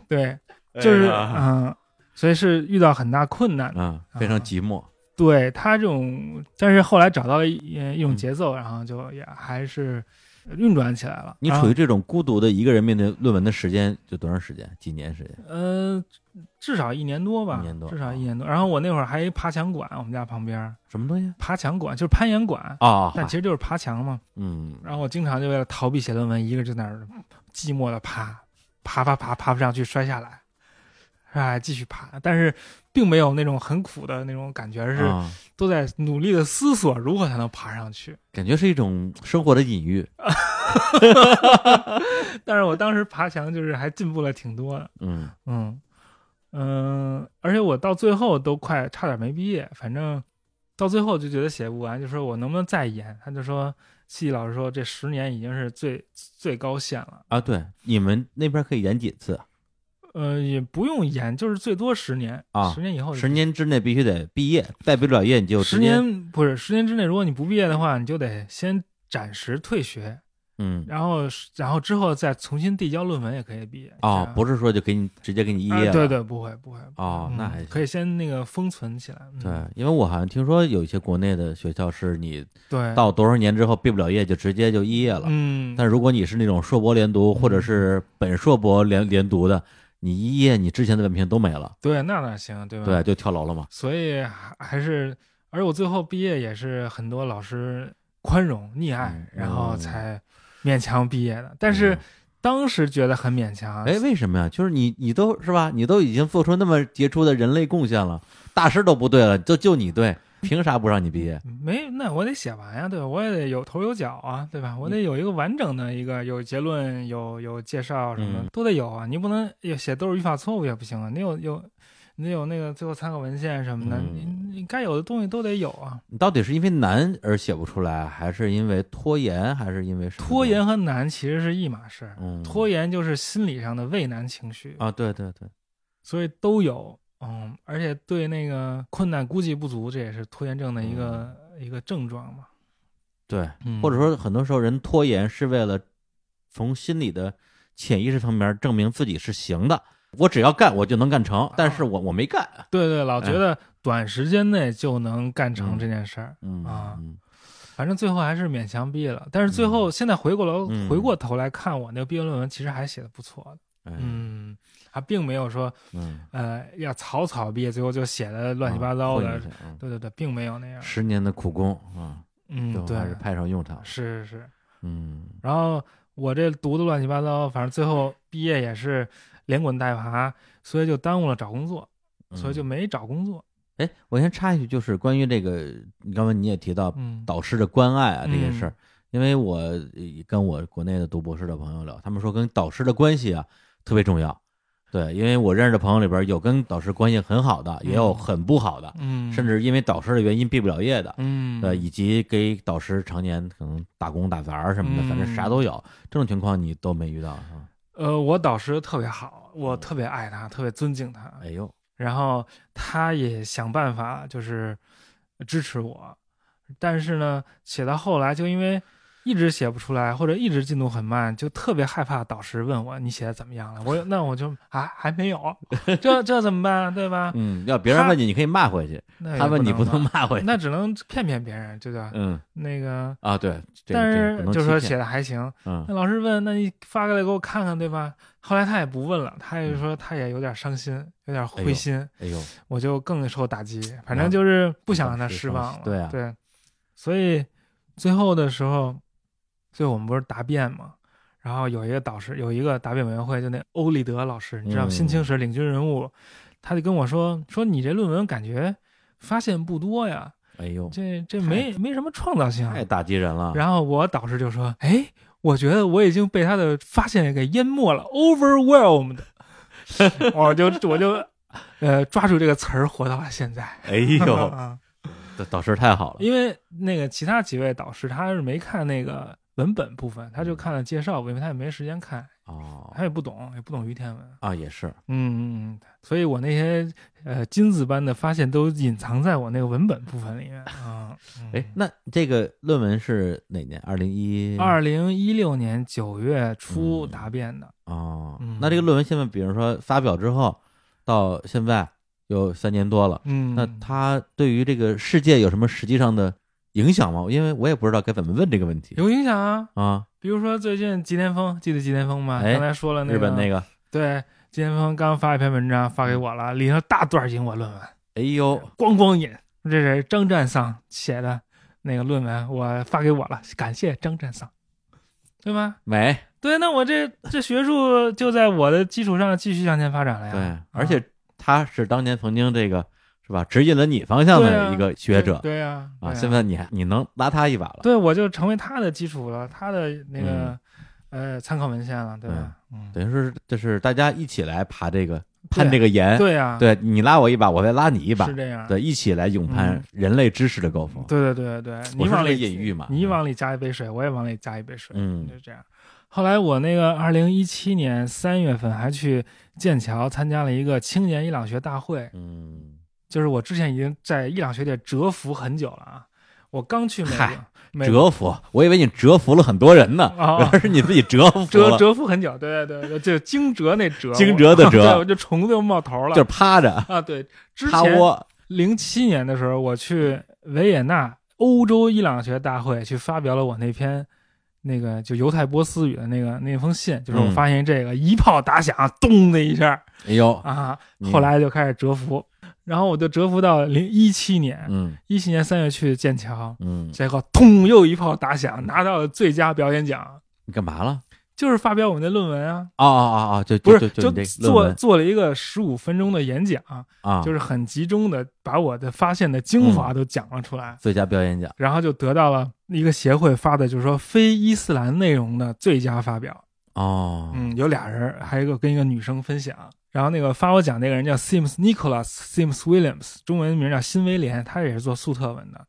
Speaker 2: 对，就是
Speaker 1: 哎呀
Speaker 2: 嗯、所以是遇到很大困难的。
Speaker 1: 嗯，非常寂
Speaker 2: 啊
Speaker 1: 寞。
Speaker 2: 对他这种，但是后来找到了一呃一
Speaker 1: 嗯
Speaker 2: 种节奏，然后就也还是运转起来了。
Speaker 1: 你
Speaker 2: 然
Speaker 1: 处
Speaker 2: 后
Speaker 1: 于这种孤独的一个人面对论文的时间就多长时间？几年时间？
Speaker 2: 呃，至少一年多吧，
Speaker 1: 一年多啊
Speaker 2: 至少一年多。然后我那会儿还一爬墙馆，我们家旁边儿
Speaker 1: 什么东西？
Speaker 2: 爬墙馆就是攀岩馆，
Speaker 1: 啊，
Speaker 2: 但其实就是爬墙嘛。
Speaker 1: 嗯，
Speaker 2: 然后我经常就为了逃避写论文，一个就在那儿寂寞的爬，爬爬爬爬不上去摔下来，哎，继续爬，但是并没有那种很苦的那种感觉，而是
Speaker 1: 啊
Speaker 2: 都在努力的思索如何才能爬上去。
Speaker 1: 感觉是一种生活的隐喻。
Speaker 2: 但是我当时爬墙就是还进步了挺多的，
Speaker 1: 嗯
Speaker 2: 嗯嗯、而且我到最后都快差点没毕业，反正到最后就觉得写不完，就说我能不能再延？他就说戏剧老师说这十年已经是最最高限了，
Speaker 1: 啊，对，你们那边可以演几次？
Speaker 2: 呃，也不用延，就是最多十年
Speaker 1: 啊
Speaker 2: 十年以后就
Speaker 1: 十。年之内必须得毕业，再毕不了业你就直
Speaker 2: 哦十
Speaker 1: 接，
Speaker 2: 年不是十年之内，如果你不毕业的话，你就得先暂时退学，
Speaker 1: 嗯，
Speaker 2: 然后然后之后再重新递交论文也可以毕业。
Speaker 1: 哦，
Speaker 2: 是
Speaker 1: 不是说就给你直接给你毕业
Speaker 2: 啊
Speaker 1: 了，
Speaker 2: 对，对，不会不会。
Speaker 1: 哦，那
Speaker 2: 嗯
Speaker 1: 还行。
Speaker 2: 可以先那个封存起来。嗯、
Speaker 1: 对，因为我好像听说有一些国内的学校是你
Speaker 2: 对，
Speaker 1: 到多少年之后毕不了业就直接就肄业了，
Speaker 2: 嗯，
Speaker 1: 但如果你是那种硕博连读或者是本硕博连连读的，你肄业你之前的文凭都没了，
Speaker 2: 对，那哪行，对吧？
Speaker 1: 对，，就跳楼了嘛。
Speaker 2: 所以还还是，而我最后毕业也是很多老师宽容溺爱，
Speaker 1: 嗯
Speaker 2: 然后才勉强毕业的。但是
Speaker 1: 嗯
Speaker 2: 当时觉得很勉强，啊
Speaker 1: 哎，为什么呀？就是你，你都是吧？你都已经做出那么杰出的人类贡献了，大师都不对了，就就你对，凭啥不让你毕业？
Speaker 2: 没，那我得写完呀，对吧？我也得有头有脚啊，对
Speaker 1: 嗯
Speaker 2: 吧？我得有一个完整的一个，有结论，有有介绍什么的、
Speaker 1: 嗯
Speaker 2: 都得有啊。你不能也写都是语法错误也不行啊，你有有你得有那个最后参考文献什么的，
Speaker 1: 嗯
Speaker 2: 你你该有的东西都得有啊。
Speaker 1: 你到底是因为难而写不出来，还是因为拖延，还是因为什么
Speaker 2: 拖延？和难其实是一码事儿，
Speaker 1: 嗯，
Speaker 2: 拖延就是心理上的畏难情绪，
Speaker 1: 啊，对对对，
Speaker 2: 所以都有。嗯，而且对那个困难估计不足，这也是拖延症的一个、
Speaker 1: 嗯
Speaker 2: 一个症状嘛。
Speaker 1: 对，
Speaker 2: 嗯，
Speaker 1: 或者说很多时候人拖延是为了从心里的潜意识层面证明自己是行的，我只要干我就能干
Speaker 2: 啊
Speaker 1: 成，但是我我没干，
Speaker 2: 对对，老
Speaker 1: 嗯
Speaker 2: 觉得短时间内就能干成这件事儿，
Speaker 1: 嗯
Speaker 2: 啊
Speaker 1: 嗯
Speaker 2: 反正最后还是勉强毕业了。但是最后现在回过头、
Speaker 1: 嗯
Speaker 2: 回过头来看我那个毕业论文，其实还写的不错的，
Speaker 1: 哎
Speaker 2: 嗯，还并没有说
Speaker 1: 嗯，
Speaker 2: 呃要草草毕业，最后就写的乱七八糟
Speaker 1: 啊
Speaker 2: 的。
Speaker 1: 混进去嗯
Speaker 2: 对对对，并没有那样。
Speaker 1: 十年的苦功啊，最
Speaker 2: 嗯，
Speaker 1: 后
Speaker 2: 对，
Speaker 1: 还是派上用场了，
Speaker 2: 是是是。
Speaker 1: 嗯。
Speaker 2: 然后我这读的乱七八糟，反正最后毕业也是连滚带爬，所以就耽误了找工作，所以就
Speaker 1: 嗯
Speaker 2: 没找工作。
Speaker 1: 哎，我先插一句，就是关于这个，你刚才你也提到
Speaker 2: 嗯，
Speaker 1: 导师的关爱啊这件事儿
Speaker 2: 嗯，
Speaker 1: 因为我呃跟我国内的读博士的朋友聊，他们说跟导师的关系啊特别重要。对，因为我认识的朋友里边有跟导师关系很好的，也有
Speaker 2: 嗯
Speaker 1: 很不好的，
Speaker 2: 嗯，
Speaker 1: 甚至因为导师的原因毕不了业的，
Speaker 2: 嗯，
Speaker 1: 呃，以及给导师常年可能打工打杂儿什么的，反
Speaker 2: 嗯
Speaker 1: 正啥都有。这种情况你都没遇到啊？
Speaker 2: 呃，我导师特别好，我特别爱他，特别尊敬他，
Speaker 1: 嗯哎呦，
Speaker 2: 然后他也想办法就是支持我，但是呢，写到后来就因为。一直写不出来，或者一直进度很慢，就特别害怕导师问我你写的怎么样了。我那我就啊还没有，这这怎么办啊，对吧？
Speaker 1: 嗯，要别人
Speaker 2: 他
Speaker 1: 问你，你可以骂回去，
Speaker 2: 那
Speaker 1: 他
Speaker 2: 也
Speaker 1: 问你不
Speaker 2: 能
Speaker 1: 能
Speaker 2: 嘛 (laughs)
Speaker 1: 骂回去。
Speaker 2: 那只能骗骗别人，对吧？
Speaker 1: 嗯
Speaker 2: 那个，
Speaker 1: 啊，对，这个
Speaker 2: 但
Speaker 1: 这个不
Speaker 2: 是
Speaker 1: 能
Speaker 2: 就说
Speaker 1: 欺骗
Speaker 2: 写的还行。
Speaker 1: 嗯
Speaker 2: 那老师问，那你发过来给我看看，对吧？后来他也不问了，他也说他也有点伤心，有点
Speaker 1: 嗯哎呦
Speaker 2: 灰心，
Speaker 1: 哎呦，
Speaker 2: 我就更受打击。反
Speaker 1: 啊
Speaker 2: 正就是不想
Speaker 1: 导
Speaker 2: 让他
Speaker 1: 师
Speaker 2: 失
Speaker 1: 伤
Speaker 2: 望
Speaker 1: 心
Speaker 2: 了，
Speaker 1: 对啊
Speaker 2: 对。所以最后的时候，最后我们不是答辩嘛，然后有一个导师，有一个答辩委员会，就那欧立德老师，你知道
Speaker 1: 嗯
Speaker 2: 新青史领军人物，他就跟我说说你这论文感觉发现不多呀。
Speaker 1: 哎呦，
Speaker 2: 这这没没什么创造性啊。
Speaker 1: 太打击人了。
Speaker 2: 然后我导师就说：“哎，我觉得我已经被他的发现给淹没了，overwhelmed。”我就我就呃抓住这个词儿活到了现在。
Speaker 1: (laughs) 哎呦，
Speaker 2: 啊
Speaker 1: 这导师太好了。
Speaker 2: 因为那个其他几位导师他是没看那个文本部分，他就看了介绍，因为他也没时间看，
Speaker 1: 哦
Speaker 2: 他也不懂，也不懂于天文。
Speaker 1: 啊，也是
Speaker 2: 嗯，嗯嗯，所以我那些呃金子般的发现都隐藏在我那个文本部分里面啊。
Speaker 1: 哎，那这个论文是哪年？二零一
Speaker 2: 二零一六年九月初
Speaker 1: 嗯
Speaker 2: 答辩的，
Speaker 1: 哦
Speaker 2: 嗯，
Speaker 1: 那这个论文现在，比如说发表之后到现在有三年多了，
Speaker 2: 嗯，
Speaker 1: 那它对于这个世界有什么实际上的影响吗？因为我也不知道该怎么问这个问题
Speaker 2: 有影响啊。
Speaker 1: 啊。
Speaker 2: 比如说最近吉田峰，记得吉田峰吗？
Speaker 1: 哎
Speaker 2: 刚才说了那个
Speaker 1: 日本那个，
Speaker 2: 对，吉田峰刚发一篇文章发给我
Speaker 1: 嗯
Speaker 2: 了，里头大段引我论文，
Speaker 1: 哎呦，
Speaker 2: 咣咣引。这是张占桑写的那个论文，我发给我了，感谢张占桑，对吧？
Speaker 1: 美
Speaker 2: 对，那我这这学术就在我的基础上继续向前发展了呀。
Speaker 1: 对
Speaker 2: 啊，
Speaker 1: 而且他是当年曾经这个是吧，指引了你方向
Speaker 2: 对啊
Speaker 1: 的一个学者
Speaker 2: 对对呀、对
Speaker 1: 啊，
Speaker 2: 呀
Speaker 1: 现在你还你能拉他一把了。
Speaker 2: 对我就成为他的基础了，他的那
Speaker 1: 嗯
Speaker 2: 个、呃参考文献了，对吧？嗯，
Speaker 1: 等于说，就是大家一起来爬这个
Speaker 2: 对
Speaker 1: 攀这个岩，
Speaker 2: 对呀、
Speaker 1: 对你拉我一把，我再拉你一把
Speaker 2: 是，这样。
Speaker 1: 对，一起来勇攀
Speaker 2: 嗯
Speaker 1: 人类知识的高峰。
Speaker 2: 对对对对对，
Speaker 1: 我
Speaker 2: 你
Speaker 1: 是这
Speaker 2: 往
Speaker 1: 个
Speaker 2: 里
Speaker 1: 隐喻嘛，
Speaker 2: 你往里加一杯水，我也往里加一杯水，
Speaker 1: 嗯
Speaker 2: 就这样。后来我那个二零一七年三月份还去剑桥参加了一个青年伊朗学大会，
Speaker 1: 嗯，
Speaker 2: 就是我之前已经在伊朗学界蛰伏很久了啊。我刚去美国
Speaker 1: 嗨，
Speaker 2: 美国
Speaker 1: 折服，我以为你折服了很多人呢，
Speaker 2: 哦
Speaker 1: 原来是你自己折服
Speaker 2: 蛰
Speaker 1: 了，
Speaker 2: 蛰伏很久，对对对，就惊蛰那蛰，
Speaker 1: 惊蛰的蛰
Speaker 2: 对，我就虫子又冒头了，
Speaker 1: 就是趴着
Speaker 2: (laughs) 啊，对，之
Speaker 1: 趴
Speaker 2: 前
Speaker 1: 窝，嗯
Speaker 2: 零七年的时候，我去维也纳欧洲伊朗学大会去发表了我那篇那个就犹太波斯语的那个那封信，就是我
Speaker 1: 嗯
Speaker 2: 发现这个一炮打响，咚的一下
Speaker 1: 哎呦，
Speaker 2: 啊，
Speaker 1: 你
Speaker 2: 后来就开始蛰伏，然后我就蛰伏到零一七年，
Speaker 1: 嗯
Speaker 2: 一七年三月去剑桥，
Speaker 1: 嗯，
Speaker 2: 结果咚又一炮打响，拿到了最佳表演奖，
Speaker 1: 你干嘛了？
Speaker 2: 就是发表我们的论文啊。
Speaker 1: 哦哦哦哦，就
Speaker 2: 不是，
Speaker 1: 就就
Speaker 2: 就
Speaker 1: 你这论
Speaker 2: 做
Speaker 1: 文
Speaker 2: 做了一个十五分钟的演讲，
Speaker 1: 啊，
Speaker 2: 就是是很集中的把我的发现的精华都讲了出来，
Speaker 1: 最佳表演奖，
Speaker 2: 然后就得到了一个协会发的，就是说非伊斯兰内容的最佳发表。
Speaker 1: 哦，
Speaker 2: 嗯，有俩人，还有一个跟一个女生分享。然后那个发我奖那个人叫 Sims Nicholas Sims Williams，中文名叫辛威廉，他也是做粟特文的。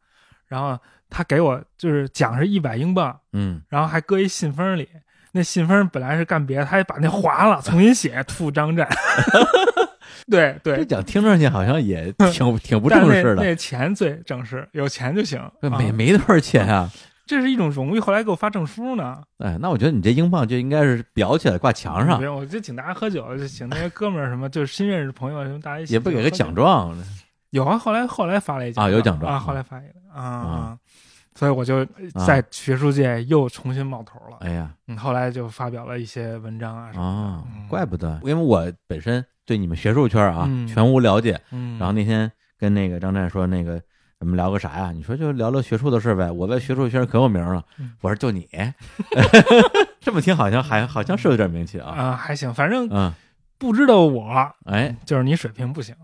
Speaker 2: 然后他给我就是奖是一百英镑，
Speaker 1: 嗯，
Speaker 2: 然后还搁一信封里。那信封本来是干别的，他还把那划了，重新写，吐张
Speaker 1: (laughs)
Speaker 2: 战。 (laughs) 对对
Speaker 1: 这，奖听上去好像也挺挺不
Speaker 2: (laughs) 但
Speaker 1: 正
Speaker 2: 是
Speaker 1: 式
Speaker 2: 那
Speaker 1: 的，呃
Speaker 2: 那钱最正式，有钱就行。啊
Speaker 1: 没没多少钱啊。
Speaker 2: 这是一种荣誉。后来给我发证书呢，
Speaker 1: 哎，那我觉得你这英镑就应该是裱起来挂墙上
Speaker 2: 没，有，我就请大家喝酒，就请那些哥们儿什么，就是新认识朋友什么，大家一起
Speaker 1: 也不给个
Speaker 2: 喝酒
Speaker 1: 奖。状。
Speaker 2: 有啊，后来后来发了一
Speaker 1: 啊有奖
Speaker 2: 奖
Speaker 1: 状
Speaker 2: 啊，
Speaker 1: 嗯
Speaker 2: 后来发一个啊
Speaker 1: 啊
Speaker 2: 啊，所以我就在学术界又重新冒头了。
Speaker 1: 哎呀，
Speaker 2: 嗯，后来就发表了一些文章啊什么。
Speaker 1: 哦
Speaker 2: 嗯，
Speaker 1: 怪不得，因为我本身对你们学术圈啊、
Speaker 2: 嗯
Speaker 1: 全无了解。
Speaker 2: 嗯，
Speaker 1: 然后那天跟那个张震说，那个我们聊个啥呀？你说就聊聊学术的事呗。我在学术圈可有名了
Speaker 2: 嗯。
Speaker 1: 我说就你， (laughs) 这么听好像还好像是有点名气啊。
Speaker 2: 啊还行，反正
Speaker 1: 嗯，
Speaker 2: 不知道我
Speaker 1: 哎，
Speaker 2: 就是你水平不行，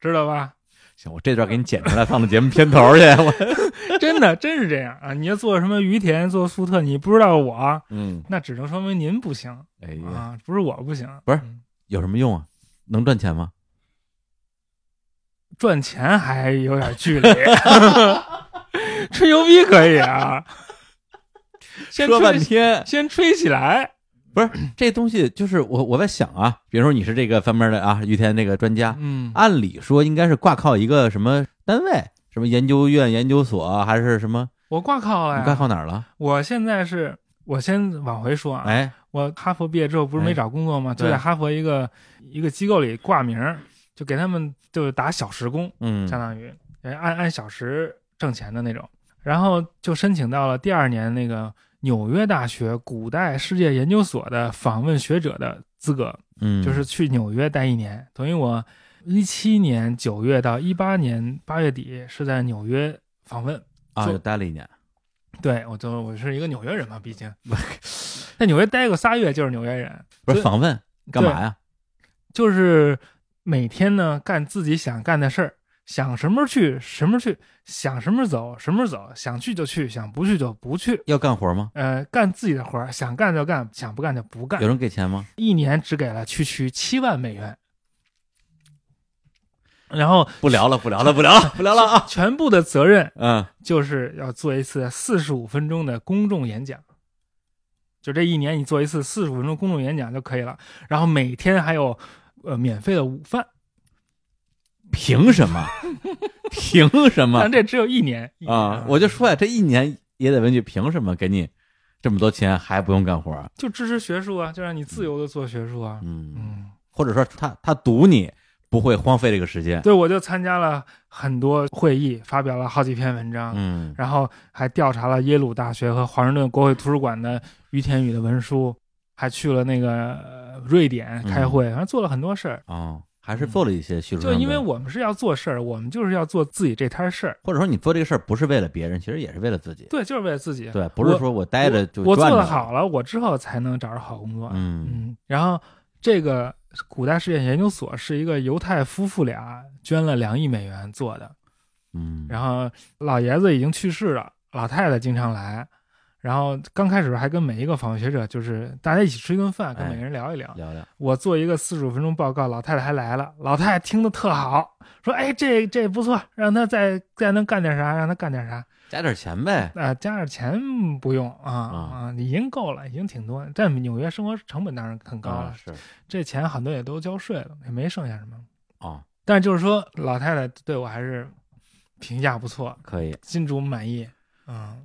Speaker 2: 知道吧？ (laughs)
Speaker 1: 行，我这段给你剪出来放到节目片头去。我 (laughs)
Speaker 2: 真的真是这样啊！你要做什么于田做粟特，你不知道我，
Speaker 1: 嗯，
Speaker 2: 那只能说明您不行
Speaker 1: 哎呀，
Speaker 2: 啊，不是我不行，
Speaker 1: 不是
Speaker 2: 嗯
Speaker 1: 有什么用啊？能赚钱吗？
Speaker 2: 赚钱还有点
Speaker 1: (laughs)
Speaker 2: 距离，吹牛逼可以
Speaker 1: (laughs)
Speaker 2: 啊，先
Speaker 1: 说半
Speaker 2: 吹
Speaker 1: 天，
Speaker 2: 先吹起来，
Speaker 1: 这东西就是我我在想啊，比如说你是这个方面的啊，于田那个专家，
Speaker 2: 嗯
Speaker 1: 按理说应该是挂靠一个什么单位，什么研究院、研究所还是什么？
Speaker 2: 我挂靠了
Speaker 1: 你挂
Speaker 2: 呀，
Speaker 1: 靠哪儿了？
Speaker 2: 我现在是。我先往回说啊，
Speaker 1: 哎，
Speaker 2: 我哈佛毕业之后不是
Speaker 1: 哎
Speaker 2: 没找工作吗？就
Speaker 1: 对
Speaker 2: 在哈佛一个一个机构里挂名儿，就给他们就是打小时工，
Speaker 1: 嗯，
Speaker 2: 相当于呃按按小时挣钱的那种。然后就申请到了第二年那个纽约大学古代世界研究所的访问学者的资格，
Speaker 1: 嗯，
Speaker 2: 就是去纽约待一年。等于我一七年九月到一八年八月底是在纽约访问。
Speaker 1: 啊，
Speaker 2: 做
Speaker 1: 又待了一年，
Speaker 2: 对我就我是一个纽约人嘛，
Speaker 1: (laughs)
Speaker 2: 毕竟在纽约待过仨月就是纽约人，
Speaker 1: 不是
Speaker 2: 对
Speaker 1: 访问干嘛呀？
Speaker 2: 就是每天呢干自己想干的事儿，想什么时候去什么时候去，想什么时候走什么时候走，想去就去，想不去就不去。
Speaker 1: 要干活吗？
Speaker 2: 呃，干自己的活儿，想干就干，想不干就不干
Speaker 1: 有。人给钱吗？
Speaker 2: 一年只给了区区七万美元，然后
Speaker 1: (laughs) 不聊了，不聊了，不聊了，不 (laughs) 聊了啊！
Speaker 2: 全部的责任
Speaker 1: 嗯，
Speaker 2: 就是要做一次四十五分钟的公众演讲。就这一年你做一次四十五分钟公众演讲就可以了。然后每天还有呃免费的午饭，
Speaker 1: 凭什 (laughs) 么？凭什么
Speaker 2: 但这只有一年一年
Speaker 1: 啊？我就说呀，这一年也得文具，凭什么给你这么多钱还不用干活？
Speaker 2: 就支持学术啊，就让你自由的做学术啊。
Speaker 1: 嗯，
Speaker 2: 嗯，
Speaker 1: 或者说他他赌你不会荒废这个时间。
Speaker 2: 对，我就参加了很多会议，发表了好几篇文章，
Speaker 1: 嗯
Speaker 2: 然后还调查了耶鲁大学和华盛顿国会图书馆的于田宇的文书，还去了那个呃
Speaker 1: 嗯
Speaker 2: 瑞典开会，反正做了很多事儿。
Speaker 1: 哦，还是做了一些叙述上
Speaker 2: 嗯就
Speaker 1: 的。
Speaker 2: 因为我们是要做事儿，我们就是要做自己这摊事儿。
Speaker 1: 或者说你做这个事儿不是为了别人，其实也是为了自己。
Speaker 2: 对，就是为了自己。
Speaker 1: 对，不是说我待着就
Speaker 2: 我做
Speaker 1: 赚
Speaker 2: 的
Speaker 1: 着。
Speaker 2: 好了，我之后才能找着好工作。
Speaker 1: 嗯
Speaker 2: 嗯，然后这个古代世界研究所是一个犹太夫妇俩捐了两亿美元做的，
Speaker 1: 嗯，
Speaker 2: 然后老爷子已经去世了，老太太经常来，然后刚开始还跟每一个访问学者就是大家一起吃一顿饭，跟
Speaker 1: 哎
Speaker 2: 每个人聊一聊。
Speaker 1: 聊聊。
Speaker 2: 我做一个四十五分钟报告，老太太还来了，老太太听的特好，说哎这这不错，让她再再能干点啥，让她干点啥。
Speaker 1: 加点钱呗。
Speaker 2: 啊、加点钱不用啊啊，已经够了，已经挺多了。但纽约生活成本当然很高了，
Speaker 1: 啊是
Speaker 2: 这钱很多也都交税了，也没剩下什么。
Speaker 1: 哦，
Speaker 2: 但就是说，老太太对我还是评价不错，
Speaker 1: 可以。
Speaker 2: 金主满意。嗯，
Speaker 1: 啊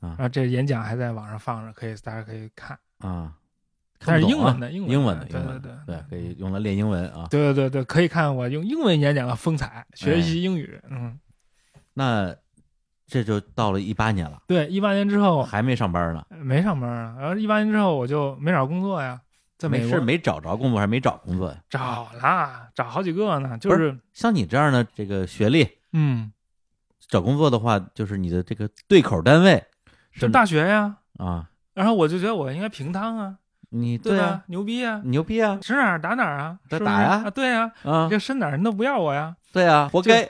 Speaker 2: 然后这演讲还在网上放着，可以大家可以看，
Speaker 1: 啊，
Speaker 2: 但
Speaker 1: 看
Speaker 2: 是
Speaker 1: 不
Speaker 2: 英
Speaker 1: 懂啊
Speaker 2: 文的，英文
Speaker 1: 英文的，
Speaker 2: 对
Speaker 1: 英
Speaker 2: 对
Speaker 1: 文
Speaker 2: 对
Speaker 1: 的，对，可以用来练英文啊。
Speaker 2: 对对对对，可以看我用英文演讲的风采，学
Speaker 1: 哎
Speaker 2: 习英语。嗯，
Speaker 1: 那这就到了一八年了，
Speaker 2: 对，一八年之后
Speaker 1: 还没上班呢，
Speaker 2: 没上班啊，然后一八年之后我就没找工作呀，在美
Speaker 1: 没
Speaker 2: 国
Speaker 1: 是没找着工作，还没找工作呀。
Speaker 2: 找啦，找好几个呢，就
Speaker 1: 不
Speaker 2: 是
Speaker 1: 像你这样的这个学历，
Speaker 2: 嗯，
Speaker 1: 找工作的话，就是你的这个对口单位
Speaker 2: 就是大学呀。
Speaker 1: 啊，
Speaker 2: 然后我就觉得我应该平摊啊，
Speaker 1: 你
Speaker 2: 对吧？
Speaker 1: 啊，
Speaker 2: 牛逼啊，
Speaker 1: 你牛逼啊
Speaker 2: 指哪儿打哪儿啊，
Speaker 1: 打
Speaker 2: 是不是
Speaker 1: 打呀
Speaker 2: 啊，对呀，
Speaker 1: 啊
Speaker 2: 你，这伸哪儿人都不要我呀，
Speaker 1: 对啊，活该。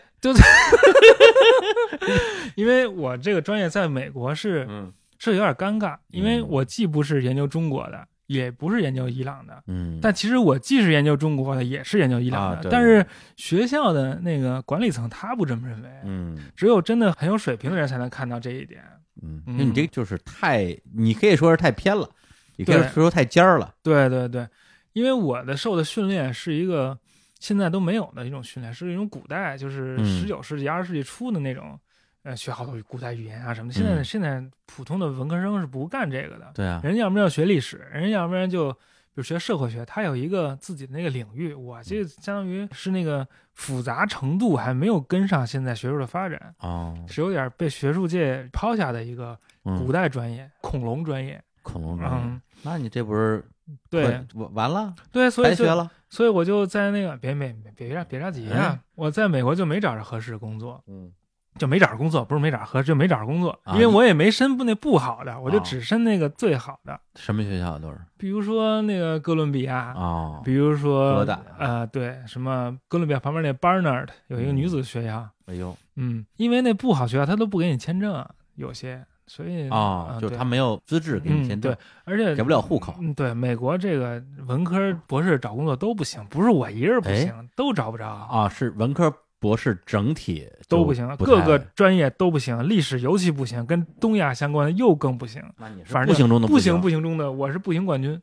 Speaker 2: 因为我这个专业在美国是
Speaker 1: 嗯
Speaker 2: 是有点尴尬，因为
Speaker 1: 嗯
Speaker 2: 我既不是研究中国的，也不是研究伊朗的。
Speaker 1: 嗯，
Speaker 2: 但其实我既是研究中国的，也是研究伊朗
Speaker 1: 啊
Speaker 2: 的，
Speaker 1: 对
Speaker 2: 但是学校的那个管理层他不这么认为，
Speaker 1: 嗯
Speaker 2: 只有真的很有水平的人才能看到这一点。
Speaker 1: 嗯，
Speaker 2: 嗯
Speaker 1: 那你这个就是太，你可以说是太偏了，也可以
Speaker 2: 对
Speaker 1: 说太尖儿了。
Speaker 2: 对对对，因为我的受的训练是一个现在都没有的一种训练，是一种古代，就是
Speaker 1: 嗯
Speaker 2: 十九世纪、二十世纪初的那种，呃，学好多古代语言啊什么的。现在、
Speaker 1: 嗯
Speaker 2: 现在普通的文科生是不干这个的，
Speaker 1: 对啊，
Speaker 2: 人家要么要学历史，人家要不然就比如学社会学，他有一个自己的那个领域。
Speaker 1: 嗯
Speaker 2: 我这相当于是那个复杂程度还没有跟上现在学术的发展，
Speaker 1: 哦，
Speaker 2: 是有点被学术界抛下的一个古
Speaker 1: 嗯，
Speaker 2: 代专业，恐龙专业。
Speaker 1: 恐龙专业，
Speaker 2: 嗯，
Speaker 1: 那你这不是
Speaker 2: 对
Speaker 1: 完完完了，
Speaker 2: 对，所以
Speaker 1: 白
Speaker 2: 就
Speaker 1: 学了。
Speaker 2: 所以我就在那个别别别别着别着急
Speaker 1: 哎
Speaker 2: 啊！我在美国就没找着合适的工作，
Speaker 1: 嗯
Speaker 2: 就没找着工作，不是没找着合适，就没找着工作，
Speaker 1: 啊
Speaker 2: 因为
Speaker 1: 你
Speaker 2: 我也没申不那不好的，我就
Speaker 1: 啊
Speaker 2: 只申那个最好的，，
Speaker 1: 什么学校都是
Speaker 2: 比如说那个哥伦比亚，
Speaker 1: 哦，
Speaker 2: 啊比如
Speaker 1: 哥
Speaker 2: 说
Speaker 1: 大
Speaker 2: 呃对，什么哥伦比亚旁边那 Barnard 有一个
Speaker 1: 嗯
Speaker 2: 女子学校，
Speaker 1: 哎呦
Speaker 2: 嗯，因为那不好学校他都不给你签证啊，有些，所以
Speaker 1: 哦，
Speaker 2: 呃
Speaker 1: 就是
Speaker 2: 对
Speaker 1: 他没有资质给你签证
Speaker 2: 嗯，而且
Speaker 1: 给不了户口。
Speaker 2: 嗯，对，美国这个文科博士找工作都不行，不是我一人不
Speaker 1: 哎
Speaker 2: 行，都找不着啊
Speaker 1: 啊，是文科博士整体
Speaker 2: 都
Speaker 1: 不
Speaker 2: 不行，
Speaker 1: 不
Speaker 2: 各
Speaker 1: 太
Speaker 2: 个专业都不行，历史尤其不行，跟东亚相关的又更不行，
Speaker 1: 那你是
Speaker 2: 反
Speaker 1: 不
Speaker 2: 正
Speaker 1: 行中的
Speaker 2: 不
Speaker 1: 行
Speaker 2: 行不行中的我是不行冠军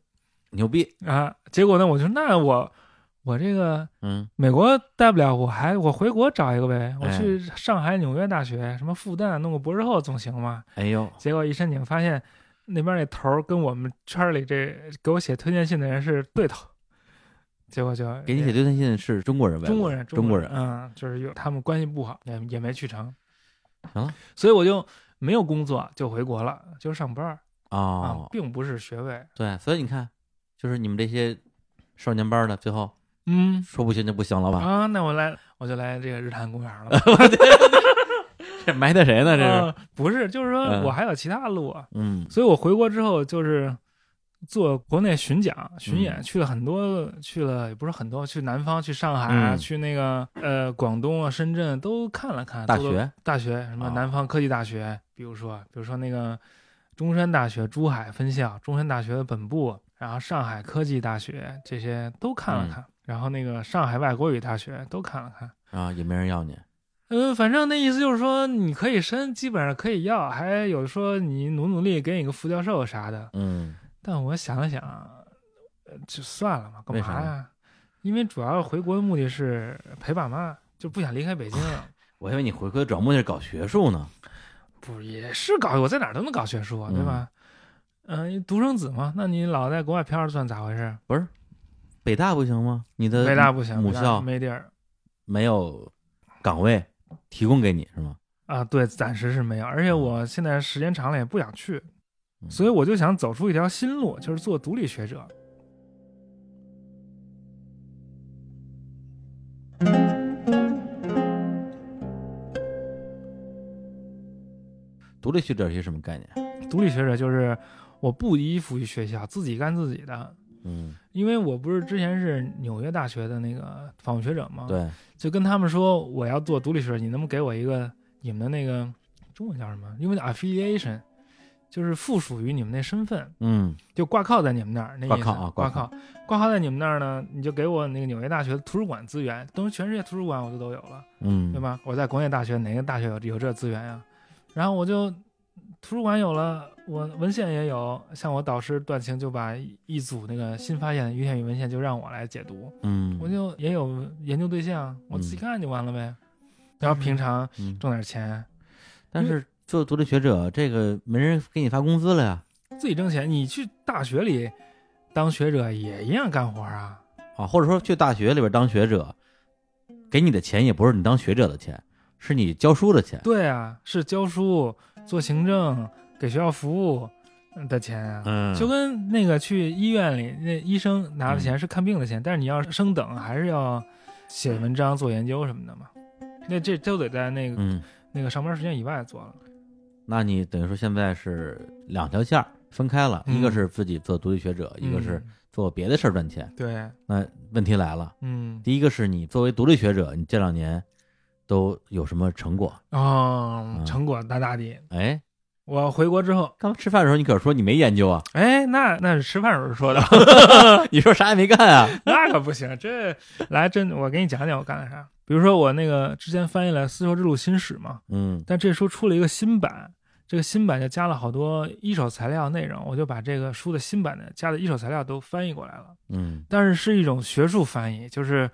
Speaker 1: 牛逼，
Speaker 2: 啊。结果呢，我就那我我这个
Speaker 1: 嗯
Speaker 2: 美国待不了，我还我回国找一个呗，
Speaker 1: 哎
Speaker 2: 我去上海、纽约大学什么复旦弄个博士后总行嘛。
Speaker 1: 哎呦
Speaker 2: 结果一申请发现，那边那头儿跟我们圈里这给我写推荐信的人是对头，结果就
Speaker 1: 给你写推荐信是中国人呗，
Speaker 2: 中国人，
Speaker 1: 中
Speaker 2: 国
Speaker 1: 人，
Speaker 2: 嗯，就是有他们关系不好，也也没去成。
Speaker 1: 行了，
Speaker 2: 所以我就没有工作，就回国了，就是上班儿啊
Speaker 1: 哦，，
Speaker 2: 并不是学位。
Speaker 1: 对，所以你看，就是你们这些少年班的，最后
Speaker 2: 嗯
Speaker 1: 说不行就不行了吧？
Speaker 2: 啊，那我来，我就来这个日坛
Speaker 1: (laughs)
Speaker 2: 公园了。
Speaker 1: 这 (laughs) 埋汰谁呢？这是，
Speaker 2: 啊不是，就是说
Speaker 1: 嗯
Speaker 2: 我还有其他路，啊，
Speaker 1: 嗯
Speaker 2: 所以我回国之后就是。做国内巡讲、巡演，
Speaker 1: 嗯
Speaker 2: 去了很多，去了也不是很多，去南方、去上海啊，
Speaker 1: 嗯
Speaker 2: 去那个呃广东啊、深圳都看了看。
Speaker 1: 大
Speaker 2: 都
Speaker 1: 学
Speaker 2: 大学什么
Speaker 1: 啊
Speaker 2: 南方科技大学，比如说比如说那个中山大学珠海分校、中山大学的本部，然后上海科技大学这
Speaker 1: 嗯
Speaker 2: 些都看了看，然后那个上海外国语大学都看了看，
Speaker 1: 啊，也没人要你，
Speaker 2: 嗯，反正那意思就是说，你可以申，基本上可以要，还有说你努努力给你个副教授啥的。
Speaker 1: 嗯，
Speaker 2: 但我想了想，呃就算了嘛，干
Speaker 1: 为啥
Speaker 2: 嘛呀？因为主要回国的目的是陪爸妈，就不想离开北京了。
Speaker 1: 我以为你回归转目的是搞学术呢。
Speaker 2: 不是也是搞，我在哪儿都能搞学术啊，对吧？嗯、独生子嘛，那你老在国外飘着算咋回事？
Speaker 1: 北大不行吗？你的
Speaker 2: 北大不行，
Speaker 1: 呃母
Speaker 2: 北大
Speaker 1: 校
Speaker 2: 没地儿
Speaker 1: 没有岗位提供给你是吗？
Speaker 2: 啊，对，暂时是没有。而且我现在时间长了也不想去，
Speaker 1: 嗯
Speaker 2: 所以我就想走出一条新路，就是做独立学者。
Speaker 1: 独立学者是什么概念？
Speaker 2: 独立学者就是我不依附于学校，自己干自己的。
Speaker 1: 嗯，
Speaker 2: 因为我不是之前是纽约大学的那个访问学者嘛，，
Speaker 1: 对，
Speaker 2: 就跟他们说我要做独立学者，你能不能给我一个你们的那个中文叫什么？英文叫 affiliation，就是附属于你们那身份，
Speaker 1: 嗯
Speaker 2: 就挂靠在你们那儿，那意思
Speaker 1: 挂靠啊挂
Speaker 2: 挂
Speaker 1: 靠
Speaker 2: 靠，挂靠在你们那儿呢，你就给我那个纽约大学的图书馆资源，等于全世界图书馆我就都有了，
Speaker 1: 嗯，
Speaker 2: 对？吧？我在工业大学哪个大学有有这资源呀？然后我就图书馆有了，我文献也有，像我导师段晴就把一一组那个新发现的鱼线与文献就让我来解读，
Speaker 1: 嗯，
Speaker 2: 我就也有研究对象，我自己看就完了呗。然后平常
Speaker 1: 嗯，
Speaker 2: 挣点钱，
Speaker 1: 但是做独立学者这个没人给你发工资了呀。
Speaker 2: 自己挣钱。你去大学里当学者也一样干活啊。
Speaker 1: 啊，或者说去大学里边当学者，给你的钱也不是你当学者的钱，是你教书的钱。
Speaker 2: 对啊，是教书、做行政、给学校服务的钱啊。
Speaker 1: 嗯
Speaker 2: 就跟那个去医院里那医生拿的钱是看病的钱，但是你要升等还是要写文章、做研究什么的嘛。那这都得在那个、
Speaker 1: 嗯，
Speaker 2: 那个上班时间以外做了。
Speaker 1: 那你等于说现在是两条线儿分开了，
Speaker 2: 嗯
Speaker 1: 一个是自己做独立学者，一个是
Speaker 2: 嗯
Speaker 1: 做别的事儿赚钱。
Speaker 2: 对，
Speaker 1: 那问题来了，
Speaker 2: 嗯，
Speaker 1: 第一个是你作为独立学者，你这两年都有什么成果？
Speaker 2: 哦
Speaker 1: 嗯，
Speaker 2: 成果大大的。
Speaker 1: 哎，
Speaker 2: 我回国之后，
Speaker 1: 刚吃饭的时候你可说你没研究啊， (laughs)
Speaker 2: 哎，那那是吃饭时候说的，
Speaker 1: 你说啥也没干啊？
Speaker 2: (laughs) 那可不行。这来真，我给你讲讲我干了啥。比如说我那个之前翻译了《丝绸之路新史》嘛，
Speaker 1: 嗯
Speaker 2: 但这书出了一个新版，这个新版就加了好多一手材料内容，我就把这个书的新版的加的一手材料都翻译过来了，
Speaker 1: 嗯
Speaker 2: 但是是一种学术翻译，就是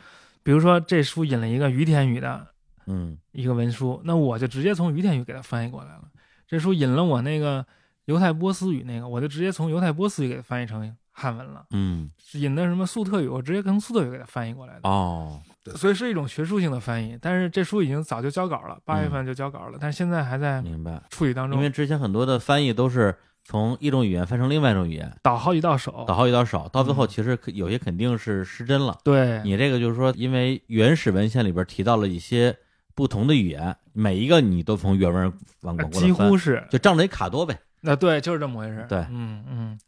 Speaker 2: 比如说这书引了一个于田宇的
Speaker 1: 嗯
Speaker 2: 一个文书，那我就直接从于田语给它翻译过来了。这书引了我那个犹太波斯语那个，我就直接从犹太波斯语给它翻译成汉文了。
Speaker 1: 嗯，
Speaker 2: 引的什么粟特语，我直接从粟特语给它翻译过来的。
Speaker 1: 哦，
Speaker 2: 所以是一种学术性的翻译。但是这书已经早就交稿了，八月份就交稿了，但是现在还在
Speaker 1: 明白。
Speaker 2: 处理当
Speaker 1: 嗯因
Speaker 2: 中
Speaker 1: 为，之前很多的翻译都是从一种语言翻成另外一种语言，
Speaker 2: 倒好几道手
Speaker 1: 倒。好几道手，到最后
Speaker 2: 哦嗯
Speaker 1: 其实可有些肯定是失真了。
Speaker 2: 对，
Speaker 1: 你这个就是说，因为原始文献里边提到了一些不同的语言，每一个你都从原文往
Speaker 2: 呃
Speaker 1: 过
Speaker 2: 几乎是，
Speaker 1: 就仗着一卡多呗。
Speaker 2: 那、啊对，就是这么回事。
Speaker 1: 对
Speaker 2: 嗯嗯。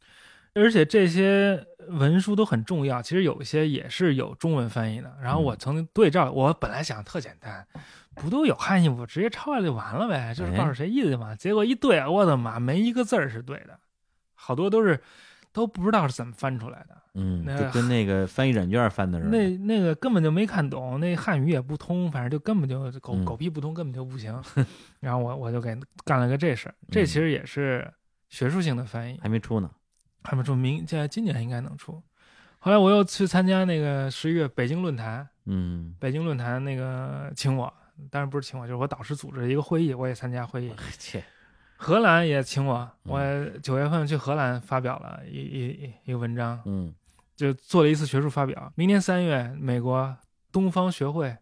Speaker 2: 而且这些文书都很重要，其实有一些也是有中文翻译的。然后
Speaker 1: 嗯
Speaker 2: 我曾经对照，我本来想特简单，不都有汉译，我直接抄下来就完了呗，就是
Speaker 1: 哎
Speaker 2: 告诉谁意思嘛。结果一对，我的妈，没一个字儿是对的，好多都是都不知道是怎么翻出来的。
Speaker 1: 嗯，
Speaker 2: 那
Speaker 1: 就跟那个翻译软件翻的似的。
Speaker 2: 那那个根本就没看懂，那汉语也不通，反正就根本就狗
Speaker 1: 嗯
Speaker 2: 狗屁不通，根本就不行。 (laughs) 然后我我就给干了个这事儿，
Speaker 1: 嗯
Speaker 2: 这其实也是学术性的翻译，
Speaker 1: 还没出呢。
Speaker 2: 还没出明，现在今年应该能出。后来我又去参加那个十一月北京论坛，
Speaker 1: 嗯，
Speaker 2: 北京论坛那个请我，当然不是请我，就是我导师组织的一个会议，我也参加会议。
Speaker 1: (laughs) 切，
Speaker 2: 荷兰也请我，我
Speaker 1: 嗯
Speaker 2: 九月份去荷兰发表了一一一一个文章，
Speaker 1: 嗯，
Speaker 2: 就做了一次学术发表。明年三月，美国东方学会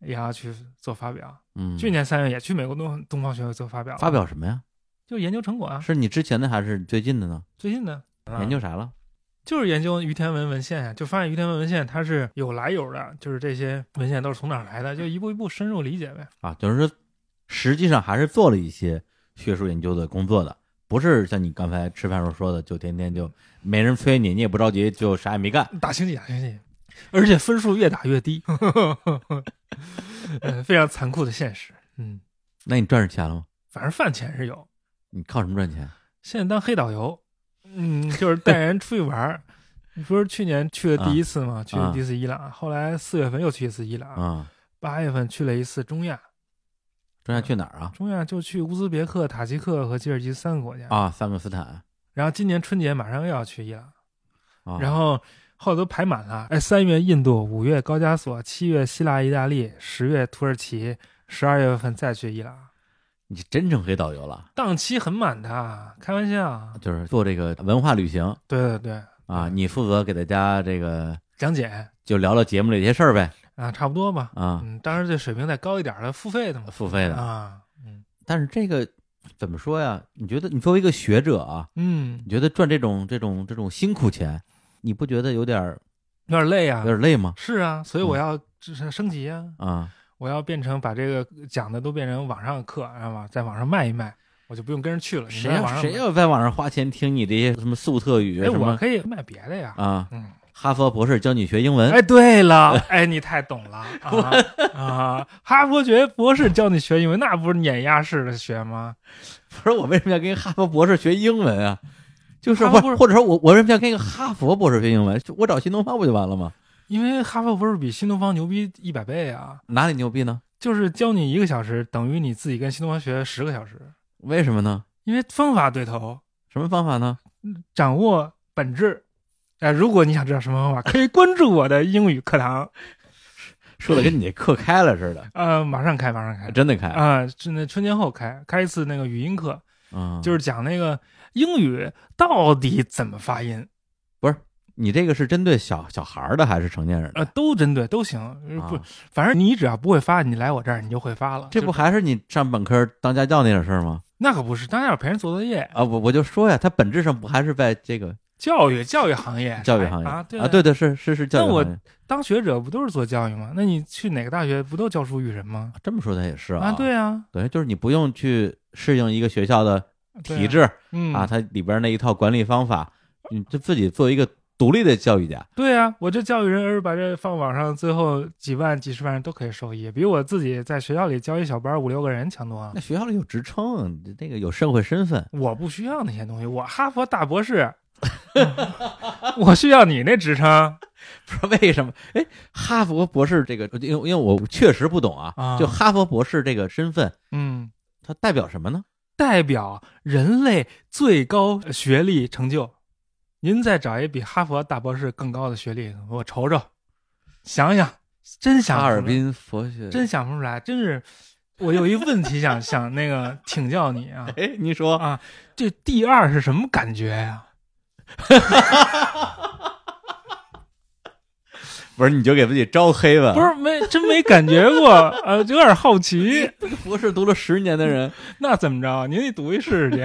Speaker 2: 也要去做发表。
Speaker 1: 嗯，
Speaker 2: 去年三月也去美国东东方学会做发表了，
Speaker 1: 发表什么呀？
Speaker 2: 就研究成果啊，
Speaker 1: 是你之前的还是最近的呢？
Speaker 2: 最近的。
Speaker 1: 研究啥了？
Speaker 2: 就是研究于天文文献呀，就发现于天文文献它是有来由的，就是这些文献都是从哪儿来的，就一步一步深入理解呗。
Speaker 1: 啊，就是说，实际上还是做了一些学术研究的工作的，不是像你刚才吃饭时候说的，就天天就没人催你，你也不着急，就啥也没干。
Speaker 2: 打星际，打星际，而且分数越打越
Speaker 1: (laughs)
Speaker 2: 低，嗯，非常残酷的现实。嗯，
Speaker 1: 那你赚着钱了吗？
Speaker 2: 反正饭钱是有，
Speaker 1: 你靠什么赚钱？
Speaker 2: 现在当黑导游，嗯，就是带人出去玩儿。你不是去年去的第一次吗？去的第一次伊朗，后来四月份又去一次伊朗，
Speaker 1: 啊啊、
Speaker 2: 八、月份去了一次中亚，
Speaker 1: 中亚去哪儿啊？
Speaker 2: 中亚就去乌兹别克、塔吉克和吉尔吉斯三个国家，
Speaker 1: 啊，萨姆斯坦
Speaker 2: 然后今年春节马上又要去伊朗，
Speaker 1: 啊，
Speaker 2: 然后后头都排满了。哎，三月印度，五月高加索，七月希腊、意大利，十月土耳其，十二月份再去伊朗，
Speaker 1: 你真成黑导游了，
Speaker 2: 档期很满的，开玩笑。
Speaker 1: 就是做这个文化旅行
Speaker 2: 对对对，
Speaker 1: 啊，你负责给大家这个
Speaker 2: 讲解
Speaker 1: 就聊聊节目里这些事儿呗
Speaker 2: 啊，差不多吧。
Speaker 1: 啊，
Speaker 2: 嗯，当然这水平再高一点的，付费的嘛。
Speaker 1: 付费的。
Speaker 2: 啊，嗯
Speaker 1: 但是这个怎么说呀？你觉得你作为一个学者啊，
Speaker 2: 嗯，
Speaker 1: 你觉得赚这种这种这种辛苦钱，你不觉得有点儿
Speaker 2: 有点累啊
Speaker 1: 有。点累吗？
Speaker 2: 是啊，所以
Speaker 1: 嗯
Speaker 2: 我要这是升级啊，
Speaker 1: 啊，
Speaker 2: 我要变成把这个讲的都变成网上的课，然后在网上卖一卖，我就不用跟人去了。你
Speaker 1: 谁
Speaker 2: 在
Speaker 1: 要
Speaker 2: 网上
Speaker 1: 谁
Speaker 2: 买
Speaker 1: 要在网上花钱听你这些什么粟特语
Speaker 2: 哎，
Speaker 1: 什
Speaker 2: 我
Speaker 1: 么
Speaker 2: 可以卖别的呀。
Speaker 1: 啊？
Speaker 2: 嗯，
Speaker 1: 哈佛博士教你学英文，
Speaker 2: 哎，对了，哎，你太懂了啊啊！哈佛学博士教你学英文，那不是碾压式的学吗？
Speaker 1: 不是我为什么要跟哈佛博士学英文啊？就是
Speaker 2: 哈
Speaker 1: 或
Speaker 2: 佛博士
Speaker 1: 或者说我我为什么要跟一个哈佛博士学英文？就我找新东方不就完了吗？
Speaker 2: 因为哈佛博士比新东方牛逼一百倍啊！
Speaker 1: 哪里牛逼呢？
Speaker 2: 就是教你一个小时，等于你自己跟新东方学十个小时，
Speaker 1: 为什么呢？
Speaker 2: 因为方法对头，
Speaker 1: 什么方法呢？
Speaker 2: 掌握本质。哎，如果你想知道什么方法，可以关注我的英语课堂。
Speaker 1: 说的跟你这课开了
Speaker 2: (laughs)
Speaker 1: 似的，
Speaker 2: 呃，马上开，马上开
Speaker 1: 真的开啊！
Speaker 2: 啊！是那春节后开，开一次那个语音课，
Speaker 1: 嗯
Speaker 2: 就是讲那个英语到底怎么发音。
Speaker 1: 你这个是针对小小孩儿的还是成年人的？
Speaker 2: 呃，都针对都行，呃
Speaker 1: 啊
Speaker 2: 不，反正你只要不会发，你来我这儿你就会发了。
Speaker 1: 这
Speaker 2: 就
Speaker 1: 不还是你上本科当家教那点事儿吗？
Speaker 2: 那可不是，当然要陪人做作业。
Speaker 1: 啊，我我就说呀，它本质上不还是在这个
Speaker 2: 教育教育行业，
Speaker 1: 教育行业
Speaker 2: 啊，对
Speaker 1: 啊？对，的，是是是教育
Speaker 2: 那我
Speaker 1: 行业。
Speaker 2: 当学者不都是做教育吗？那你去哪个大学不都教书育人吗？
Speaker 1: 这么说它也是
Speaker 2: 啊，对啊，
Speaker 1: 等于就是你不用去适应一个学校的
Speaker 2: 对
Speaker 1: 体制
Speaker 2: 嗯
Speaker 1: 啊，它里边那一套管理方法，你就自己做一个独立的教育家。
Speaker 2: 对啊，我这教育人，而把这放网上，最后几万、几十万人都可以受益，比我自己在学校里教一小班五六个人强多了
Speaker 1: 那。学校里有职称，那个有社会身份， (laughs)
Speaker 2: 我不需要那些东西，我哈佛大博士，我需要你那职称。
Speaker 1: 不知道为什么？哎，哈佛博士这个，因为因为我确实不懂啊，
Speaker 2: 啊
Speaker 1: 就哈佛博士这个身份，
Speaker 2: 嗯，
Speaker 1: 它代表什么呢？
Speaker 2: 代表人类最高学历成就。您再找一比哈佛大博士更高的学历，我瞅瞅，想想，真想
Speaker 1: 哈
Speaker 2: 不出来
Speaker 1: 尔，滨佛学，
Speaker 2: 真想不出来，真是。我有一问题想 (laughs) 想那个请教你啊，
Speaker 1: 哎，你说
Speaker 2: 啊这第二是什么感觉呀、
Speaker 1: 不是你就给自己招黑吧？
Speaker 2: 不是没真没感觉过，呃，有点好奇。
Speaker 1: 是博士读了十年的人，
Speaker 2: 那怎么着？您得读一试试去。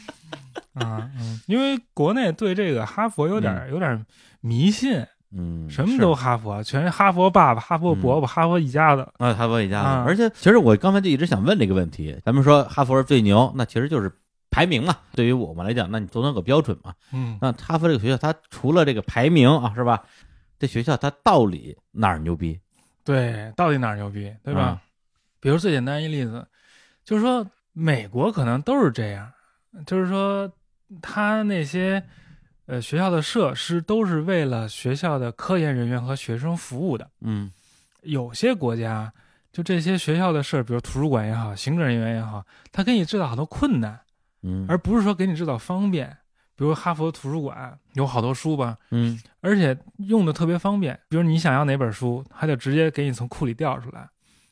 Speaker 2: (laughs) 啊，嗯，因为国内对这个哈佛有点、有点迷信，
Speaker 1: 嗯，
Speaker 2: 什么
Speaker 1: 是嗯
Speaker 2: 都哈佛，全是哈佛爸爸、哈佛伯伯、哈佛一家子。
Speaker 1: 啊，哈佛一家子。
Speaker 2: 啊
Speaker 1: 而且，其实我刚才就一直想问这个问题。咱们说哈佛最牛，那其实就是排名嘛。对于我们来讲，那你总得有个标准嘛。
Speaker 2: 嗯，
Speaker 1: 那哈佛这个学校，它除了这个排名啊，是吧？这学校它到底哪儿牛逼，
Speaker 2: 对，到底哪儿牛逼，对吧？
Speaker 1: 啊
Speaker 2: 比如最简单一例子，就是说美国可能都是这样，就是说他那些呃学校的设施都是为了学校的科研人员和学生服务的。
Speaker 1: 嗯
Speaker 2: 有些国家就这些学校的事儿，比如图书馆也好，行政人员也好，他给你制造好多困难，
Speaker 1: 嗯，
Speaker 2: 而不是说给你制造方便。比如哈佛图书馆有好多书吧，
Speaker 1: 嗯
Speaker 2: 而且用的特别方便。比如你想要哪本书，它就直接给你从库里调出来；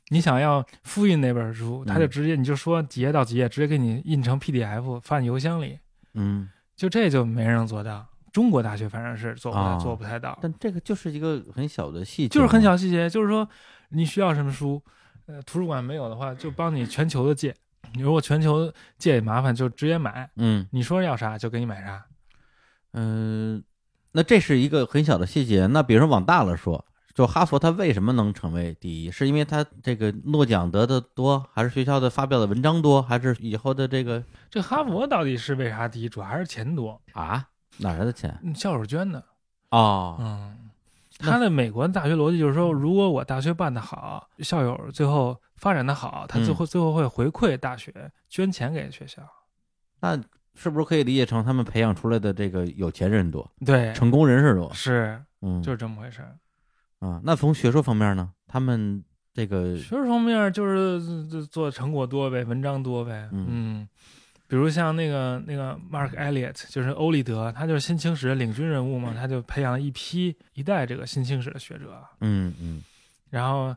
Speaker 2: 你想要复印哪本书，它就
Speaker 1: 嗯
Speaker 2: 直接你就说几页到几页，直接给你印成 PDF 发你邮箱里。
Speaker 1: 嗯，
Speaker 2: 就这就没人能做到，中国大学反正是做不太、
Speaker 1: 啊
Speaker 2: 做不太到，
Speaker 1: 但这个就是一个很小的细节，
Speaker 2: 就是很。小细节，就是说你需要什么书，呃，图书馆没有的话，就帮你全球的借。你如果全球借麻烦，就直接买。
Speaker 1: 嗯
Speaker 2: 你说要啥就给你买啥，
Speaker 1: 嗯、呃那这是一个很小的细节。那比如说往大了说。就哈佛，它为什么能成为第一？是因为它这个诺奖得的多，还是学校的发表的文章多，还是以后的这个
Speaker 2: 这哈佛到底是为啥第一？主要还是钱多，
Speaker 1: 啊，哪来的钱？
Speaker 2: 嗯校友捐的。
Speaker 1: 哦，
Speaker 2: 嗯，
Speaker 1: 那
Speaker 2: 他的美国大学逻辑就是说，如果我大学办得好，校友最后发展的好，他最后、最后会回馈大学，捐钱给学校。
Speaker 1: 那是不是可以理解成他们培养出来的这个有钱人多，
Speaker 2: 对，
Speaker 1: 成功人士多？
Speaker 2: 哎是
Speaker 1: 嗯，
Speaker 2: 就是这么回事儿。
Speaker 1: 啊，那从学术方面呢，他们这个
Speaker 2: 学术方面就是就做成果多呗，文章多呗，
Speaker 1: 嗯
Speaker 2: 嗯。比如像那个那个 Mark Elliot，就是欧立德，他就是新清史的领军人物嘛，他就培养了一批一代这个新清史的学者。啊
Speaker 1: 嗯嗯
Speaker 2: 然后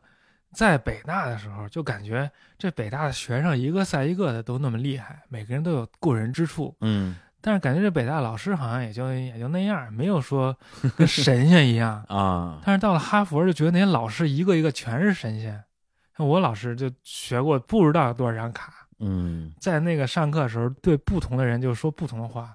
Speaker 2: 在北大的时候，就感觉这北大的学生一个赛一个的都那么厉害，每个人都有过人之处。
Speaker 1: 嗯。
Speaker 2: 但是感觉这北大老师好像也就也就那样，没有说跟神仙一样
Speaker 1: (laughs) 啊，
Speaker 2: 但是到了哈佛，就觉得那些老师一个一个全是神仙。像我老师就学过不知道有多少张卡，
Speaker 1: 嗯
Speaker 2: 在那个上课的时候，对不同的人就说不同的话。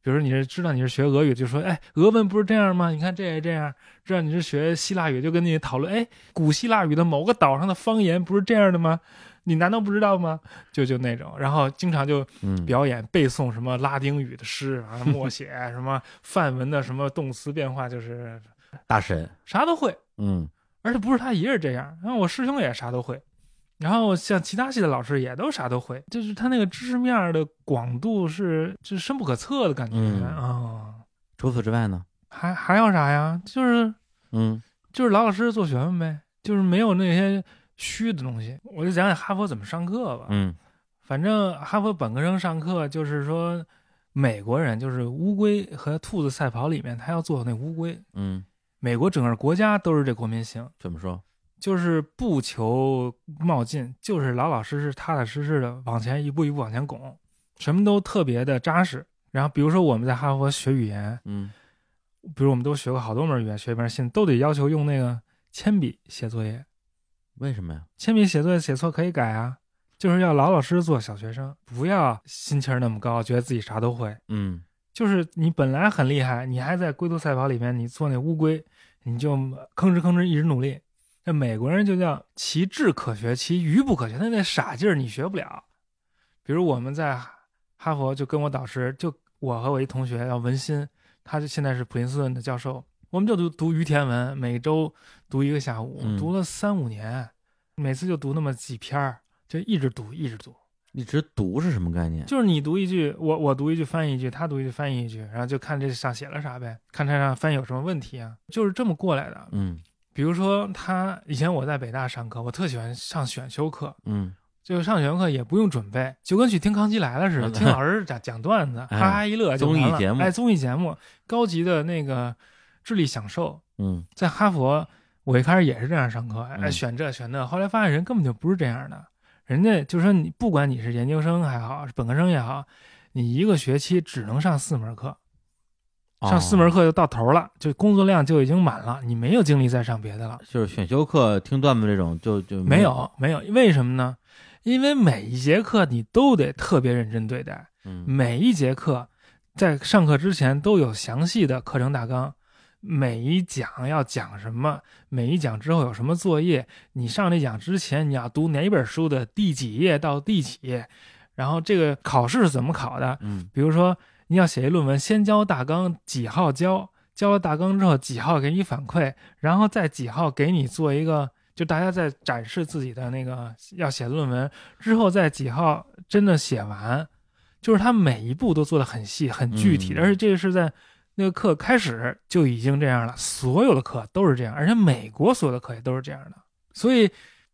Speaker 2: 比如说你是知道你是学俄语，就说哎，俄文不是这样吗？你看这也这样。知道你是学希腊语，就跟你讨论哎，古希腊语的某个岛上的方言不是这样的吗？你难道不知道吗？就就那种，然后经常就
Speaker 1: 嗯，
Speaker 2: 表演背诵什么拉丁语的诗啊，默写什么范文的什么动词变化，就是
Speaker 1: 大神，
Speaker 2: 啥都会。
Speaker 1: 嗯
Speaker 2: 而且不是他一个人这样，然后我师兄也啥都会，然后像其他系的老师也都啥都会，就是他那个知识面的广度是就是深不可测的感觉
Speaker 1: 嗯
Speaker 2: 啊、哦
Speaker 1: 除此之外呢，
Speaker 2: 还还要啥呀？就是
Speaker 1: 嗯
Speaker 2: 就是老老实实做学问呗，就是没有那些虚的东西。我就讲讲哈佛怎么上课吧。
Speaker 1: 嗯
Speaker 2: 反正哈佛本科生上课就是说，美国人就是乌龟和兔子赛跑里面，他要做那乌龟。
Speaker 1: 嗯，
Speaker 2: 美国整个国家都是这国民性，
Speaker 1: 怎么说？
Speaker 2: 就是不求冒进，就是老老实实、踏踏实实的往前一步一步往前拱，什么都特别的扎实。然后比如说我们在哈佛学语言，
Speaker 1: 嗯
Speaker 2: 比如我们都学过好多门语言，学一门新都得要求用那个铅笔写作业，
Speaker 1: 为什么呀？
Speaker 2: 铅笔写作业写错可以改啊，就是要老老实实做小学生，不要心气儿那么高，觉得自己啥都会。
Speaker 1: 嗯
Speaker 2: 就是你本来很厉害，你还在龟兔赛跑里面，你做那乌龟，你就吭哧吭哧一直努力。那美国人就叫其智可学，其愚不可学。他那傻劲儿你学不了。比如我们在哈佛，就跟我导师，就我和我一同学叫文心，他就现在是普林斯顿的教授，我们就读读于田文，每周读一个下午，
Speaker 1: 嗯
Speaker 2: 读了三五年，每次就读那么几篇儿，就一直读一直读。
Speaker 1: 一直读是什么概念？
Speaker 2: 就是你读一句，我我读一句翻译一句，他读一句翻译一句，然后就看这上写了啥呗，看他上翻译有什么问题啊，就是这么过来的。
Speaker 1: 嗯
Speaker 2: 比如说他以前我在北大上课，我特喜欢上选修课，
Speaker 1: 嗯
Speaker 2: 就是上选修课也不用准备，就跟去听《康熙来了》
Speaker 1: (laughs)
Speaker 2: 似的，
Speaker 1: 嗯
Speaker 2: 听老师讲讲段子，
Speaker 1: 哎
Speaker 2: 哈哈一乐就
Speaker 1: 综
Speaker 2: 完了
Speaker 1: 艺节目
Speaker 2: 哎，综艺节目，高级的那个智力享受，
Speaker 1: 嗯
Speaker 2: 在哈佛，我一开始也是这样上课，哎，
Speaker 1: 嗯
Speaker 2: 选这选那，后来发现人根本就不是这样的。人家就说你不管你是研究生还好，是本科生也好，你一个学期只能上四门课，
Speaker 1: 哦
Speaker 2: 上四门课就到头了，就工作量就已经满了，你没有精力再上别的了。
Speaker 1: 就是选修课听段子这种，就就
Speaker 2: 没，有，没有，为什么呢？因为每一节课你都得特别认真对待，
Speaker 1: 嗯
Speaker 2: 每一节课在上课之前都有详细的课程大纲，每一讲要讲什么，每一讲之后有什么作业，你上这讲之前你要读哪本书的第几页到第几页，然后这个考试是怎么考的？
Speaker 1: 嗯
Speaker 2: 比如说你要写一论文，先交大纲几号交，交了大纲之后几号给你反馈，然后再几号给你做一个。就大家在展示自己的那个要写论文之后，在几号真的写完，就是他每一步都做的很细、很具体，
Speaker 1: 嗯
Speaker 2: 而且这个是在那个课开始就已经这样了，所有的课都是这样，而且美国所有的课也都是这样的。所以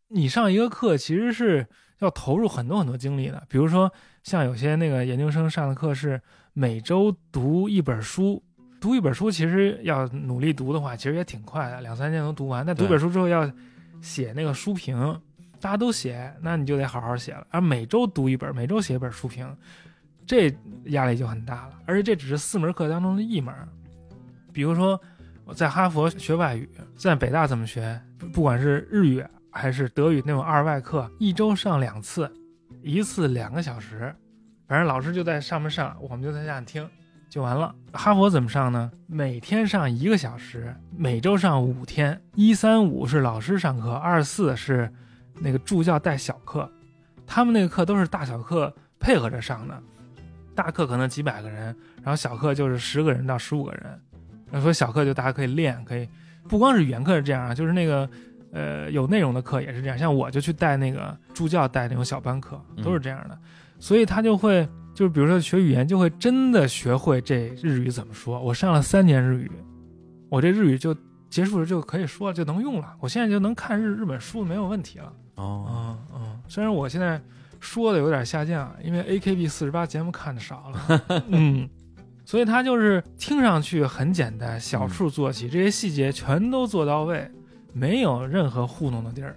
Speaker 2: 你上一个课其实是要投入很多很多精力的。比如说，像有些那个研究生上的课是每周读一本书，读一本书其实要努力读的话，其实也挺快的，两三天能读完。但读
Speaker 1: 对
Speaker 2: 本书之后要写那个书评，大家都写，那你就得好好写了。而每周读一本，每周写一本书评，这压力就很大了。而且这只是四门课当中的一门。比如说，我在哈佛学外语，在北大怎么学？不不管是日语还是德语那种二外课，一周上两次，一次两个小时，反正老师就在上面上，我们就在下面听，就完了。哈佛怎么上呢？每天上一个小时，每周上五天，一三五是老师上课，二四是那个助教带小课，他们那个课都是大小课配合着上的，大课可能几百个人，然后小课就是十个人到十五个人，那所以小课就大家可以练，可以不光是语言课是这样啊，就是那个呃有内容的课也是这样，像我就去带那个助教带那种小班课，都是这样的，所以他就会就是比如说学语言就会真的学会这日语怎么说，我上了三年日语，我这日语就。结束了就可以说了，就能用了。我现在就能看日日本书没有问题了。
Speaker 1: 哦，
Speaker 2: 嗯嗯，虽然我现在说的有点下降，因为 A K B 四十八节目看的
Speaker 1: (laughs)
Speaker 2: 少了，嗯，所以它就是听上去很简单，小处做
Speaker 1: 嗯
Speaker 2: 起，这些细节全都做到位，没有任何糊弄的地儿。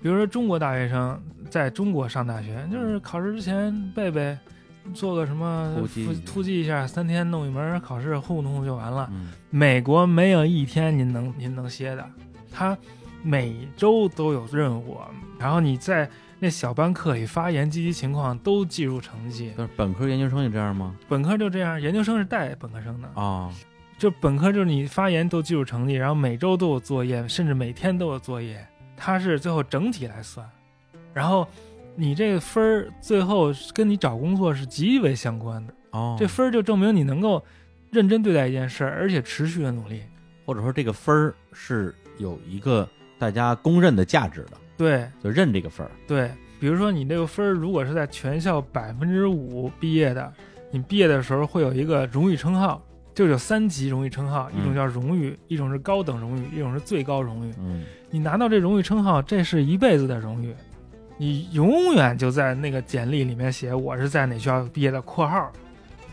Speaker 2: 比如说中国大学生在中国上大
Speaker 1: 嗯
Speaker 2: 学，就是考试之前背背，做个什么
Speaker 1: 突击一下
Speaker 2: 突击一下，三天弄一门考试糊弄糊弄就完了。
Speaker 1: 嗯，
Speaker 2: 美国没有一天您能您能歇的，他每周都有任务，然后你在那小班课里发言、积极情况都计入成绩。
Speaker 1: 但是本科研究生也这样吗？
Speaker 2: 本科就这样，研究生是带本科生的，
Speaker 1: 啊，
Speaker 2: 就本科就是你发言都计入成绩，然后每周都有作业，甚至每天都有作业，它是最后整体来算，然后你这个分儿最后跟你找工作是极为相关的，
Speaker 1: 哦，
Speaker 2: 这分儿就证明你能够认真对待一件事儿，而且持续的努力。
Speaker 1: 或者说这个分儿是有一个大家公认的价值的，
Speaker 2: 对，
Speaker 1: 就认这个分儿。
Speaker 2: 对，比如说你这个分儿如果是在全校百分之五毕业的，你毕业的时候会有一个荣誉称号，就有三级荣誉称号，一种
Speaker 1: 嗯
Speaker 2: 叫荣誉，一种是高等荣誉，一种是最高荣誉。
Speaker 1: 嗯，
Speaker 2: 你拿到这荣誉称号，这是一辈子的荣誉，你永远就在那个简历里面写我是在哪学校毕业的（括号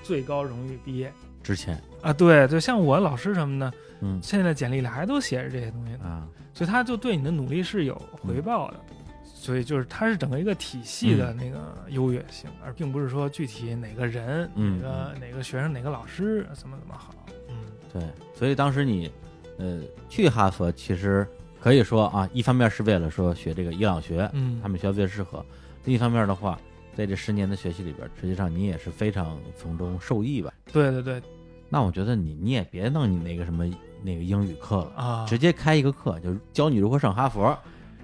Speaker 2: 最高荣誉毕业
Speaker 1: 值钱。）
Speaker 2: 啊。对，就像我老师什么的，
Speaker 1: 嗯
Speaker 2: 现在简历里还都写着这些东西呢。
Speaker 1: 啊，
Speaker 2: 所以他就对你的努力是有回报
Speaker 1: 嗯
Speaker 2: 的，所以就是它是整个一个体系的那个优越性，而并不是说具体哪个人、
Speaker 1: 嗯
Speaker 2: 哪个哪个学生、哪个老师怎么怎么好。嗯，
Speaker 1: 对，所以当时你呃去哈佛，其实可以说啊，一方面是为了说学这个伊朗学，
Speaker 2: 嗯
Speaker 1: 他们学校最适合；另一方面的话，在这十年的学习里边，实际上你也是非常从中受益吧。
Speaker 2: 对对对
Speaker 1: 那我觉得你你也别弄你那个什么那个英语课了。
Speaker 2: 啊，
Speaker 1: 直接开一个课，就是教你如何上哈佛。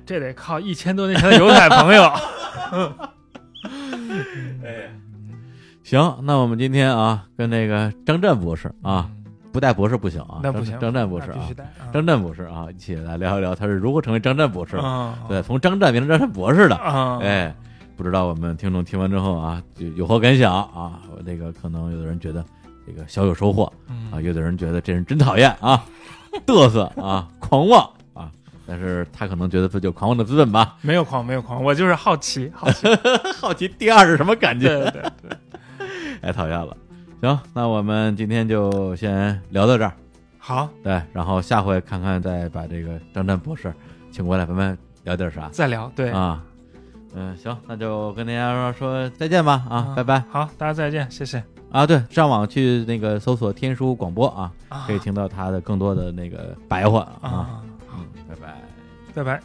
Speaker 2: 这得靠一千多年前的犹太朋
Speaker 1: (laughs)
Speaker 2: 友。
Speaker 1: 啊行，那我们今天啊，跟那个张震博士啊，
Speaker 2: 嗯，
Speaker 1: 不带博士不行啊，
Speaker 2: 那不行，
Speaker 1: 张张震博士
Speaker 2: 那必
Speaker 1: 啊
Speaker 2: 须，得啊
Speaker 1: 张震博士啊，一起来聊一聊他是如何成为张震博士的。
Speaker 2: 啊，
Speaker 1: 对，从张震变成张震博士的。
Speaker 2: 啊，
Speaker 1: 哎，不知道我们听众听完之后啊，有有何感想啊？我这个可能有的人觉得这个小有收获
Speaker 2: 嗯
Speaker 1: 啊，有的人觉得这人真讨厌啊，嘚瑟啊，狂妄啊。但是他可能觉得这就狂妄的资本吧，
Speaker 2: 没有狂，没有狂，我就是好奇，好奇，
Speaker 1: (laughs) 好奇第二是什么感
Speaker 2: 对
Speaker 1: 觉？
Speaker 2: 对对对，
Speaker 1: 哎，讨厌了。行，那我们今天就先聊到这儿，
Speaker 2: 好，
Speaker 1: 对，然后下回看看再把这个张震博士请过来，咱们聊点啥
Speaker 2: 再聊，对，
Speaker 1: 啊？嗯，行，那就跟大家说说再见吧啊，
Speaker 2: 嗯
Speaker 1: 拜拜。
Speaker 2: 好，大家再见，谢谢，
Speaker 1: 啊，对，上网去那个搜索天书广播啊，
Speaker 2: 啊
Speaker 1: 可以听到他的更多的那个白话啊。
Speaker 2: 啊，好
Speaker 1: 嗯，拜拜。
Speaker 2: 拜拜。